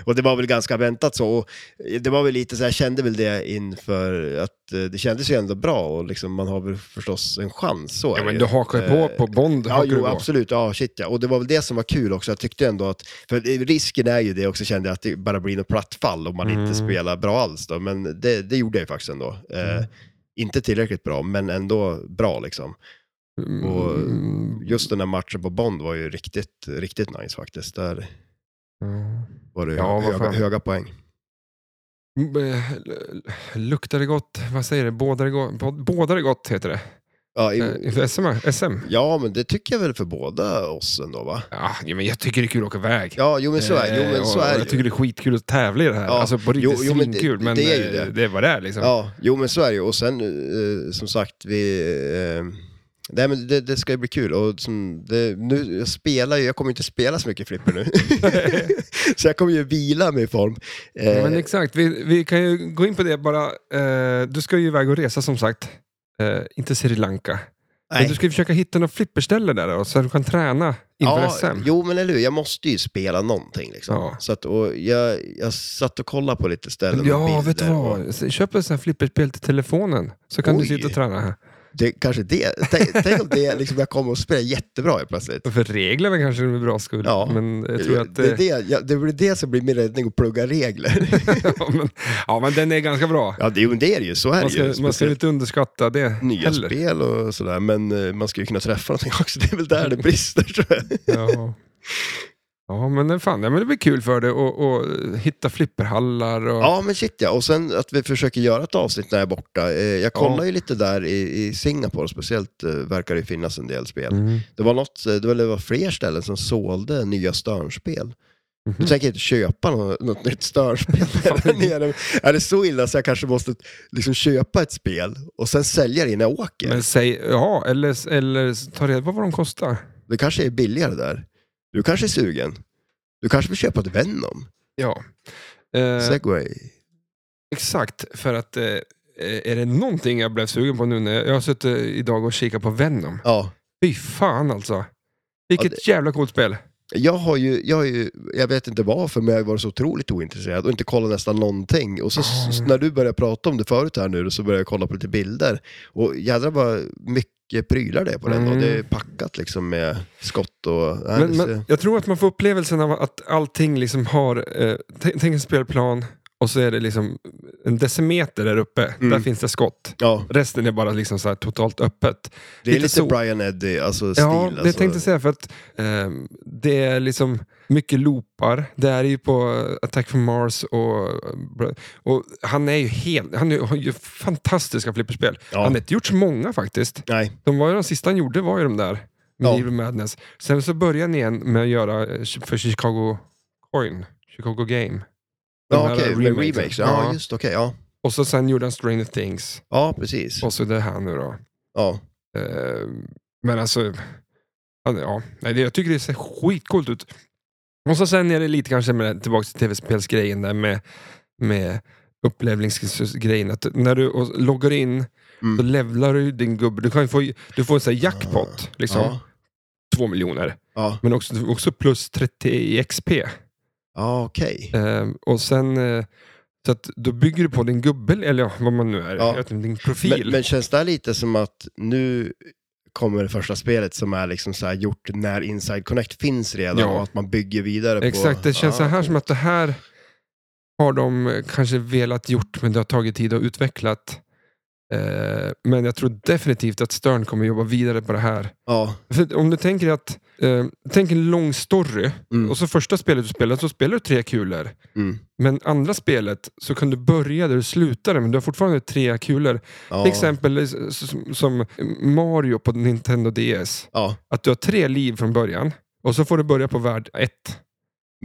Speaker 2: Och det var väl ganska väntat så. Och det var väl lite så här, jag kände väl det inför att eh, det kändes ju ändå bra och liksom, man har väl förstås en chans. Så är
Speaker 1: Ja,
Speaker 2: det
Speaker 1: men
Speaker 2: ju.
Speaker 1: du hakar ju på
Speaker 2: Eh,
Speaker 1: på Bond.
Speaker 2: Ja,
Speaker 1: hakar du
Speaker 2: jo,
Speaker 1: på.
Speaker 2: absolut. Ja, shit ja. Och det var väl det som var kul också. Jag tyckte ändå att, för risken är ju det också, kände jag, att det bara blir något platt fall om man
Speaker 1: Mm.
Speaker 2: inte spelar bra alls då. Men det, det gjorde jag ju faktiskt ändå. Eh,
Speaker 1: Mm.
Speaker 2: Inte tillräckligt bra, men ändå bra liksom.
Speaker 1: Mm.
Speaker 2: och- Just den där matchen på Bond var ju riktigt, riktigt nice faktiskt. Där
Speaker 1: Ja.
Speaker 2: var det
Speaker 1: Ja, vad
Speaker 2: höga,
Speaker 1: fan.
Speaker 2: höga poäng.
Speaker 1: Mm, eh, l- Luktar det gott? Vad säger det? Bådar det gott? Bå- Bådar det gott heter det.
Speaker 2: Ja, i,
Speaker 1: Eh, För SM? SM?
Speaker 2: ja, men det tycker jag väl för båda oss ändå va?
Speaker 1: Ja, ja, men jag tycker det är kul att åka iväg.
Speaker 2: Ja, jo men så är, jo,
Speaker 1: Eh,
Speaker 2: men
Speaker 1: och-
Speaker 2: så
Speaker 1: och
Speaker 2: är det
Speaker 1: Jag
Speaker 2: ju.
Speaker 1: tycker det är skitkul att tävla i det här.
Speaker 2: Ja.
Speaker 1: Alltså på
Speaker 2: Jo,
Speaker 1: riktigt
Speaker 2: jo, men det-
Speaker 1: svinkul. Men
Speaker 2: det är ju
Speaker 1: eh,
Speaker 2: det.
Speaker 1: det är vad det är liksom.
Speaker 2: Ja, jo men så är det ju. Och sen eh, som sagt, vi, eh, nej, men det, det ska ju bli kul. Och som, det, nu, jag spelar ju, jag kommer inte spela så
Speaker 1: [LAUGHS]
Speaker 2: mycket flipper nu. [LAUGHS] så jag kommer ju vila mig i form. Eh,
Speaker 1: Ja, men exakt, vi, vi kan ju gå in på det bara. Eh, du ska ju iväg och resa som sagt. Eh, inte Sri Lanka. Men du ska ju försöka hitta något flipperställe där då, så att du kan träna inför SM.
Speaker 2: Jo, men eller hur. Jag måste ju spela någonting. Liksom.
Speaker 1: Ja.
Speaker 2: Så att, och jag, jag satt och kollade på lite ställen och
Speaker 1: Ja,
Speaker 2: bilder
Speaker 1: vet du
Speaker 2: och-
Speaker 1: vad? S- Köp en sån här flipperspel till telefonen, så kan du
Speaker 2: Oj.
Speaker 1: sitta och träna här.
Speaker 2: Det, kanske det. Tänk, tänk om det, liksom, jag kommer att spela jättebra helt plötsligt.
Speaker 1: Och För reglerna kanske det blir bra skull,
Speaker 2: Ja.
Speaker 1: men jag tror att...
Speaker 2: det, är
Speaker 1: eh,
Speaker 2: det, jag, det blir det som blir min räddning, att plugga regler.
Speaker 1: [LAUGHS] ja, men, ja, men den är ganska bra.
Speaker 2: ja, det, jo, det är det ju. Så är
Speaker 1: Man
Speaker 2: det ju.
Speaker 1: ska, man ska
Speaker 2: Speciellt
Speaker 1: inte underskatta det
Speaker 2: nya
Speaker 1: heller.
Speaker 2: spel och sådär. Men eh, man ska ju kunna träffa någonting också. Det är
Speaker 1: [LAUGHS]
Speaker 2: väl där det brister, tror jag.
Speaker 1: Ja. ja, men det- fan, ja, men det blir kul för dig att att hitta flipperhallar och...
Speaker 2: Ja, men shit ja. Och sen att vi försöker göra ett avsnitt när jag är borta. Eh, jag kollar
Speaker 1: Ja.
Speaker 2: ju lite där i, i Singapore, speciellt eh, verkar det ju finnas en del spel.
Speaker 1: Mm.
Speaker 2: Det var, något, eh, det var, det var fler ställen som sålde nya Sternspel. Nu
Speaker 1: Mhm.
Speaker 2: tänker jag inte köpa något, något nytt Sternspel
Speaker 1: [LAUGHS]
Speaker 2: där nere. Är det så illa så jag kanske måste liksom köpa ett spel och sen sälja det innan jag åker?
Speaker 1: Men säg, ja, eller, eller ta reda på vad de kostar.
Speaker 2: Det kanske är billigare där. Du kanske är sugen. Du kanske vill köpa ett Venom?
Speaker 1: Ja. Eh,
Speaker 2: Segway?
Speaker 1: Exakt, för att eh, eh, är det någonting jag blev sugen på nu när jag, jag har suttit eh, idag och kikat på Venom.
Speaker 2: Ja.
Speaker 1: Fy fan alltså. Vilket
Speaker 2: Ja,
Speaker 1: jävla coolt spel.
Speaker 2: Jag har ju, jag har ju, jag vet inte varför, men jag har varit så otroligt ointresserad och inte kollat nästan någonting. Och så
Speaker 1: Ja.
Speaker 2: s- när du började prata om det förut här nu så började jag kolla på lite bilder. Och jädrar vad mycket prylar det är på den
Speaker 1: Mm.
Speaker 2: och det är packat liksom med skott och...
Speaker 1: Men,
Speaker 2: Nej,
Speaker 1: men
Speaker 2: det ser-
Speaker 1: jag tror att man får upplevelsen av att allting liksom har, eh, t- tänk en spelplan och så är det liksom en decimeter där uppe.
Speaker 2: Mm.
Speaker 1: Där finns det skott.
Speaker 2: Ja,
Speaker 1: Resten är bara liksom så här totalt öppet.
Speaker 2: det är
Speaker 1: lite
Speaker 2: lite,
Speaker 1: så.
Speaker 2: Brian Eddy, alltså stil.
Speaker 1: ja, det
Speaker 2: alltså.
Speaker 1: tänkte jag säga för att eh, det är liksom mycket loopar. Det är ju på Attack from Mars och, och han är ju helt, han är, har ju fantastiska flipperspel.
Speaker 2: Ja.
Speaker 1: Han har inte gjort så många faktiskt.
Speaker 2: Nej,
Speaker 1: De, var ju, de sista han gjorde var ju de där, med
Speaker 2: Ja.
Speaker 1: Evil Madness. Sen så började han igen med att göra eh, för Chicago Coin, Chicago Game. De
Speaker 2: ja,
Speaker 1: här
Speaker 2: okej, med
Speaker 1: remakesen.
Speaker 2: remakes. Ja,
Speaker 1: Ja.
Speaker 2: just okej, ja.
Speaker 1: Och så sen gjorde han Stranger Things.
Speaker 2: Ja, precis.
Speaker 1: Och så det här nu då.
Speaker 2: Ja.
Speaker 1: Eh, men alltså, ja, det- ja, nej, det- jag tycker det ser skitcoolt ut. Och så sen är det lite kanske med, tillbaka till tv-spelsgrejen där med, med upplevelsesgrejen. Att när du och, loggar in,
Speaker 2: Mm.
Speaker 1: då levlar du din gubbe. Du kan ju få, du får en sån här jackpot,
Speaker 2: Ah,
Speaker 1: liksom.
Speaker 2: Ja.
Speaker 1: Två miljoner.
Speaker 2: Ja,
Speaker 1: Men också, också plus 30 i XP.
Speaker 2: ja okej.
Speaker 1: Eh, och sen, eh, så att då bygger du på din gubbe, eller ja, vad man nu är,
Speaker 2: Ja.
Speaker 1: jag vet inte, din profil.
Speaker 2: Men, men känns det här lite som att nu kommer det första spelet som är liksom så här gjort när Inside Connect finns redan
Speaker 1: Ja.
Speaker 2: och att man bygger vidare på...
Speaker 1: Exakt, det känns så här som att det här har de eh, kanske velat gjort, men det har tagit tid att utvecklat. Eh, men jag tror definitivt att Stern kommer jobba vidare på det här.
Speaker 2: Ja,
Speaker 1: För om du tänker att, eh, tänk en lång story,
Speaker 2: mm,
Speaker 1: och så första spelet du spelar så spelar du tre kulor.
Speaker 2: mm,
Speaker 1: Men andra spelet så kan du börja där du slutade, men du har fortfarande tre kulor.
Speaker 2: ja,
Speaker 1: Till exempel eh, s- s- som Mario på Nintendo DS.
Speaker 2: Ja,
Speaker 1: Att du har tre liv från början, och så får du börja på värld ett.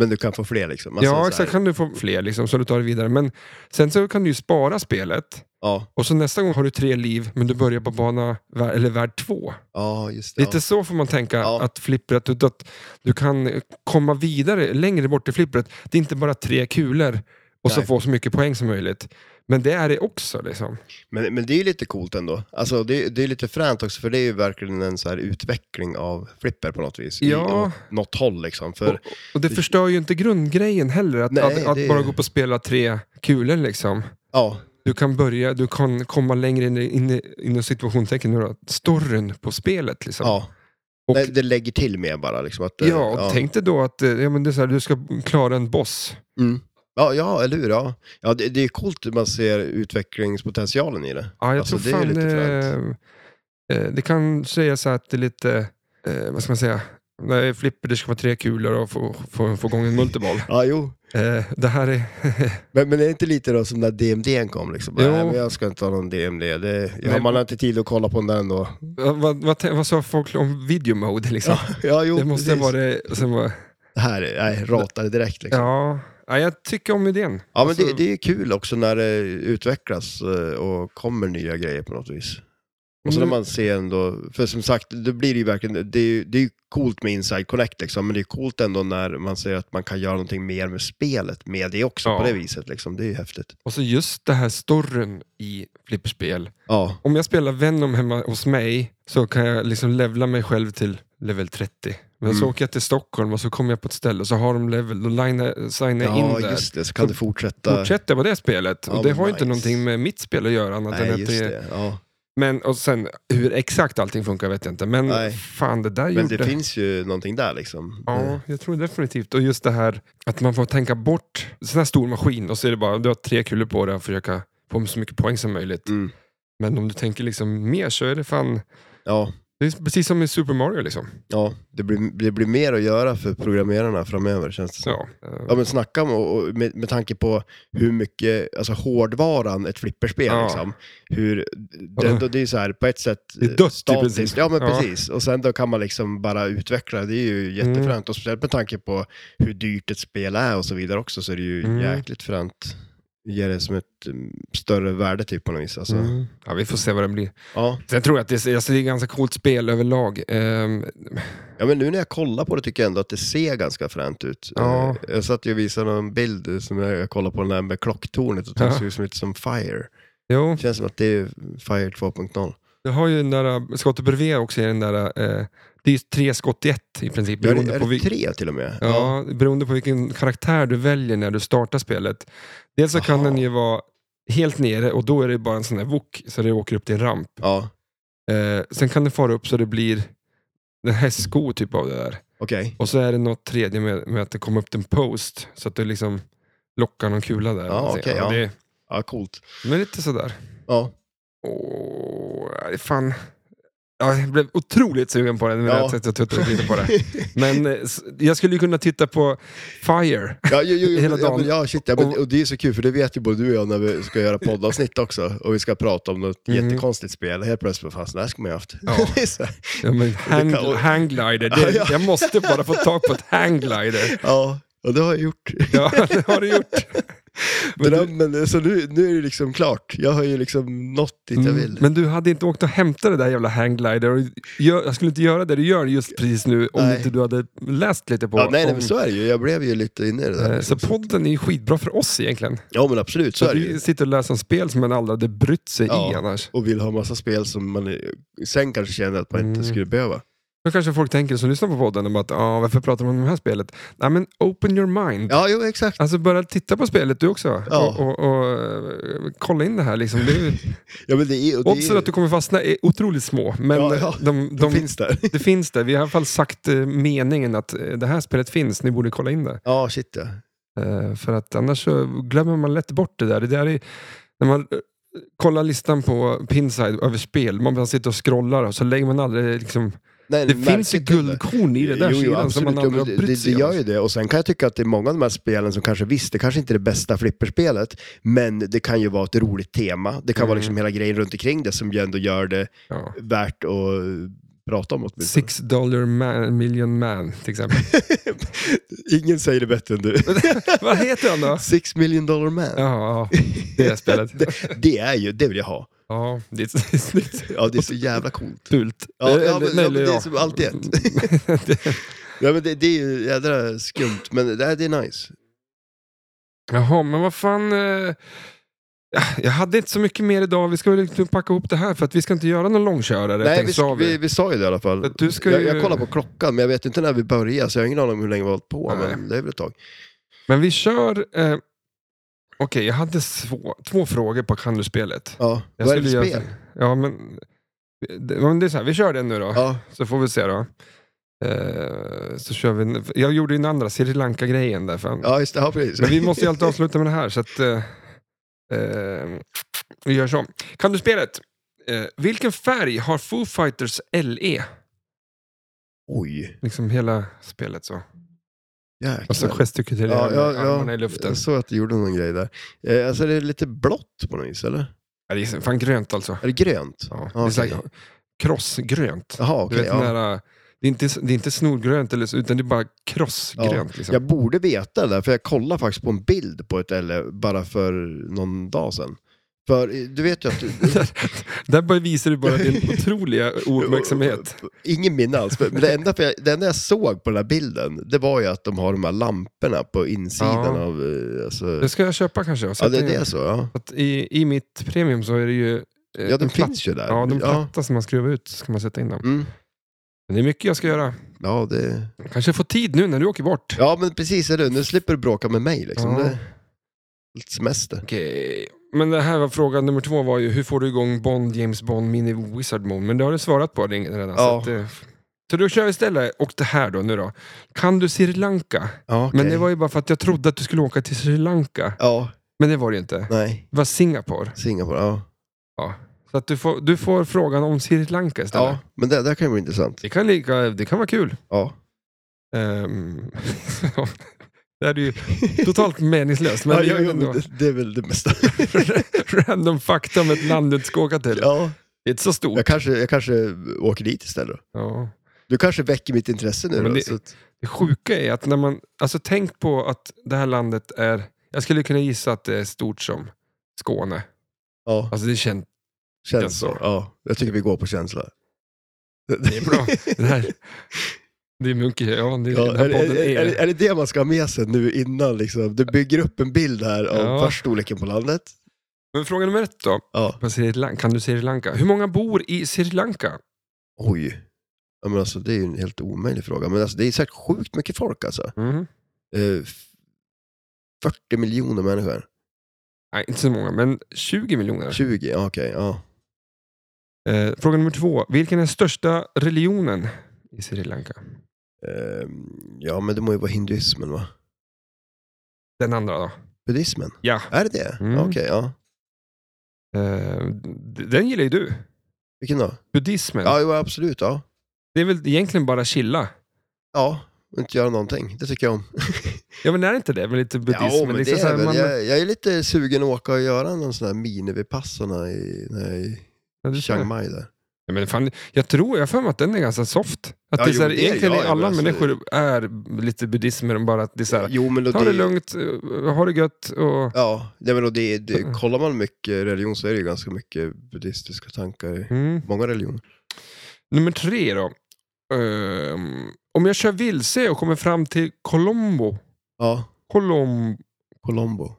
Speaker 2: men du kan få fler liksom. Alltså, så
Speaker 1: Ja,
Speaker 2: här,
Speaker 1: exakt. kan du få fler liksom, så du tar det vidare. Men sen så kan du ju spara spelet.
Speaker 2: Ja,
Speaker 1: Och så nästa gång har du tre liv, men du börjar på bana vär- eller värld två.
Speaker 2: ja, just det.
Speaker 1: Lite så får man tänka
Speaker 2: Ja.
Speaker 1: att flippret, att, att du kan komma vidare längre bort i flippret. Det är inte bara tre kulor och så
Speaker 2: Nej.
Speaker 1: få så mycket poäng som möjligt. Men det är det också. Liksom.
Speaker 2: Men, men det är ju lite coolt ändå. Alltså det, det är lite fränt också för det är ju verkligen en så här utveckling av flipper på något vis. I
Speaker 1: Ja.
Speaker 2: något, något håll liksom. För,
Speaker 1: Och det förstör ju inte grundgrejen heller, att,
Speaker 2: Nej,
Speaker 1: att, att
Speaker 2: det är-
Speaker 1: bara gå upp och spela tre kulor. Liksom.
Speaker 2: ja,
Speaker 1: Du kan börja, du kan komma längre in, i- in, i- inom situationstecken nu då, storyn på spelet. Liksom.
Speaker 2: ja.
Speaker 1: Och-
Speaker 2: Nej, det lägger till mer bara liksom. Att, eh,
Speaker 1: Ja, och tänk dig då att eh, ja, men det är så här, du ska klara en boss.
Speaker 2: Mm. Ja, ja, eller hur? Ja, ja det, det är coolt hur man ser utvecklingspotentialen i det.
Speaker 1: Ja, jag
Speaker 2: Alltså,
Speaker 1: tror
Speaker 2: det är
Speaker 1: fan,
Speaker 2: lite
Speaker 1: det,
Speaker 2: fränt.
Speaker 1: eh, det kan säga så här att det är lite, eh, vad ska man säga, när det är flipper det ska vara tre kulor och få, få, få igång en
Speaker 2: [LAUGHS]
Speaker 1: multiboll.
Speaker 2: Ja, jo.
Speaker 1: Eh, det här är,
Speaker 2: Men, men det är inte lite då som när DMD kom liksom?
Speaker 1: Jo.
Speaker 2: Nej, men jag ska inte ha någon DMD. Det, ja,
Speaker 1: Nej.
Speaker 2: man har inte tid att kolla på den då.
Speaker 1: vad, vad, vad, tän- vad sa folk om video mode liksom?
Speaker 2: Ja, ja jo,
Speaker 1: det måste
Speaker 2: precis.
Speaker 1: vara det som var,
Speaker 2: Det här, är- nej, ratade direkt liksom. Ja,
Speaker 1: ja, ja, jag tycker om idén.
Speaker 2: men
Speaker 1: Alltså-
Speaker 2: det, det är kul också när det utvecklas eh, och kommer nya grejer på något vis. Och så
Speaker 1: Mm.
Speaker 2: när man ser den då, för som sagt, då blir det ju verkligen, det är ju, det är ju coolt med Inside Connect liksom, men det är coolt ändå när man ser att man kan göra någonting mer med spelet med det också
Speaker 1: Ja.
Speaker 2: på det viset liksom. Det är ju häftigt.
Speaker 1: Och så just det här storyn i flipperspel.
Speaker 2: Ja,
Speaker 1: Om jag spelar Venom hemma hos mig så kan jag liksom levla mig själv till level 30. Men så
Speaker 2: Mm.
Speaker 1: åker jag till Stockholm och så kommer jag på ett ställe och så har de level. Då linar- signar jag
Speaker 2: ja
Speaker 1: in där.
Speaker 2: just det, så kan
Speaker 1: Så
Speaker 2: du fortsätta.
Speaker 1: Fortsätter jag på det spelet.
Speaker 2: Ja,
Speaker 1: och det
Speaker 2: men
Speaker 1: har ju inte
Speaker 2: nice.
Speaker 1: någonting med mitt spel att göra. Annat än
Speaker 2: Nej,
Speaker 1: att
Speaker 2: just
Speaker 1: det,
Speaker 2: det. Ja.
Speaker 1: Men och sen hur exakt allting funkar vet jag inte. Men
Speaker 2: Nej.
Speaker 1: fan det där
Speaker 2: Men
Speaker 1: gjorde...
Speaker 2: det finns ju någonting där liksom.
Speaker 1: Ja, jag tror definitivt. Och just det här att man får tänka bort sån här stor maskin och så är det bara, du har tre kulor på dig och försöka få så mycket poäng som möjligt.
Speaker 2: Mm.
Speaker 1: Men om du tänker liksom mer så är det fan,
Speaker 2: Ja,
Speaker 1: det är precis som i Super Mario liksom.
Speaker 2: ja. Det, blir, det blir mer att göra för programmerarna framöver känns det som.
Speaker 1: Ja,
Speaker 2: Ja men snacka om, och, och med, med tanke på hur mycket, alltså hårdvaran ett flipperspel
Speaker 1: Ja.
Speaker 2: liksom. Hur, det, det är ju så här på ett sätt
Speaker 1: Det är dött i
Speaker 2: statiskt.
Speaker 1: princip.
Speaker 2: Ja men
Speaker 1: Ja.
Speaker 2: precis. Och sen då kan man liksom bara utveckla, det är ju jättefränt.
Speaker 1: Mm.
Speaker 2: Och speciellt med tanke på hur dyrt ett spel är och så vidare också så är det ju
Speaker 1: Mm.
Speaker 2: jäkligt fränt. Ger det som ett mm, större värde typ på något vis. Alltså.
Speaker 1: Mm. ja, vi får se vad det blir.
Speaker 2: Ja.
Speaker 1: Sen tror jag att det är, alltså, det är ett ganska coolt spel överlag. Ehm,
Speaker 2: ja men nu när jag kollar på det tycker jag ändå att det ser ganska fränt ut.
Speaker 1: Ja.
Speaker 2: Eh, Jag satt ju och visade någon bild som jag jag kollade på den där med klocktornet och det
Speaker 1: Ja.
Speaker 2: såg ut som lite som Fire.
Speaker 1: jo,
Speaker 2: Det känns som att det är Fire 2.0.
Speaker 1: du har ju den där, äh, skottet bredvid också är den där, eh, det är ju tre skott i ett i princip.
Speaker 2: Ja,
Speaker 1: beroende
Speaker 2: det är
Speaker 1: på
Speaker 2: det
Speaker 1: vil-
Speaker 2: tre till och med?
Speaker 1: Ja, beroende på vilken karaktär du väljer när du startar spelet. Dels så kan
Speaker 2: Aha.
Speaker 1: den ju vara helt nere och då är det bara en sån där wok så det åker upp till en ramp.
Speaker 2: Ja,
Speaker 1: Eh, sen kan den fara upp så det blir en hästsko typ av det där.
Speaker 2: okej.
Speaker 1: Och så är det något tredje med, med att det kommer upp till en post så att du liksom lockar någon kula där.
Speaker 2: Ja,
Speaker 1: Och så-
Speaker 2: okej, ja.
Speaker 1: det,
Speaker 2: Ja, coolt.
Speaker 1: det är lite sådär.
Speaker 2: Ja,
Speaker 1: Åh, det är fan. Ja, jag blev otroligt sugen på det när
Speaker 2: Ja.
Speaker 1: jag satt och tuttade lite på det. Men eh, s- jag skulle ju kunna titta på Fire.
Speaker 2: [LAUGHS] ja, jo, jo, jo,
Speaker 1: Hela
Speaker 2: ja,
Speaker 1: dagen.
Speaker 2: men, ja shit, ja, men, och det är så kul för det vet ju både du och jag när vi ska göra poddavsnitt också och vi ska prata om något
Speaker 1: Mm.
Speaker 2: jättekonstigt spel. Helt plötsligt, bara, fan, så där ska man ju haft.
Speaker 1: Ja.
Speaker 2: [LAUGHS] Det är så här.
Speaker 1: Ja, men hang,
Speaker 2: kan-
Speaker 1: hangglider, det,
Speaker 2: Ja, [LAUGHS] ja.
Speaker 1: jag måste bara få tag på ett hangglider.
Speaker 2: ja, och det har jag gjort.
Speaker 1: Ja, [LAUGHS] det har du gjort.
Speaker 2: Men,
Speaker 1: Men
Speaker 2: det-
Speaker 1: du,
Speaker 2: men, så nu, nu är det liksom klart. Jag har ju liksom nått dit jag
Speaker 1: Mm,
Speaker 2: vill.
Speaker 1: men du hade inte åkt och hämtat det där jävla hangglider. Och gör, jag skulle inte göra det du gör just precis nu om
Speaker 2: Nej.
Speaker 1: inte du hade läst lite på...
Speaker 2: Ja, nej, nej,
Speaker 1: om,
Speaker 2: men så är det ju. Jag blev ju lite inne i det där.
Speaker 1: eh, så podden är ju skitbra för oss egentligen.
Speaker 2: Ja, men absolut, så är det ju.
Speaker 1: vi sitter och läser om spel som man aldrig hade brytt sig i
Speaker 2: Ja.
Speaker 1: annars.
Speaker 2: Och vill ha massa spel som man eh, sen kanske känner att man
Speaker 1: Mm.
Speaker 2: inte skulle behöva.
Speaker 1: Då kanske folk tänker som lyssnar på podden om att ah, varför pratar man om det här spelet? Nej men open your mind.
Speaker 2: [LAUGHS] Ja, jo, exakt.
Speaker 1: Alltså börja titta på spelet du också.
Speaker 2: Ja.
Speaker 1: Och, och, och eh, kolla in det här liksom.
Speaker 2: [LAUGHS]
Speaker 1: Det är, ju-
Speaker 2: Ja, men det är, och det
Speaker 1: Oddsen
Speaker 2: är,
Speaker 1: att du kommer fastna är otroligt små, men
Speaker 2: Ja, ja.
Speaker 1: De, de,
Speaker 2: de finns där.
Speaker 1: det finns där. Vi har i alla fall sagt eh, meningen att eh, det här spelet finns, ni borde kolla in det.
Speaker 2: [LAUGHS] Ja, shit ja.
Speaker 1: Eh, för att annars så glömmer man lätt bort det där. Det där är, när man eh, kollar listan på Pinside över spel, man bara sitter och scrollar och så lägger man aldrig liksom...
Speaker 2: Nej,
Speaker 1: Det
Speaker 2: märker
Speaker 1: finns ju
Speaker 2: inte.
Speaker 1: guldkorn i det där
Speaker 2: Jo, jo,
Speaker 1: sidan som man
Speaker 2: absolut.
Speaker 1: aldrig
Speaker 2: Jo,
Speaker 1: har
Speaker 2: men
Speaker 1: brytt
Speaker 2: det, det
Speaker 1: sig
Speaker 2: gör
Speaker 1: om.
Speaker 2: ju det. Och sen kan jag tycka att det är många av de här spelen som kanske visst, det kanske inte är det bästa flipperspelet, men det kan ju vara ett roligt tema. Det kan vara
Speaker 1: Mm.
Speaker 2: liksom hela grejen runt omkring det som ju ändå gör det
Speaker 1: Ja.
Speaker 2: värt att prata om åtminstone.
Speaker 1: Six dollar man, million man till exempel.
Speaker 2: [LAUGHS] Ingen säger det
Speaker 1: [LAUGHS]
Speaker 2: bättre än du. [LAUGHS]
Speaker 1: Vad heter han då?
Speaker 2: Six million dollar man.
Speaker 1: Ja, ja, det är spelet.
Speaker 2: [LAUGHS] Det är ju, det vill jag ha.
Speaker 1: Ja, det är snyggt.
Speaker 2: Ja, det
Speaker 1: [LAUGHS]
Speaker 2: är så jävla coolt.
Speaker 1: Fult.
Speaker 2: Ja,
Speaker 1: Eller-
Speaker 2: ja, men- ja,
Speaker 1: eller-
Speaker 2: men det är som alltid Ja, men det, det är ju jädra skumt, men det, här, det är nice.
Speaker 1: [LAUGHS] Jaha, men vad fan. Eh, ja, jag hade inte så mycket mer idag. Vi ska väl liksom packa ihop det här för att vi ska inte göra någon långkörare.
Speaker 2: Nej,
Speaker 1: tänkte
Speaker 2: vi,
Speaker 1: så
Speaker 2: sk-
Speaker 1: har vi.
Speaker 2: vi, vi sa ju det i alla fall.
Speaker 1: Att du ska
Speaker 2: jag,
Speaker 1: ju-
Speaker 2: jag kollar på klockan, men jag vet inte när vi börjar, så jag har ingen aning om hur länge vi har hållit på,
Speaker 1: Nej.
Speaker 2: men det är väl ett tag.
Speaker 1: Men vi kör... Eh, Okej, jag hade svå, två frågor på Kan du-spelet.
Speaker 2: Ja,
Speaker 1: Jag
Speaker 2: vad är det
Speaker 1: skulle
Speaker 2: för
Speaker 1: göra-
Speaker 2: spel?
Speaker 1: Ja, men det, men det är så här, vi kör den nu då.
Speaker 2: Ja,
Speaker 1: Så får vi se då. Eh, så kör vi. en- Jag gjorde ju den andra Sri Lanka-grejen där. För,
Speaker 2: ja, just det. Ja, precis.
Speaker 1: Men vi måste ju alltid avsluta med det här, så att... eh, eh, vi gör så. Kan du spelet? Eh, vilken färg har Foo Fighters LE?
Speaker 2: Oj,
Speaker 1: Liksom hela spelet så. Och så
Speaker 2: jäklar.
Speaker 1: gestikulerar
Speaker 2: Ja,
Speaker 1: ja,
Speaker 2: ja, ja.
Speaker 1: armarna Alltså, i luften.
Speaker 2: Jag såg att du gjorde någon grej där. Eh, alltså det är lite blått på något vis, eller?
Speaker 1: Ja, det är fan grönt alltså.
Speaker 2: Är det grönt?
Speaker 1: Ja,
Speaker 2: Okej.
Speaker 1: Det är så här krossgrönt.
Speaker 2: Jaha,
Speaker 1: Du
Speaker 2: okej.
Speaker 1: vet, den
Speaker 2: ja.
Speaker 1: där, eh, det, är inte, det är inte snorgrönt, eller så, utan det är bara krossgrönt. Liksom.
Speaker 2: Jag borde veta det där, för jag kollade faktiskt på en bild på ett eller bara för någon dag sedan. För eh, du vet ju att du,
Speaker 1: [LAUGHS] Där bara visar du bara
Speaker 2: [LAUGHS]
Speaker 1: din otroliga ouppmärksamhet.
Speaker 2: Ingen minne alls. Men det enda, för jag, det enda jag såg på den här bilden, det var ju att de har de här lamporna på insidan
Speaker 1: Ja.
Speaker 2: av... eh, Alltså,
Speaker 1: Det ska jag köpa kanske. och
Speaker 2: ja, det,
Speaker 1: sätta
Speaker 2: det
Speaker 1: in.
Speaker 2: är så. Ja,
Speaker 1: Att i, I mitt premium så är det ju... eh,
Speaker 2: ja den
Speaker 1: en platt-
Speaker 2: finns ju där.
Speaker 1: Ja, de
Speaker 2: ja.
Speaker 1: plattor som man skruvar ut ska man sätta in dem.
Speaker 2: Mm.
Speaker 1: Men det är mycket jag ska göra.
Speaker 2: ja, det...
Speaker 1: Kanske få tid nu när du åker bort.
Speaker 2: ja, men precis. Är det. Nu slipper du bråka med mig. Liksom.
Speaker 1: Ja.
Speaker 2: Det är lite semester.
Speaker 1: Okej. Men det här var frågan nummer två var ju hur får du igång Bond, James Bond, Mini Wizard Mode? Men det har du svarat på redan. Så,
Speaker 2: Ja.
Speaker 1: att, eh, så då kör vi istället. Och det här då nu då. Kan du Sri Lanka?
Speaker 2: Ja,
Speaker 1: Men det var ju bara för att jag trodde att du skulle åka till Sri Lanka.
Speaker 2: Ja,
Speaker 1: Men det var det ju inte.
Speaker 2: nej.
Speaker 1: Det var Singapore.
Speaker 2: Singapore, ja.
Speaker 1: Så att du, får, du får frågan om Sri Lanka istället.
Speaker 2: Ja, men det, det kan ju bli intressant.
Speaker 1: Det, kan lika, det kan vara kul.
Speaker 2: Ja.
Speaker 1: Ehm, [LAUGHS] det här är ju
Speaker 2: [LAUGHS]
Speaker 1: totalt meningslöst. Men
Speaker 2: ja,
Speaker 1: det
Speaker 2: ja,
Speaker 1: är ju
Speaker 2: ja, men
Speaker 1: ändå
Speaker 2: det, det är väl det mesta. [LAUGHS]
Speaker 1: [LAUGHS] random fakta om ett land du inte ska åka till.
Speaker 2: Ja.
Speaker 1: Det är inte så stort.
Speaker 2: Jag, kanske, jag kanske åker dit istället. då.
Speaker 1: Ja.
Speaker 2: Du kanske väcker mitt intresse nu.
Speaker 1: Men
Speaker 2: då,
Speaker 1: det-
Speaker 2: så att,
Speaker 1: Det sjuka är att när man, alltså tänk på att det här landet är, jag skulle kunna gissa att det är stort som Skåne.
Speaker 2: ja.
Speaker 1: Alltså det känns,
Speaker 2: Känns
Speaker 1: Jaså?
Speaker 2: så. Ja, jag tycker vi går på känsla.
Speaker 1: det är bra. det, här, det är Munke, ja det är,
Speaker 2: [LAUGHS] Ja,
Speaker 1: den
Speaker 2: är,
Speaker 1: här
Speaker 2: är,
Speaker 1: podden är,
Speaker 2: är, är det det man ska ha med sig nu innan? Liksom? Du bygger upp en bild här av
Speaker 1: Ja.
Speaker 2: först storleken på landet.
Speaker 1: Men fråga nummer ett då,
Speaker 2: Ja.
Speaker 1: på Sri Lanka, kan du Sri Lanka? Hur många bor i Sri Lanka?
Speaker 2: Oj. Ja, men alltså, det är ju en helt omöjlig fråga. Men alltså, det är säkert sjukt mycket folk alltså.
Speaker 1: Mhm.
Speaker 2: Eh, f- 40 miljoner människor.
Speaker 1: Nej, inte så många, men 20 miljoner.
Speaker 2: 20, ja, okej. ja.
Speaker 1: Eh, fråga nummer två, vilken är största religionen i Sri Lanka?
Speaker 2: Ehm, ja, men det må ju vara hinduismen va?
Speaker 1: Den andra då?
Speaker 2: Buddhismen?
Speaker 1: Ja.
Speaker 2: Är det det?
Speaker 1: Mm.
Speaker 2: Ja, Okej, ja.
Speaker 1: Eh, d- den gillar ju du.
Speaker 2: Vilken då?
Speaker 1: Buddhismen.
Speaker 2: Ja, jo, absolut. Ja.
Speaker 1: Det är väl egentligen bara chilla?
Speaker 2: ja, inte göra någonting. Det tycker jag om.
Speaker 1: Ja men är det inte det? Men lite buddhism?
Speaker 2: ja, men
Speaker 1: men
Speaker 2: det
Speaker 1: liksom
Speaker 2: är
Speaker 1: så här,
Speaker 2: väl-
Speaker 1: man,
Speaker 2: jag, jag är lite sugen att åka och göra någon sån här mini-vipassana i, nej,
Speaker 1: Ja,
Speaker 2: i
Speaker 1: du
Speaker 2: Chiang
Speaker 1: får-
Speaker 2: Mai där.
Speaker 1: ja, men fan, jag tror, jag har för mig att den är ganska soft. Att det
Speaker 2: Ja,
Speaker 1: är
Speaker 2: jo,
Speaker 1: så här,
Speaker 2: det är-
Speaker 1: egentligen
Speaker 2: ja,
Speaker 1: är
Speaker 2: ja,
Speaker 1: alla
Speaker 2: men alltså-
Speaker 1: människor är lite buddhismer, men bara att det är så här,
Speaker 2: Jo, men då
Speaker 1: ta det lugnt, eh, ha det gött och...
Speaker 2: Ja, nej, men då det,
Speaker 1: Mm.
Speaker 2: det, kollar man mycket religion så är det ju ganska mycket buddhistiska tankar i
Speaker 1: Mm.
Speaker 2: många religioner.
Speaker 1: Nummer tre då. Ehm, om jag kör vilse och kommer fram till Colombo,
Speaker 2: Ja,
Speaker 1: Colom...
Speaker 2: Colombo,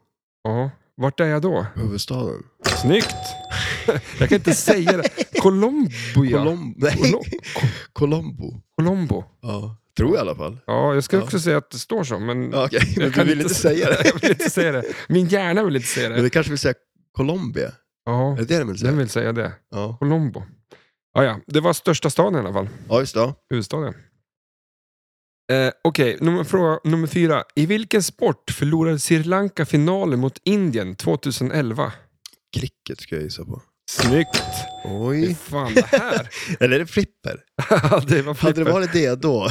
Speaker 1: Ja, vart är jag då?
Speaker 2: huvudstaden.
Speaker 1: Snyggt! [LAUGHS] jag kan inte säga
Speaker 2: [LAUGHS]
Speaker 1: det. Colombo Oh, ja.
Speaker 2: Colom, nej, [LAUGHS]
Speaker 1: Colo- Co-
Speaker 2: Colombo.
Speaker 1: Colombo.
Speaker 2: Ja, tror jag i alla fall.
Speaker 1: Ja, jag ska
Speaker 2: Ja.
Speaker 1: också säga att det står så, men
Speaker 2: Ja, Okej, men du vill inte säga det.
Speaker 1: [LAUGHS] jag vill inte säga det. Min hjärna vill inte säga
Speaker 2: Men
Speaker 1: det.
Speaker 2: du kanske vill säga Colombia?
Speaker 1: Ja,
Speaker 2: Är det det du vill
Speaker 1: den
Speaker 2: säga?
Speaker 1: vill säga det.
Speaker 2: Ja,
Speaker 1: Colombo. Ja, ja, det var största staden i alla fall.
Speaker 2: ja just det. ja.
Speaker 1: Huvudstaden. Eh, Okej, nummer, fråga nummer fyra. I vilken sport förlorade Sri Lanka finalen mot Indien 2011?
Speaker 2: Cricket ska jag gissa på.
Speaker 1: Snyggt! Fy
Speaker 2: Oj.
Speaker 1: fan, det här!
Speaker 2: Eller är det flipper?
Speaker 1: Ja, [LAUGHS] det var
Speaker 2: [LAUGHS] Hade
Speaker 1: flipper.
Speaker 2: det varit det då?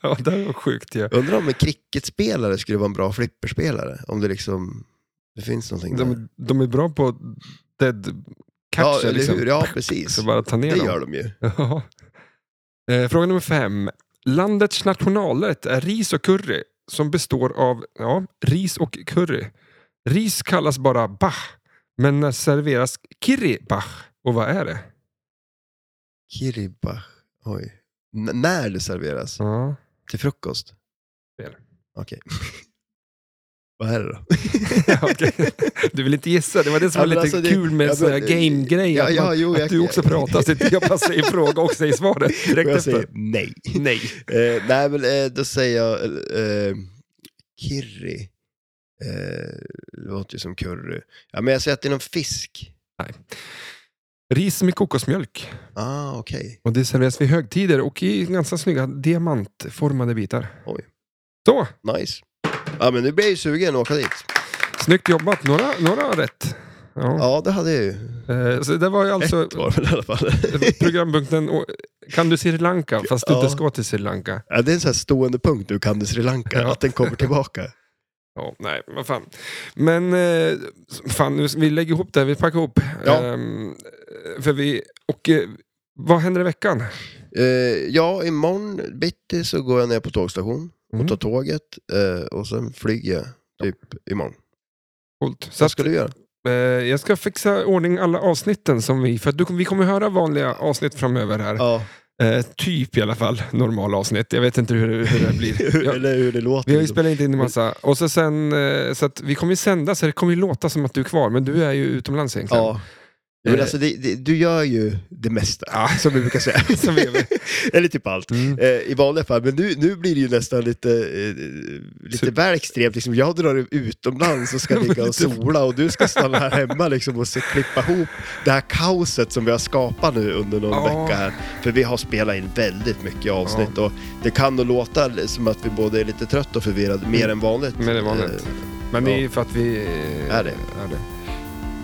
Speaker 1: ja, det här var sjukt ju. Ja.
Speaker 2: Undrar om en cricketspelare skulle vara en bra flipperspelare? Om det liksom, det finns någonting där.
Speaker 1: De, de är bra på dead
Speaker 2: ja,
Speaker 1: catcher.
Speaker 2: eller
Speaker 1: liksom.
Speaker 2: hur? Ja,
Speaker 1: [LAUGHS]
Speaker 2: precis.
Speaker 1: Så bara ta ner
Speaker 2: Det
Speaker 1: dem.
Speaker 2: gör de ju.
Speaker 1: Ja. Eh, Fråga nummer fem. Landets nationalrätt är ris och curry som består av ja, ris och curry. Ris kallas bara bach, men när serveras kirri bach. Och vad är det?
Speaker 2: Kiribach. Oj. N- när det serveras?
Speaker 1: [LAUGHS] Ja.
Speaker 2: Till frukost?
Speaker 1: Fel.
Speaker 2: Okej. [LAUGHS] Vad är det då?
Speaker 1: okej. Du vill inte gissa, det var det som
Speaker 2: Ja,
Speaker 1: var
Speaker 2: men
Speaker 1: lite
Speaker 2: alltså det-
Speaker 1: kul med
Speaker 2: ja,
Speaker 1: en sån här
Speaker 2: men-
Speaker 1: game-grej.
Speaker 2: ja,
Speaker 1: att
Speaker 2: ja,
Speaker 1: man-
Speaker 2: jo,
Speaker 1: att
Speaker 2: jag-
Speaker 1: du också
Speaker 2: [LAUGHS]
Speaker 1: pratar, så inte jag bara säger fråga och säger svaret direkt
Speaker 2: Och jag
Speaker 1: efter.
Speaker 2: säger nej.
Speaker 1: Nej.
Speaker 2: Eh, nej, men eh, då säger jag eh, kirri. Eh, det låter ju som curry. Ja, men jag säger att det är någon fisk.
Speaker 1: Ris med kokosmjölk.
Speaker 2: Ah, okej.
Speaker 1: Och det serveras vid högtider och i ganska snygga diamantformade bitar.
Speaker 2: Oj.
Speaker 1: Så,
Speaker 2: Nice. Ja, men nu blir jag ju sugen att åka dit.
Speaker 1: Snyggt jobbat, några, några har rätt. Ja.
Speaker 2: Ja, det hade jag ju.
Speaker 1: Eh, Så det var ju alltså
Speaker 2: Ett var det väl i alla fall.
Speaker 1: [LAUGHS] programpunkten och- Kan du Sri Lanka fast du
Speaker 2: Ja.
Speaker 1: inte ska till Sri Lanka?
Speaker 2: [LAUGHS] ja, det är en sån här stående punkt nu, kan du Sri Lanka,
Speaker 1: Ja.
Speaker 2: att den kommer tillbaka.
Speaker 1: Ja, nej, vad fan. Men eh, fan, nu, vi lägger ihop det här, vi packar ihop.
Speaker 2: Ja.
Speaker 1: Ehm, för vi, och eh, vad händer i veckan?
Speaker 2: Eh, ja, imorgon bitti så går jag ner på tågstation och
Speaker 1: Mm.
Speaker 2: tar tåget eh, och sen flyger jag typ imorgon.
Speaker 1: Coolt. Så
Speaker 2: Vad
Speaker 1: att,
Speaker 2: [LAUGHS] ska du göra?
Speaker 1: Eh, jag ska fixa ordning alla avsnitten som vi... För att du, vi kommer höra vanliga avsnitt framöver här.
Speaker 2: Ja,
Speaker 1: Eh, typ i alla fall, normala avsnitt. Jag vet inte hur, det- hur det
Speaker 2: [LAUGHS]
Speaker 1: blir. Jag,
Speaker 2: eller hur det låter.
Speaker 1: vi har ju spelat inte in en massa. Och så sen, eh, så att vi kommer ju sända, så det kommer ju låta som att du är kvar. Men du är ju utomlands egentligen.
Speaker 2: ja. Men alltså, det, det, du gör ju det mesta,
Speaker 1: Ja.
Speaker 2: [LAUGHS] som vi brukar säga.
Speaker 1: Som vi- [LAUGHS]
Speaker 2: eller typ allt.
Speaker 1: Mm.
Speaker 2: Eh, I vanliga fall, men nu, nu blir det ju nästan lite, eh, lite
Speaker 1: Så-
Speaker 2: väl extremt. Liksom, jag drar utomlands och
Speaker 1: [LAUGHS]
Speaker 2: ska ligga och sola och du ska stanna här hemma liksom, och se, klippa ihop det här kaoset som vi har skapat nu under någon
Speaker 1: Ja.
Speaker 2: vecka här. För vi har spelat in väldigt mycket avsnitt och det kan nog låta som att vi både är lite trött och förvirrad, mer än vanligt.
Speaker 1: Men det var Mm. vanligt.
Speaker 2: Eh,
Speaker 1: Men det är
Speaker 2: ja.
Speaker 1: ju för att vi... eh,
Speaker 2: Är det?
Speaker 1: det.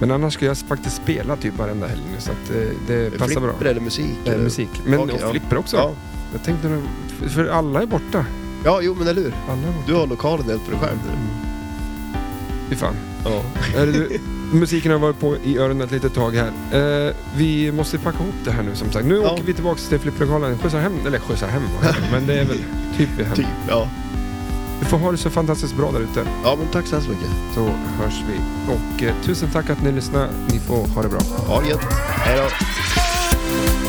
Speaker 1: Men annars ska jag faktiskt spela typ varenda helg nu, så att eh, det passar bra.
Speaker 2: Flipper eller musik?
Speaker 1: Eh,
Speaker 2: eller?
Speaker 1: musik. Men
Speaker 2: Okej,
Speaker 1: och
Speaker 2: ja.
Speaker 1: flipper också.
Speaker 2: Ja.
Speaker 1: Jag tänkte nog- För alla är borta.
Speaker 2: ja, jo men eller hur.
Speaker 1: Alla är borta.
Speaker 2: Du har lokalen helt för dig själv nu.
Speaker 1: Fy fan.
Speaker 2: Ja.
Speaker 1: Är det, musiken har varit på i öronen ett litet tag här. Eh, vi måste packa ihop det här nu som sagt. Nu
Speaker 2: Ja.
Speaker 1: åker vi tillbaka till flipplokalen. Skjutsar hem, eller skjutsar hem vad heter det? men det är väl typ vi är hem.
Speaker 2: [LAUGHS] Typ, ja.
Speaker 1: Vi får ha det så fantastiskt bra där ute.
Speaker 2: ja, men tack så hemskt mycket.
Speaker 1: Så hörs vi. Och eh, tusen tack att ni lyssnar. Ni får ha det bra.
Speaker 2: Ha det gött. Hej då.
Speaker 3: Thank